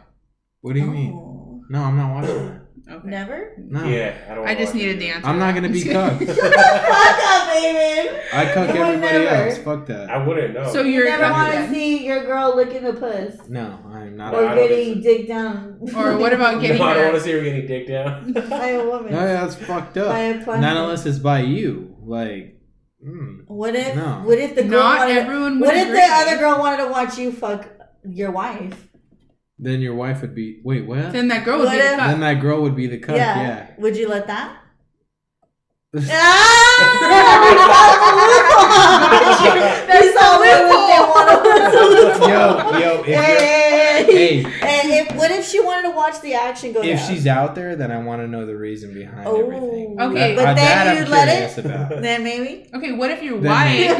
Speaker 4: what do you mean?
Speaker 2: Oh,
Speaker 4: No, I'm not watching that.
Speaker 1: Okay.
Speaker 2: Never? [laughs]
Speaker 4: No.
Speaker 3: Yeah, I don't.
Speaker 1: I just
Speaker 3: want
Speaker 1: needed
Speaker 3: to.
Speaker 1: the answer.
Speaker 4: I'm not gonna be cucked.
Speaker 2: Shut the fuck up, Aiden.
Speaker 4: I cuck
Speaker 2: You would
Speaker 4: everybody
Speaker 2: never.
Speaker 4: else. Fuck that.
Speaker 3: [laughs] I wouldn't know.
Speaker 1: So
Speaker 2: You
Speaker 1: you're
Speaker 2: never want to
Speaker 1: cucking.
Speaker 2: see your girl licking a puss
Speaker 4: No, I'm not.
Speaker 2: or
Speaker 4: A,
Speaker 3: I don't
Speaker 2: getting
Speaker 3: think
Speaker 2: digged down. [laughs]
Speaker 1: Or what about getting
Speaker 3: no, I don't
Speaker 1: her?
Speaker 3: want to see her getting
Speaker 1: [laughs]
Speaker 3: dick down. [laughs]
Speaker 2: by a woman?
Speaker 4: no, yeah, that's fucked
Speaker 2: By
Speaker 4: up.
Speaker 2: a person.
Speaker 4: Not unless it's by you. Like, mm,
Speaker 2: What if?
Speaker 4: No.
Speaker 2: What if the girl?
Speaker 1: Not
Speaker 2: wanted,
Speaker 1: everyone would
Speaker 2: what if
Speaker 1: agree.
Speaker 2: the other girl wanted to watch you fuck your wife?
Speaker 4: then your wife would be. Wait, what? Then,
Speaker 1: Then that girl would be
Speaker 2: What if-
Speaker 1: a cuck.
Speaker 4: that girl would be the cuck. Yeah.
Speaker 2: Would you let that?
Speaker 4: yeah.
Speaker 2: ah!
Speaker 1: That's
Speaker 2: We saw
Speaker 1: the
Speaker 2: women that
Speaker 1: loophole.
Speaker 2: wanna-
Speaker 4: [laughs] yo, yo. If, you're-
Speaker 2: Hey,
Speaker 4: hey,
Speaker 2: And if, what if she wanted to watch the action go
Speaker 4: if
Speaker 2: down?
Speaker 4: she's out there, then I want to know the reason behind
Speaker 2: Oh.
Speaker 4: everything.
Speaker 1: Okay.
Speaker 4: That- uh,
Speaker 2: But then
Speaker 4: that I'm
Speaker 2: you'd let
Speaker 4: curious
Speaker 2: it?
Speaker 4: about.
Speaker 2: then
Speaker 4: [laughs]
Speaker 2: maybe.
Speaker 1: Okay, what if your
Speaker 4: Then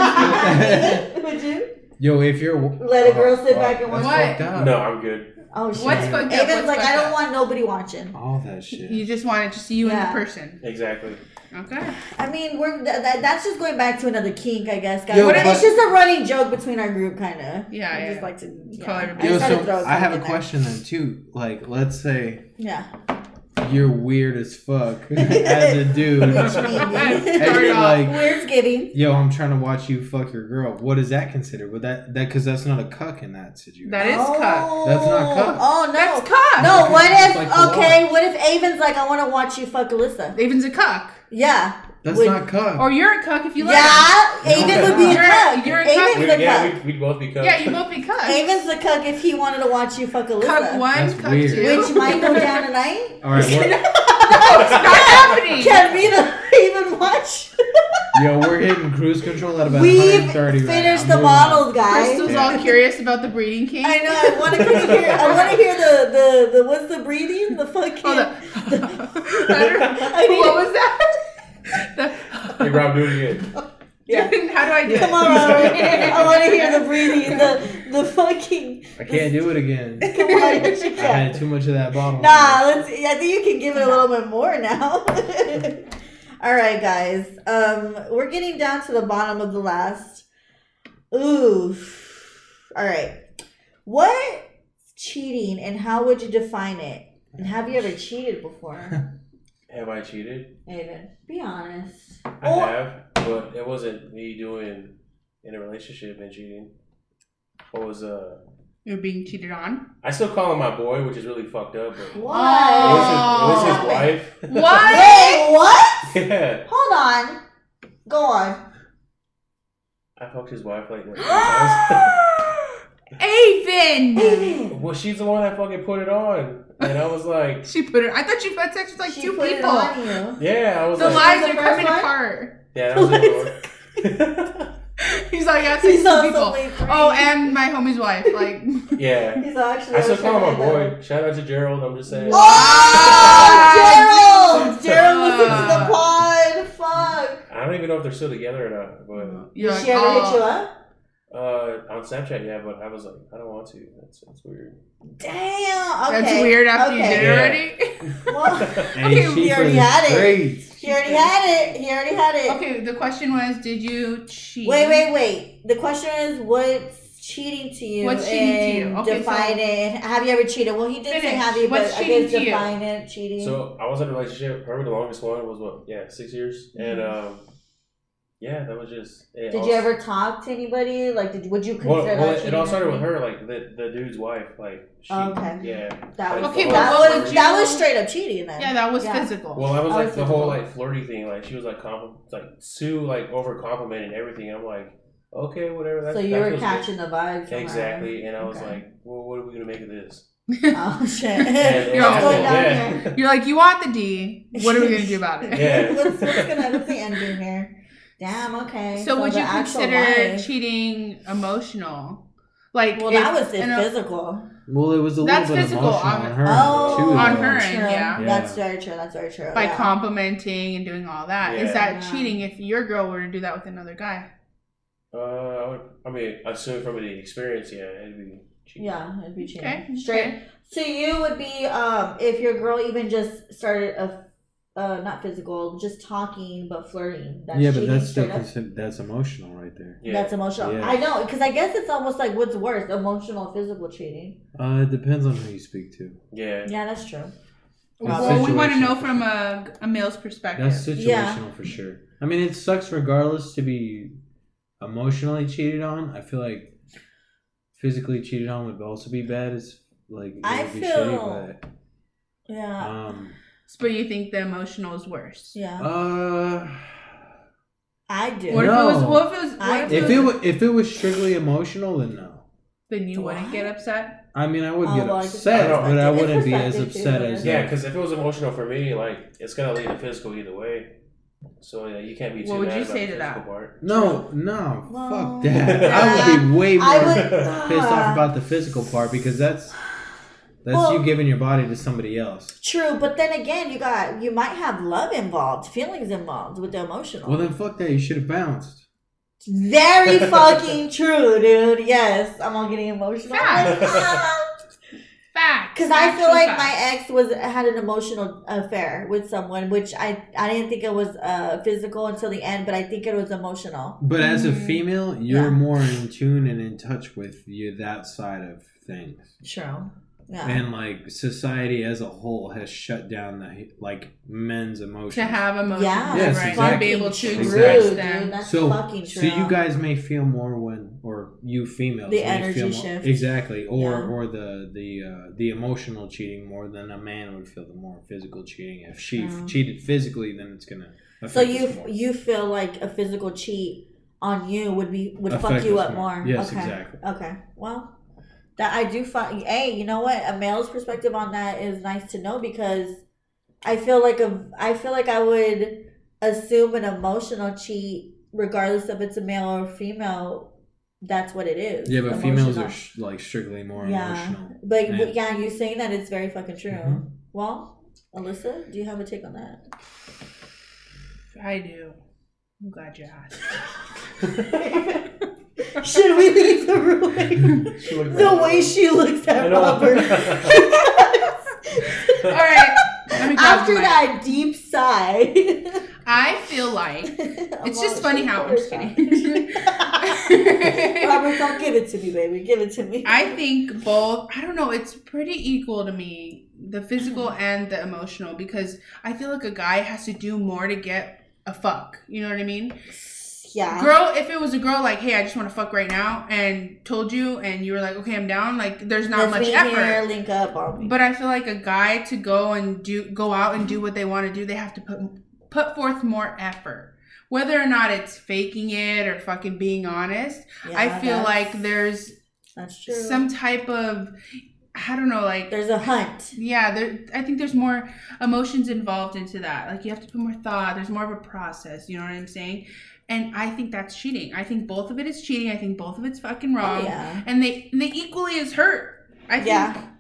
Speaker 1: wife?
Speaker 2: Would you?
Speaker 4: Yo, if you're
Speaker 2: Let a girl
Speaker 4: oh,
Speaker 2: sit
Speaker 4: fuck,
Speaker 2: back and
Speaker 4: that's
Speaker 1: watch-
Speaker 4: fucked up.
Speaker 3: no, I'm good.
Speaker 2: Oh shit.
Speaker 1: What's fucked up?
Speaker 2: Aven's
Speaker 1: What's
Speaker 2: like,
Speaker 1: fucked
Speaker 2: I don't
Speaker 1: up?
Speaker 2: want nobody watching.
Speaker 4: all that
Speaker 1: [laughs]
Speaker 4: shit.
Speaker 1: You just wanted to see you
Speaker 2: Yeah.
Speaker 1: in the person.
Speaker 3: Exactly.
Speaker 1: Okay.
Speaker 2: I mean, we're th- that, that's just going back to another kink, I guess, guys.
Speaker 4: Yo,
Speaker 2: But it's
Speaker 4: but-
Speaker 2: just a running joke between our group, kind of.
Speaker 1: Yeah,
Speaker 2: I
Speaker 1: yeah.
Speaker 2: just like to yeah.
Speaker 1: Call everybody.
Speaker 2: I
Speaker 4: Yo,
Speaker 2: just had to
Speaker 4: so
Speaker 2: throw
Speaker 4: I have a
Speaker 2: something in there.
Speaker 4: question then too. Like, let's say
Speaker 2: Yeah.
Speaker 4: you're weird as
Speaker 2: [laughs]
Speaker 4: fuck as a dude.
Speaker 1: [laughs]
Speaker 2: Which [laughs]
Speaker 4: And
Speaker 1: Start
Speaker 4: you're
Speaker 2: means
Speaker 1: off.
Speaker 4: like,
Speaker 2: weird giving.
Speaker 4: yo, I'm trying to watch you fuck your girl. What is that considered? Would that that because that's not a cuck in that situation.
Speaker 1: That is cuck.
Speaker 4: That's not cuck.
Speaker 2: Oh no.
Speaker 1: That's cuck.
Speaker 2: No, what
Speaker 4: It's
Speaker 2: if
Speaker 4: like the
Speaker 2: okay, what if Avon's like, I wanna watch you fuck Alyssa?
Speaker 1: Avon's a cuck.
Speaker 2: Yeah.
Speaker 4: that's
Speaker 2: would-
Speaker 4: not cuck.
Speaker 1: Or you're a cuck if you like.
Speaker 2: Yeah,
Speaker 4: No,
Speaker 2: Avon
Speaker 4: it's
Speaker 2: would be a
Speaker 1: not. You're-
Speaker 2: cuck.
Speaker 1: you're a
Speaker 2: Avon's
Speaker 1: cuck.
Speaker 3: We,
Speaker 2: the
Speaker 3: yeah,
Speaker 2: cuck.
Speaker 3: we, we'd both be cucked.
Speaker 1: Yeah, you both be cucks.
Speaker 2: Avon's the cuck if he wanted to watch you fuck
Speaker 1: cuck
Speaker 2: Alyssa.
Speaker 1: one,
Speaker 4: That's
Speaker 1: cuck
Speaker 4: weird.
Speaker 1: two.
Speaker 2: Which might go down
Speaker 1: [laughs]
Speaker 2: tonight.
Speaker 4: all
Speaker 2: [laughs]
Speaker 4: right, [laughs] we're,
Speaker 1: it's not happening.
Speaker 2: Can we [laughs] to even watch?
Speaker 4: yo, we're hitting cruise control at about
Speaker 2: We've
Speaker 4: 130. right
Speaker 2: finished
Speaker 4: now.
Speaker 2: the
Speaker 4: Moving on.
Speaker 2: models, guys.
Speaker 1: Crystal's
Speaker 4: Yeah.
Speaker 1: all curious about the breeding king.
Speaker 2: I know. I want to hear. I want to hear the, the the what's the breathing? The fucking. [laughs]
Speaker 1: Oh, the,
Speaker 2: I need-
Speaker 1: [laughs] what was that? The,
Speaker 3: Hey, Rob, do it again.
Speaker 2: Yeah.
Speaker 1: [laughs] How do I do
Speaker 2: Come
Speaker 1: it?
Speaker 2: on,
Speaker 1: [laughs]
Speaker 2: Robert. I want to hear the breathing. The the fucking.
Speaker 4: I can't do it again.
Speaker 2: Come on, yes, [laughs] you
Speaker 4: I
Speaker 2: can.
Speaker 4: had too much of that bottle.
Speaker 2: Nah, let's. I think you can give it a little bit more now. [laughs] All right, guys. Um, we're getting down to the bottom of the last. Oof. All right. What cheating and how would you define it? And have you ever cheated before?
Speaker 3: Have I cheated?
Speaker 2: Aiden, be honest.
Speaker 3: I
Speaker 2: Or-
Speaker 3: have, but it wasn't me doing in a relationship and cheating. What was uh?
Speaker 1: You're being cheated
Speaker 2: [gasps]
Speaker 1: on.
Speaker 3: I still call him my boy, which is really fucked up. But it
Speaker 2: What?
Speaker 3: was his, it
Speaker 2: Oh.
Speaker 3: was his wife.
Speaker 1: [laughs] What?
Speaker 2: Wait, what?
Speaker 3: [laughs] yeah,
Speaker 2: Hold on. Go on.
Speaker 3: I fucked his wife like. like three times.
Speaker 1: Avon.
Speaker 3: [laughs] Well, she's the one that fucking put it on, and I was like,
Speaker 1: She put her. I thought you had sex with like
Speaker 2: She
Speaker 1: two
Speaker 2: put it
Speaker 1: people.
Speaker 2: on you.
Speaker 3: yeah, I was
Speaker 1: The
Speaker 3: like,
Speaker 2: lie-
Speaker 1: lives
Speaker 2: Was
Speaker 1: are coming
Speaker 2: the first one? [laughs]
Speaker 1: apart.
Speaker 3: yeah, that was it.
Speaker 1: He's like, I have sex
Speaker 2: He's
Speaker 1: with two
Speaker 2: also
Speaker 1: people.
Speaker 2: way free.
Speaker 1: Oh, and my homie's wife.
Speaker 2: [laughs]
Speaker 1: Like,
Speaker 3: [laughs] yeah,
Speaker 2: he's actually.
Speaker 3: I still call him my
Speaker 2: that.
Speaker 3: boy. Shout out to Gerald. I'm just saying.
Speaker 2: Oh, Gerald! Gerald listens to the
Speaker 1: Ah.
Speaker 2: pod. Fuck.
Speaker 3: I don't even know if they're still together or not,
Speaker 1: you're
Speaker 2: Did
Speaker 1: like,
Speaker 2: she ever hit you
Speaker 1: oh.
Speaker 2: up?
Speaker 3: but uh, on Snapchat, yeah. But I was like, I don't want to. That's that's weird.
Speaker 2: Damn. Okay.
Speaker 1: That's weird after you
Speaker 2: okay.
Speaker 1: did it
Speaker 3: Yeah.
Speaker 1: already.
Speaker 2: Well, [laughs]
Speaker 4: And
Speaker 1: Okay,
Speaker 2: we
Speaker 4: she
Speaker 2: already
Speaker 4: was
Speaker 2: had it.
Speaker 4: great.
Speaker 2: he already had it. He already had it.
Speaker 1: Okay, the question was, did you cheat?
Speaker 2: Wait, wait, wait. The question is, what's cheating to you?
Speaker 1: What's cheating to you?
Speaker 2: and
Speaker 1: Okay, so-
Speaker 2: define it. Have you ever cheated? Well, he did say
Speaker 1: Finish.
Speaker 2: have you, but
Speaker 1: What's
Speaker 2: I
Speaker 1: cheating
Speaker 2: guess
Speaker 1: to you?
Speaker 2: define it. Cheating.
Speaker 3: So I was in a relationship. Probably the longest one was what? Yeah, six years. And um, yeah, that was just. It
Speaker 2: Mm-hmm. did
Speaker 3: all-
Speaker 2: you ever talk to anybody? Like, did would you consider
Speaker 3: Well, well,
Speaker 2: that?
Speaker 3: it
Speaker 2: cheating
Speaker 3: all
Speaker 2: or
Speaker 3: started with
Speaker 2: something?
Speaker 3: her, like the the dude's wife, like she.
Speaker 2: Okay.
Speaker 3: Yeah.
Speaker 2: That was
Speaker 3: Okay,
Speaker 2: okay,
Speaker 3: but
Speaker 2: that
Speaker 3: what
Speaker 2: was
Speaker 3: would
Speaker 2: that
Speaker 1: you-
Speaker 2: was straight up cheating then.
Speaker 1: Yeah, that was
Speaker 2: Yeah.
Speaker 1: physical.
Speaker 3: Well, I was
Speaker 2: I
Speaker 3: like
Speaker 2: was
Speaker 3: the whole
Speaker 2: Oh, difficult.
Speaker 3: like flirty thing. Like she was like compl- like too like over complimenting everything. I'm like, okay, whatever. That,
Speaker 2: so you
Speaker 3: that
Speaker 2: were
Speaker 3: feels good.
Speaker 2: catching the vibe. From
Speaker 3: Exactly, and I was
Speaker 2: Okay.
Speaker 3: like, well, what are we gonna make
Speaker 2: [laughs]
Speaker 3: of this?
Speaker 2: Her. [laughs] Oh [laughs] shit!
Speaker 3: And- and-
Speaker 2: What's
Speaker 1: all
Speaker 2: going down
Speaker 3: yeah.
Speaker 2: here?
Speaker 1: You're like, you want the D. What are we gonna do about
Speaker 2: [laughs]
Speaker 1: it?
Speaker 3: [laughs] Yeah.
Speaker 2: what's, what's gonna what's the ending here? Damn. Okay.
Speaker 1: So, would
Speaker 2: the
Speaker 1: you
Speaker 2: actual
Speaker 1: consider
Speaker 2: life-
Speaker 1: cheating emotional? Like,
Speaker 2: Well,
Speaker 1: if-
Speaker 2: that was
Speaker 1: in
Speaker 2: it,
Speaker 1: a-
Speaker 2: physical.
Speaker 4: Well, it was a
Speaker 1: That's
Speaker 4: little bit
Speaker 1: physical
Speaker 4: emotional
Speaker 1: on-
Speaker 4: on, her.
Speaker 2: Oh,
Speaker 4: too,
Speaker 1: on
Speaker 4: though.
Speaker 1: her end,
Speaker 2: true.
Speaker 1: yeah.
Speaker 2: That's very true. That's very true.
Speaker 1: by
Speaker 2: yeah.
Speaker 1: complimenting and doing all that, is
Speaker 3: Yeah.
Speaker 1: that
Speaker 2: Yeah.
Speaker 1: cheating? If your girl were to do that with another guy,
Speaker 3: Uh, I would- I mean, assume from the experience, yeah, it'd be cheap.
Speaker 2: Yeah, it'd be cheating.
Speaker 1: okay,
Speaker 2: Straight. So you would be um if your girl even just started a uh not physical, just talking but flirting. That's
Speaker 4: yeah, but
Speaker 2: cheating
Speaker 4: that's still
Speaker 2: straight up.
Speaker 4: considered, that's emotional right there.
Speaker 3: Yeah.
Speaker 2: That's emotional.
Speaker 4: Yeah.
Speaker 2: I know, because I guess it's almost like what's worse, emotional, physical cheating.
Speaker 4: Uh, it depends on who you speak to.
Speaker 3: yeah,
Speaker 2: Yeah, that's true.
Speaker 1: Well,
Speaker 2: That's
Speaker 1: we want to
Speaker 4: situational
Speaker 1: know
Speaker 4: for
Speaker 1: from
Speaker 4: sure.
Speaker 1: a, a male's perspective.
Speaker 4: That's situational
Speaker 2: Yeah.
Speaker 4: for sure. I mean, it sucks regardless to be emotionally cheated on. I feel like physically cheated on would also be bad. It's like it
Speaker 2: I
Speaker 4: would be
Speaker 2: feel-
Speaker 4: shitty, but
Speaker 2: Yeah.
Speaker 4: um,
Speaker 1: but you think the emotional is worse.
Speaker 2: Yeah.
Speaker 4: uh,
Speaker 2: I do.
Speaker 1: What if it was?
Speaker 4: No.
Speaker 1: What if it was?
Speaker 2: I
Speaker 1: What if
Speaker 4: if
Speaker 1: it
Speaker 4: it
Speaker 1: was
Speaker 4: wa- if it was strictly emotional, then no.
Speaker 1: then you wouldn't
Speaker 2: What?
Speaker 1: get upset.
Speaker 4: I mean, I would
Speaker 2: Oh,
Speaker 4: get
Speaker 2: well, I guess
Speaker 4: upset,
Speaker 3: that's
Speaker 4: but I
Speaker 2: perspective.
Speaker 4: wouldn't be
Speaker 2: It's
Speaker 4: as
Speaker 2: perspective,
Speaker 4: upset
Speaker 2: too,
Speaker 4: as
Speaker 3: yeah. Because if it was emotional for me, like it's gonna lead to physical either way. So yeah, you can't be too
Speaker 1: What would
Speaker 3: mad
Speaker 1: you
Speaker 3: about
Speaker 1: say
Speaker 3: the
Speaker 1: to
Speaker 3: physical
Speaker 1: that? [laughs]
Speaker 3: part.
Speaker 4: No, no,
Speaker 2: Well,
Speaker 4: fuck that. I would be way more
Speaker 2: I would
Speaker 4: [laughs] pissed
Speaker 2: Ah.
Speaker 4: off about the physical part because that's that's
Speaker 2: Well-
Speaker 4: you giving your body to somebody else.
Speaker 2: [laughs] True, but then again, you got you might have love involved, feelings involved with the emotional.
Speaker 4: Well, then fuck that. You should have bounced. [laughs]
Speaker 2: Very fucking true, dude. Yes, I'm all getting emotional. [laughs]
Speaker 1: Facts.
Speaker 2: Because
Speaker 1: Facts.
Speaker 2: I feel
Speaker 1: Actual
Speaker 2: like my
Speaker 1: facts.
Speaker 2: ex was had an emotional affair with someone, which I I didn't think it was uh, physical until the end, but I think it was emotional.
Speaker 4: But as a
Speaker 1: Mhm.
Speaker 4: female, you're
Speaker 2: Mm-hmm. Yeah.
Speaker 4: more in tune and in touch with you that side of things.
Speaker 2: True. Yeah.
Speaker 4: And like society as a whole has shut down the like men's emotions.
Speaker 1: to have emotions,
Speaker 2: yeah,
Speaker 4: Yes,
Speaker 2: that's
Speaker 1: right? To
Speaker 4: exactly.
Speaker 1: be able to
Speaker 2: fucking
Speaker 4: express
Speaker 2: true,
Speaker 1: them.
Speaker 2: Dude, that's
Speaker 4: so,
Speaker 2: fucking true.
Speaker 4: so you guys may feel more when, or you females,
Speaker 2: The
Speaker 4: may
Speaker 2: energy
Speaker 4: feel more-
Speaker 2: shift.
Speaker 4: exactly, or
Speaker 2: Yeah.
Speaker 4: or the the uh, the emotional cheating more than a man would feel the more physical cheating. If she f-
Speaker 2: Yeah.
Speaker 4: cheated physically, then it's gonna. Affect
Speaker 2: so you
Speaker 4: us more.
Speaker 2: you feel like a physical cheat on you would be would fuck
Speaker 4: Affect
Speaker 2: you
Speaker 4: us
Speaker 2: up more.
Speaker 4: Yes,
Speaker 2: okay.
Speaker 4: exactly.
Speaker 2: Okay. Well, that I do find. Hey, you know what? A male's perspective on that is nice to know because I feel like a I feel like I would assume an emotional cheat, regardless if it's a male or female. That's what it is.
Speaker 4: Yeah, but females
Speaker 2: Emotional.
Speaker 4: are sh- like strictly more
Speaker 2: Yeah.
Speaker 4: emotional.
Speaker 2: But yeah,
Speaker 4: yeah.
Speaker 2: you saying that it's very fucking true.
Speaker 4: Mhm.
Speaker 2: Well, Alyssa, do you have a take
Speaker 1: [laughs]
Speaker 2: on that?
Speaker 1: I do. I'm glad you asked.
Speaker 2: Should we leave the room?
Speaker 1: [laughs]
Speaker 3: She looked
Speaker 2: the
Speaker 3: mad.
Speaker 2: way she looks
Speaker 3: [laughs]
Speaker 2: [laughs]
Speaker 3: I
Speaker 2: at
Speaker 3: know.
Speaker 2: Robert.
Speaker 1: All right. [laughs] Let me grab
Speaker 2: After
Speaker 1: my-
Speaker 2: that deep sigh. [laughs]
Speaker 1: I feel like it's just funny how I'm just kidding.
Speaker 2: [laughs]
Speaker 1: [laughs]
Speaker 2: Robert, don't give it to me, baby. Give it to me.
Speaker 1: I think both. I don't know. It's pretty equal to me, the
Speaker 2: [laughs]
Speaker 1: physical and the emotional, because I feel like a guy has to do more to get a fuck. You know what I mean?
Speaker 2: yeah.
Speaker 1: Girl, if it was a girl like, hey, I just want to fuck right now, and told you, and you were like, okay, I'm down. Like, there's not
Speaker 2: Let's
Speaker 1: much
Speaker 2: meet
Speaker 1: effort.
Speaker 2: Here, link up. I'll-
Speaker 1: But I feel like a guy to go and do go out and do what they want to do, they have to put put forth more effort. Whether or not it's faking it or fucking being honest,
Speaker 2: Yeah,
Speaker 1: I feel
Speaker 2: that's-
Speaker 1: like there's
Speaker 2: That's true.
Speaker 1: some type of I don't know, like
Speaker 2: There's a hunt.
Speaker 1: yeah, there I think there's more emotions involved into that. Like you have to put more thought, there's more of a process, you know what I'm saying? And I think that's cheating. I think both of it is cheating. I think both of it's fucking wrong.
Speaker 2: Oh, yeah.
Speaker 1: And they they equally is hurt. I think
Speaker 2: Yeah.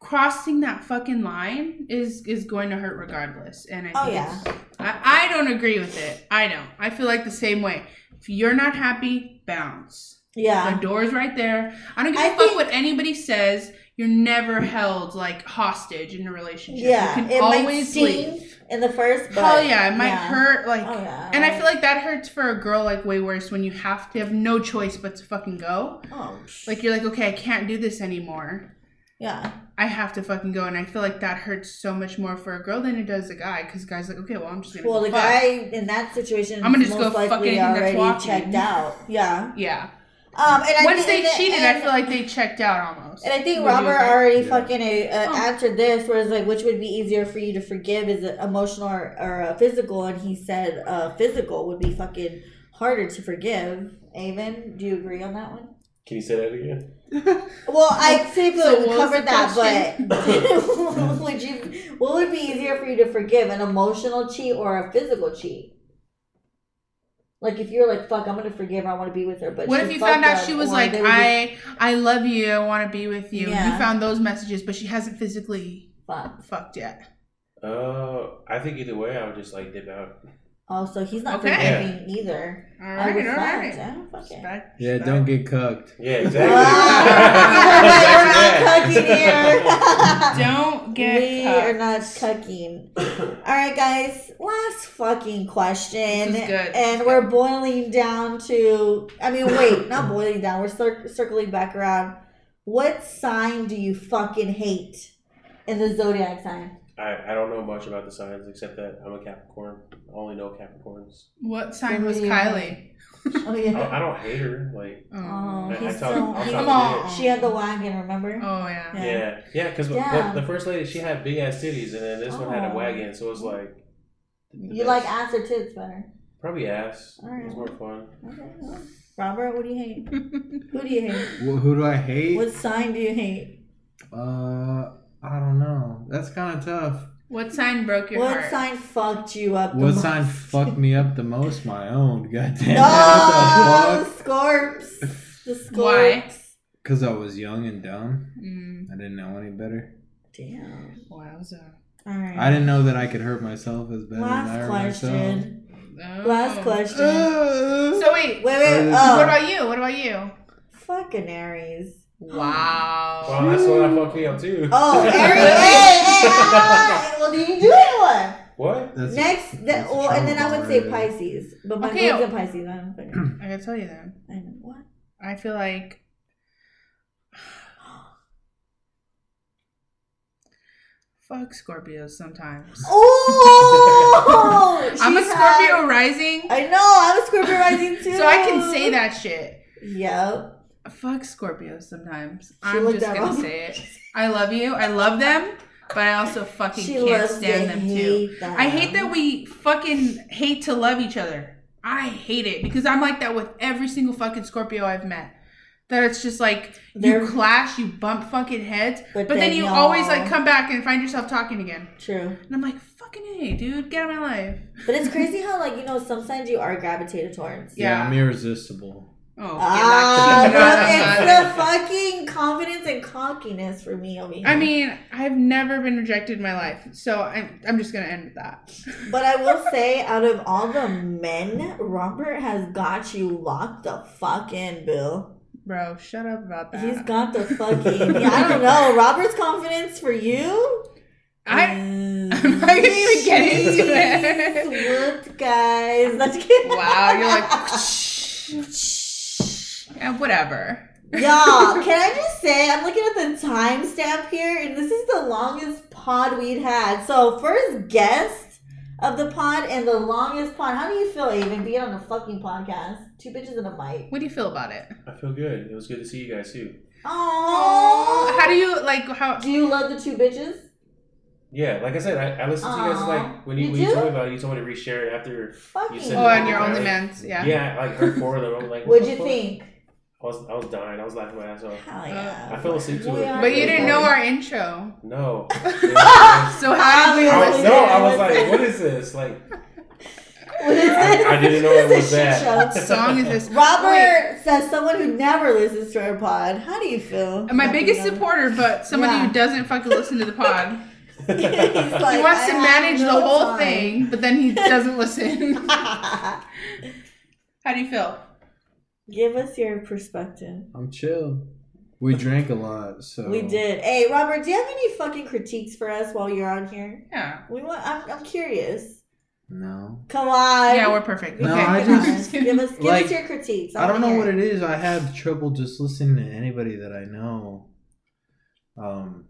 Speaker 1: crossing that fucking line is is going to hurt regardless. And I
Speaker 2: Oh,
Speaker 1: think
Speaker 2: yeah.
Speaker 1: it's- I, I don't agree with it. I don't. I feel like the same way. If you're not happy, bounce.
Speaker 2: Yeah.
Speaker 1: The door's right there. I don't give a
Speaker 2: I
Speaker 1: fuck
Speaker 2: think-
Speaker 1: what anybody says. You're never held like hostage in a relationship.
Speaker 2: Yeah.
Speaker 1: you can
Speaker 2: It might
Speaker 1: always
Speaker 2: sting
Speaker 1: leave.
Speaker 2: in the first, but.
Speaker 1: Hell yeah, it might
Speaker 2: yeah.
Speaker 1: hurt. Like,
Speaker 2: Oh, yeah.
Speaker 1: and I feel like that hurts for a girl like way worse when you have to have no choice but to fucking go.
Speaker 2: Oh,
Speaker 1: Like you're like, okay, I can't do this anymore.
Speaker 2: yeah.
Speaker 1: I have to fucking go, and I feel like that hurts so much more for a girl than it does a guy. Because guys like, okay, well, I'm just gonna.
Speaker 2: Well,
Speaker 1: go
Speaker 2: the
Speaker 1: fuck.
Speaker 2: guy in that situation
Speaker 1: I'm gonna just
Speaker 2: most
Speaker 1: go fuck
Speaker 2: likely
Speaker 1: anything that's
Speaker 2: already
Speaker 1: walking.
Speaker 2: checked out. Yeah.
Speaker 1: Yeah.
Speaker 2: Um, and I
Speaker 1: Once
Speaker 2: think-
Speaker 1: they
Speaker 2: and-
Speaker 1: cheated,
Speaker 2: and-
Speaker 1: I feel like they checked out almost.
Speaker 2: And I think
Speaker 1: Would you
Speaker 2: Robert
Speaker 1: agree?
Speaker 2: already
Speaker 4: Yeah.
Speaker 2: fucking uh,
Speaker 1: Oh.
Speaker 2: answered this, where it's like, which would be easier for you to forgive? Is it emotional or, or uh, physical? And he said, uh, physical would be fucking harder to forgive. Avon, do you agree on that one?
Speaker 3: [laughs] Can you say that again?
Speaker 2: Well, I think we
Speaker 1: So what was the
Speaker 2: covered that,
Speaker 1: question?
Speaker 2: but [laughs] would you? What would be easier for you to forgive, an emotional cheat or a physical cheat? Like if you're like, "Fuck, I'm gonna forgive her. I want to be with her," but
Speaker 1: What
Speaker 2: she
Speaker 1: if you
Speaker 2: fucked
Speaker 1: found out
Speaker 2: up,
Speaker 1: she was
Speaker 2: or
Speaker 1: like,
Speaker 2: they would be-
Speaker 1: I I love you, I want to be with you. and You
Speaker 2: Yeah.
Speaker 1: found those messages, but she hasn't physically
Speaker 2: fuck."
Speaker 1: fucked yet.
Speaker 3: Uh, I think either way, I would just like dip out.
Speaker 2: Oh, so he's not
Speaker 1: Okay.
Speaker 2: forgiving either.
Speaker 1: All
Speaker 2: I
Speaker 1: right, all
Speaker 2: reflect.
Speaker 1: right.
Speaker 2: I don't fucking-
Speaker 1: Respect,
Speaker 4: Yeah,
Speaker 1: respect.
Speaker 4: don't get cucked.
Speaker 2: [laughs]
Speaker 3: Yeah,
Speaker 1: [laughs]
Speaker 3: [laughs]
Speaker 2: Ah,
Speaker 3: exactly.
Speaker 2: we're not cucking here.
Speaker 1: don't get
Speaker 2: [laughs] we
Speaker 1: cucked.
Speaker 2: are not cucking. All right, guys. Last fucking question,
Speaker 1: This is good.
Speaker 2: and we're boiling down to. I mean, wait, not boiling down. We're cir- circling back around. What sign do you fucking hate in the
Speaker 1: [laughs]
Speaker 2: zodiac sign?
Speaker 3: [laughs] I, I don't know much about the signs except that I'm a Capricorn. I only know
Speaker 2: [laughs]
Speaker 3: Capricorns.
Speaker 1: What sign was
Speaker 2: Ooh.
Speaker 1: Kylie?
Speaker 2: Oh
Speaker 3: I, don't-
Speaker 2: yeah.
Speaker 3: I don't hate her. Like,
Speaker 2: Oh,
Speaker 3: I- I
Speaker 2: he's
Speaker 3: talk-
Speaker 2: so.
Speaker 3: I'll
Speaker 2: he-
Speaker 3: talk
Speaker 1: Come
Speaker 2: she had the wagon. Remember?
Speaker 1: Oh yeah.
Speaker 2: [laughs]
Speaker 1: [laughs]
Speaker 2: Yeah.
Speaker 3: yeah, yeah, because
Speaker 2: Yeah.
Speaker 3: the first lady she had big ass titties, and then this one had
Speaker 2: Oh.
Speaker 3: a wagon, so it was like
Speaker 2: you like ass or tits better?
Speaker 3: probably ass.
Speaker 2: All right.
Speaker 3: It was more fun.
Speaker 2: Okay. well. Robert, what do you hate? Who do you hate?
Speaker 4: Wh- who do I hate?
Speaker 2: What sign do you hate?
Speaker 4: Uh, I don't know. That's kind of tough.
Speaker 1: What sign broke your
Speaker 2: what
Speaker 1: heart?
Speaker 2: sign fucked you up? the
Speaker 4: What
Speaker 2: most? [laughs]
Speaker 4: sign fucked me up the most? My own. [laughs] Goddamn.
Speaker 2: No,
Speaker 4: What the fuck?
Speaker 2: Scorps. The Scorps.
Speaker 1: Why?
Speaker 4: Because I was young and dumb.
Speaker 1: Mm,
Speaker 4: I didn't know any better.
Speaker 2: Damn.
Speaker 1: wowza.
Speaker 2: All right.
Speaker 4: I didn't know that I could hurt myself as bad as I
Speaker 2: Last
Speaker 4: hurt myself.
Speaker 2: question.
Speaker 1: Oh.
Speaker 2: Last question.
Speaker 4: [gasps] Uh,
Speaker 1: So wait,
Speaker 2: wait, wait.
Speaker 4: Uh,
Speaker 1: what
Speaker 2: Oh,
Speaker 1: about you? What about you?
Speaker 2: fucking Aries.
Speaker 1: Wow.
Speaker 3: Well, that's what I fucked me up too. [laughs]
Speaker 2: Oh,
Speaker 4: [laughs]
Speaker 2: Aries. hey, hey, ah, Well, then you do anyone?
Speaker 3: What?
Speaker 4: [laughs] that's-
Speaker 2: Next, the,
Speaker 4: that's a
Speaker 2: well, and then I would say
Speaker 4: trouble card.
Speaker 2: Pisces, but my
Speaker 1: Okay.
Speaker 2: moon's in Pisces. I don't
Speaker 4: [clears throat]
Speaker 2: fucking.
Speaker 1: I gotta tell you then.
Speaker 2: I know what.
Speaker 1: I feel like [sighs] fuck Scorpios sometimes.
Speaker 2: Oh,
Speaker 1: [laughs] I'm a
Speaker 2: she's
Speaker 1: Scorpio
Speaker 2: hot.
Speaker 1: rising,
Speaker 2: I know. I'm a Scorpio rising too.
Speaker 1: [laughs] so I can say that shit.
Speaker 2: Yep.
Speaker 1: Fuck Scorpios sometimes.
Speaker 2: looked
Speaker 1: I'm just
Speaker 2: that
Speaker 1: gonna
Speaker 2: up.
Speaker 1: say it. I love you. I love them, but I also fucking
Speaker 2: [laughs] She
Speaker 1: can't
Speaker 2: loves
Speaker 1: stand
Speaker 2: to
Speaker 1: them too.
Speaker 2: hate them.
Speaker 1: I hate that we fucking hate to love each other. I hate it because I'm like that with every single fucking Scorpio I've met. That it's just like
Speaker 2: They're-
Speaker 1: you clash, you bump fucking heads,
Speaker 2: But
Speaker 1: but, then,
Speaker 2: then
Speaker 1: you
Speaker 2: y'all-
Speaker 1: always like come back and find yourself talking again.
Speaker 2: True.
Speaker 1: And I'm like, fucking hey, dude, get out of my life.
Speaker 2: But it's crazy how, like, you know, sometimes you are gravitated towards.
Speaker 4: Yeah,
Speaker 1: Yeah.
Speaker 4: I'm irresistible.
Speaker 1: Oh,
Speaker 2: Ah,
Speaker 1: get back to [laughs]
Speaker 2: look, it's the fucking confidence and cockiness for me over here.
Speaker 1: I mean, I've never been rejected in my life, so I'm, I'm just gonna end with that.
Speaker 2: but I will say, out of all the men, Robert has got you locked the fuck in, Bill.
Speaker 1: Bro, shut up about that.
Speaker 2: He's got
Speaker 1: [laughs]
Speaker 2: the fucking. I don't know. Robert's confidence for you.
Speaker 1: I
Speaker 2: I'm
Speaker 1: not gonna even get into
Speaker 2: [laughs]
Speaker 1: it.
Speaker 2: What, Mm. guys? Let's get.
Speaker 1: wow, you're like, yeah, whatever.
Speaker 2: [laughs] Y'all, can I just say I'm looking at the timestamp here, and this is the longest pod we'd had. So first guest of the pod and the longest pod. How do you feel, Aiden, being on a fucking podcast? Two bitches and a mic.
Speaker 1: What do you feel about it?
Speaker 3: I feel good. It was good to see you guys too.
Speaker 2: Oh,
Speaker 1: How do you like how?
Speaker 2: do you love the two bitches?
Speaker 3: Yeah, like I said, I, I listened to you guys
Speaker 2: Aw.
Speaker 3: like when you,
Speaker 2: You
Speaker 3: when you
Speaker 2: do?
Speaker 3: told me about it, you told me to reshare it after.
Speaker 2: Fucking.
Speaker 3: said
Speaker 1: Oh, on your
Speaker 3: own
Speaker 1: on
Speaker 3: demand.
Speaker 1: demands, yeah.
Speaker 3: Yeah, I like heard four of them. I'm like, what
Speaker 2: What'd
Speaker 3: the
Speaker 2: you
Speaker 3: fuck?
Speaker 2: think?
Speaker 3: I was I was dying. I was laughing my ass off.
Speaker 2: Hell
Speaker 3: I
Speaker 2: yeah.
Speaker 3: fell asleep to
Speaker 2: We
Speaker 3: it.
Speaker 2: are-
Speaker 1: But you didn't know our intro.
Speaker 2: [laughs]
Speaker 3: No. It was-
Speaker 1: So how did we
Speaker 3: I was,
Speaker 2: Obviously.
Speaker 3: no, I was like, what is this? Like,
Speaker 2: What is this?
Speaker 3: I didn't know
Speaker 2: This
Speaker 3: it
Speaker 2: is a
Speaker 3: was
Speaker 2: shit
Speaker 3: that.
Speaker 2: show.
Speaker 1: song is this?
Speaker 2: Robert says someone who never listens to our pod. How do you feel?
Speaker 1: My biggest
Speaker 2: Nothing
Speaker 1: supporter, but somebody
Speaker 2: Yeah.
Speaker 1: who doesn't fucking listen to the
Speaker 2: [laughs]
Speaker 1: pod.
Speaker 2: [laughs] He's
Speaker 3: [laughs]
Speaker 2: like,
Speaker 1: he wants
Speaker 2: I
Speaker 1: to
Speaker 2: have
Speaker 1: manage
Speaker 2: no
Speaker 1: the whole
Speaker 2: time.
Speaker 1: thing, but then he doesn't listen. [laughs] How do you feel?
Speaker 2: [laughs] Give us your perspective.
Speaker 4: I'm chill. We drank a lot, so
Speaker 2: We did. Hey, Robert, do you have any fucking critiques for us while you're on here?
Speaker 1: Yeah.
Speaker 2: We want. I'm, I'm curious.
Speaker 4: No,
Speaker 2: Come on.
Speaker 1: Yeah, we're perfect.
Speaker 4: No,
Speaker 1: okay. [laughs]
Speaker 4: I
Speaker 2: Come on.
Speaker 4: just-
Speaker 2: [laughs] give us give
Speaker 4: [laughs] Like,
Speaker 2: us your critiques.
Speaker 4: I don't know what it is. I have trouble just listening to anybody that I know. Um,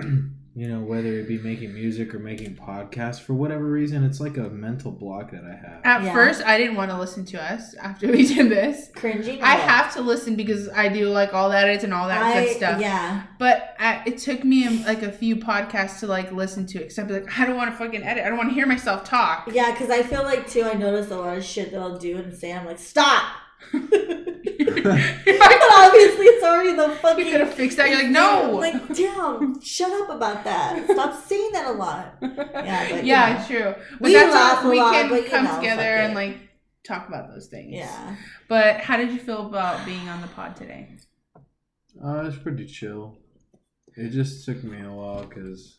Speaker 4: [clears throat] you know, whether it be making music or making podcasts, for whatever reason, it's like a mental block that I have.
Speaker 1: At
Speaker 2: Yeah.
Speaker 1: first, I didn't want to listen to us after we did this.
Speaker 2: cringing.
Speaker 1: I have to listen because I do like all that edits and all that
Speaker 2: I,
Speaker 1: good stuff.
Speaker 2: Yeah.
Speaker 1: But I, it took me um, like a few podcasts to like listen to it because I'd be like, I don't want to fucking edit. I don't want to hear myself talk.
Speaker 2: Yeah, because I feel like too. I notice a lot of shit that I'll do and say. I'm
Speaker 1: [laughs]
Speaker 2: like, stop. [laughs] but obviously, it's already the
Speaker 1: we
Speaker 2: fucking.
Speaker 1: could
Speaker 2: [laughs]
Speaker 1: have fixed that. You're like, no. [laughs]
Speaker 2: I'm like, damn, shut up about that. Stop saying that a lot. Yeah, but,
Speaker 1: yeah,
Speaker 2: you
Speaker 1: true. But
Speaker 2: We
Speaker 1: that's
Speaker 2: laugh
Speaker 1: how
Speaker 2: a
Speaker 1: we
Speaker 2: lot,
Speaker 1: can
Speaker 2: but, you
Speaker 1: come
Speaker 2: know,
Speaker 1: together
Speaker 2: fuck
Speaker 1: and
Speaker 2: it.
Speaker 1: like talk about those things.
Speaker 2: Yeah.
Speaker 1: But how did you feel about being on the pod today?
Speaker 4: Uh, it's pretty chill. It just took me a while because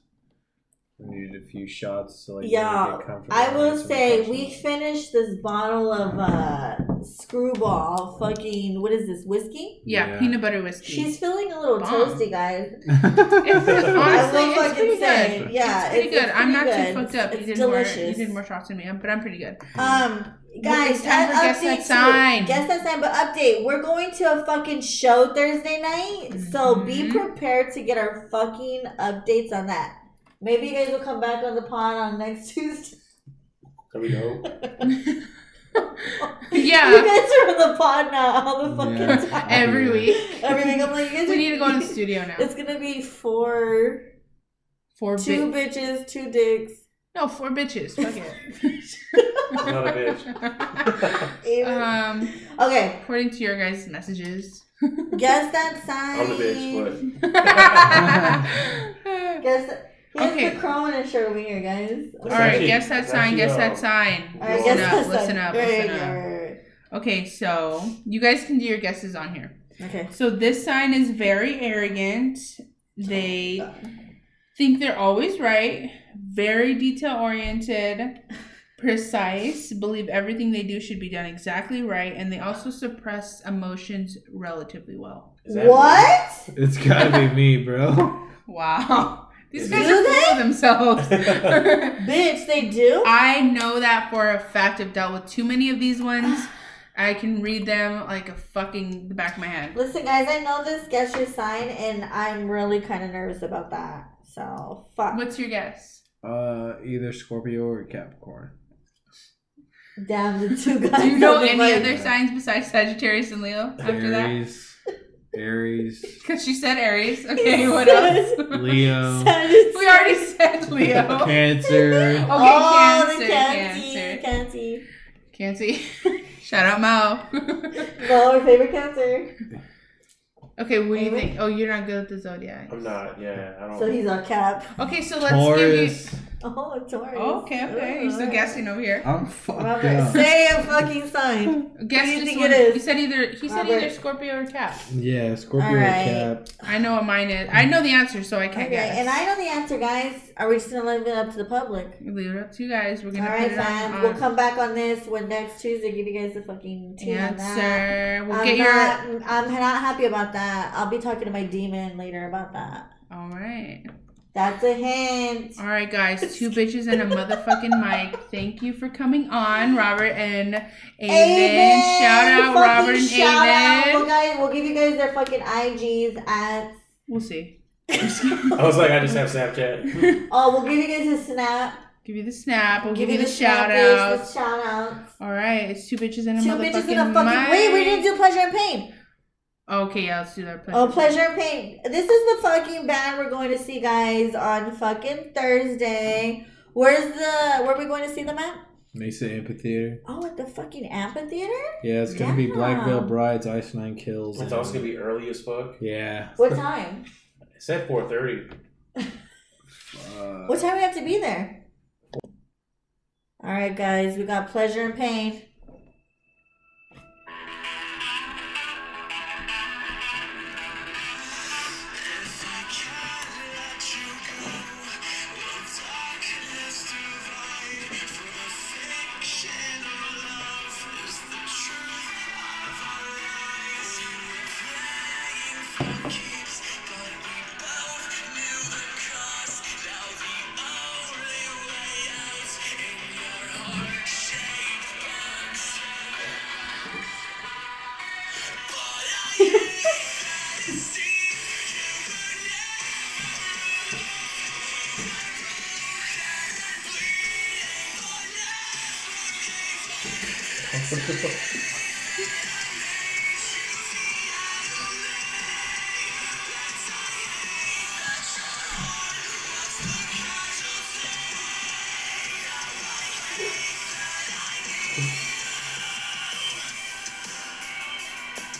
Speaker 4: I needed a few shots to like really
Speaker 2: Yeah,
Speaker 4: get comfortable.
Speaker 2: I will
Speaker 4: with some
Speaker 2: say we
Speaker 4: questions.
Speaker 2: finished this bottle of uh screwball fucking what is this whiskey?
Speaker 1: Yeah,
Speaker 4: Yeah.
Speaker 1: peanut butter whiskey.
Speaker 2: She's feeling a little
Speaker 1: Bomb.
Speaker 2: toasty, guys.
Speaker 1: It's-
Speaker 4: [laughs]
Speaker 1: honestly,
Speaker 2: I will
Speaker 1: it's
Speaker 2: fucking
Speaker 1: pretty
Speaker 2: say,
Speaker 1: good.
Speaker 2: yeah,
Speaker 1: it's pretty
Speaker 2: it's-
Speaker 1: good.
Speaker 2: it's
Speaker 1: I'm not
Speaker 2: pretty
Speaker 1: too
Speaker 2: good.
Speaker 1: fucked up. You
Speaker 2: It's
Speaker 1: did more. You
Speaker 2: delicious.
Speaker 1: did more shots than me, but I'm pretty good.
Speaker 2: Um, guys,
Speaker 1: it's time
Speaker 2: an
Speaker 1: for Guess That
Speaker 2: update
Speaker 1: Sign.
Speaker 2: To, guess that sign, but update. We're going to a fucking show Thursday night, so be
Speaker 1: Mhm.
Speaker 2: prepared to get our fucking updates on that. Maybe you guys will come back on the pod on next [laughs] Tuesday.
Speaker 3: There we go.
Speaker 2: You
Speaker 1: yeah,
Speaker 2: guys are on the pod now all the fucking
Speaker 4: Yeah.
Speaker 2: time.
Speaker 1: every week.
Speaker 2: [laughs] Everything. I'm like, you guys
Speaker 1: We
Speaker 2: are-
Speaker 1: need to go in
Speaker 2: [laughs]
Speaker 1: the studio now.
Speaker 2: It's gonna be four,
Speaker 1: Four
Speaker 2: two
Speaker 1: bitches.
Speaker 2: bitches, two dicks,
Speaker 1: no, four bitches. Fuck it.
Speaker 3: Not a bitch.
Speaker 2: eight.
Speaker 1: um,
Speaker 2: okay,
Speaker 1: according to your guys'
Speaker 3: [laughs]
Speaker 1: messages.
Speaker 2: guess that sign.
Speaker 3: [laughs] I'm the bitch,
Speaker 1: All
Speaker 2: Guess he has
Speaker 1: Okay.
Speaker 2: the Cronin shirt over here, guys.
Speaker 3: All
Speaker 1: right,
Speaker 3: actually-
Speaker 1: guess that
Speaker 3: it's
Speaker 1: sign.
Speaker 3: actually,
Speaker 1: Guess
Speaker 3: um,
Speaker 1: that sign.
Speaker 2: All right,
Speaker 3: Listen
Speaker 2: guess
Speaker 1: up,
Speaker 2: that sign.
Speaker 1: listen up,
Speaker 2: Right,
Speaker 1: listen
Speaker 2: right,
Speaker 1: up.
Speaker 2: right, right,
Speaker 1: Okay, so you guys can do your guesses on here.
Speaker 2: right. Okay.
Speaker 1: So this sign is very arrogant. They think they're always right, very detail oriented, precise, believe everything they do should be done exactly right, and they also suppress emotions relatively well.
Speaker 3: Is that
Speaker 2: What?
Speaker 4: it's gotta be me, bro.
Speaker 1: Wow. [laughs] These
Speaker 3: Is
Speaker 1: guys
Speaker 2: it?
Speaker 1: are full of [laughs] themselves.
Speaker 2: Bitch, they do?
Speaker 1: I know that for a fact. I've dealt with too many of these ones. I can read them like a fucking the back of my head.
Speaker 2: Listen, guys, I know this guess your sign, and I'm really kind of nervous about that. So, fuck.
Speaker 1: What's your guess?
Speaker 4: Uh, either Scorpio or Capricorn.
Speaker 2: Damn, the two
Speaker 1: [laughs]
Speaker 2: guys.
Speaker 1: Do you know
Speaker 2: on the
Speaker 1: any
Speaker 2: mic. [laughs]
Speaker 1: other signs besides Sagittarius and Leo after that?
Speaker 4: Aries,
Speaker 1: [laughs]
Speaker 4: Aries,
Speaker 1: Because she said Aries. Okay, what else?
Speaker 4: Leo,
Speaker 2: Sagittarius.
Speaker 1: we already
Speaker 4: [laughs]
Speaker 1: said [laughs] Leo. Okay, [laughs]
Speaker 4: Cancer.
Speaker 2: oh,
Speaker 1: Cancer,
Speaker 2: the Cancer.
Speaker 1: Cancer,
Speaker 2: Cancer.
Speaker 1: Cancer. [laughs] Shout out Mo.
Speaker 2: No, our favorite Cancer.
Speaker 1: [laughs] okay, what do you think? Oh, you're not good at the zodiac.
Speaker 3: I'm not. Yeah, I don't.
Speaker 2: So he's on cap. [laughs]
Speaker 1: Okay, so let's give
Speaker 4: Taurus.
Speaker 2: Oh, a Taurus.
Speaker 1: you. Okay, okay. You're still guessing over here.
Speaker 4: I'm fucked
Speaker 2: Robert,
Speaker 4: up.
Speaker 2: say a fucking sign.
Speaker 1: Guess
Speaker 2: do you
Speaker 1: just
Speaker 2: think
Speaker 1: one.
Speaker 2: it is?
Speaker 1: You said either. He said
Speaker 2: Robert.
Speaker 1: either Scorpio or Cap.
Speaker 4: Yeah, Scorpio
Speaker 2: All right.
Speaker 4: or Cap.
Speaker 1: I know what mine is. I know the answer, so [laughs] I can't
Speaker 2: Okay,
Speaker 1: guess.
Speaker 2: and I know the answer, guys. Are we just gonna leave it up to the public?
Speaker 1: leave it up to you guys. We're
Speaker 2: All
Speaker 1: gonna
Speaker 2: right,
Speaker 1: put it on,
Speaker 2: fans.
Speaker 1: on
Speaker 2: We'll come back on this when next Tuesday. Give you guys the fucking tea on that.
Speaker 1: answer. We'll
Speaker 2: I'm,
Speaker 1: get your.
Speaker 2: not, I'm not happy about that. I'll be talking to my demon later about that.
Speaker 1: All right.
Speaker 2: That's a hint.
Speaker 1: All right, guys, two bitches and a motherfucking mic. Thank you for coming on, Robert and Aiden.
Speaker 2: Aiden!
Speaker 1: Shout out,
Speaker 2: Fucking
Speaker 1: Robert and
Speaker 2: shout out. We'll,
Speaker 1: Aiden.
Speaker 2: guys, we'll give you guys their fucking
Speaker 1: [laughs]
Speaker 2: IGs at.
Speaker 1: We'll see.
Speaker 3: I was like, I just have Snapchat.
Speaker 2: Oh, we'll give you guys a snap.
Speaker 1: Give you the snap. We'll give,
Speaker 2: give you
Speaker 1: you
Speaker 2: the
Speaker 1: the shout
Speaker 2: snap,
Speaker 1: out.
Speaker 2: bitch, the shout out.
Speaker 1: All right, it's two bitches and a
Speaker 2: Two
Speaker 1: motherfucking
Speaker 2: bitches in a fucking.
Speaker 1: mic.
Speaker 2: Wait, we didn't do pleasure and pain.
Speaker 1: Okay, yeah, let's do that.
Speaker 2: Oh, pleasure and pain. This is the fucking band we're going to see, guys, on fucking Thursday. Where's the? Where are we going to see them at?
Speaker 4: Mesa Amphitheater.
Speaker 2: Oh, at the fucking amphitheater?
Speaker 4: Yeah, it's gonna be Black Veil
Speaker 2: Yeah.
Speaker 4: Brides, Ice Nine Kills.
Speaker 3: It's also gonna be early as fuck.
Speaker 4: Yeah.
Speaker 2: What time?
Speaker 3: It said four thirty. [laughs]
Speaker 4: Fuck.
Speaker 2: What time we have to be there? All right, guys, we got pleasure and pain.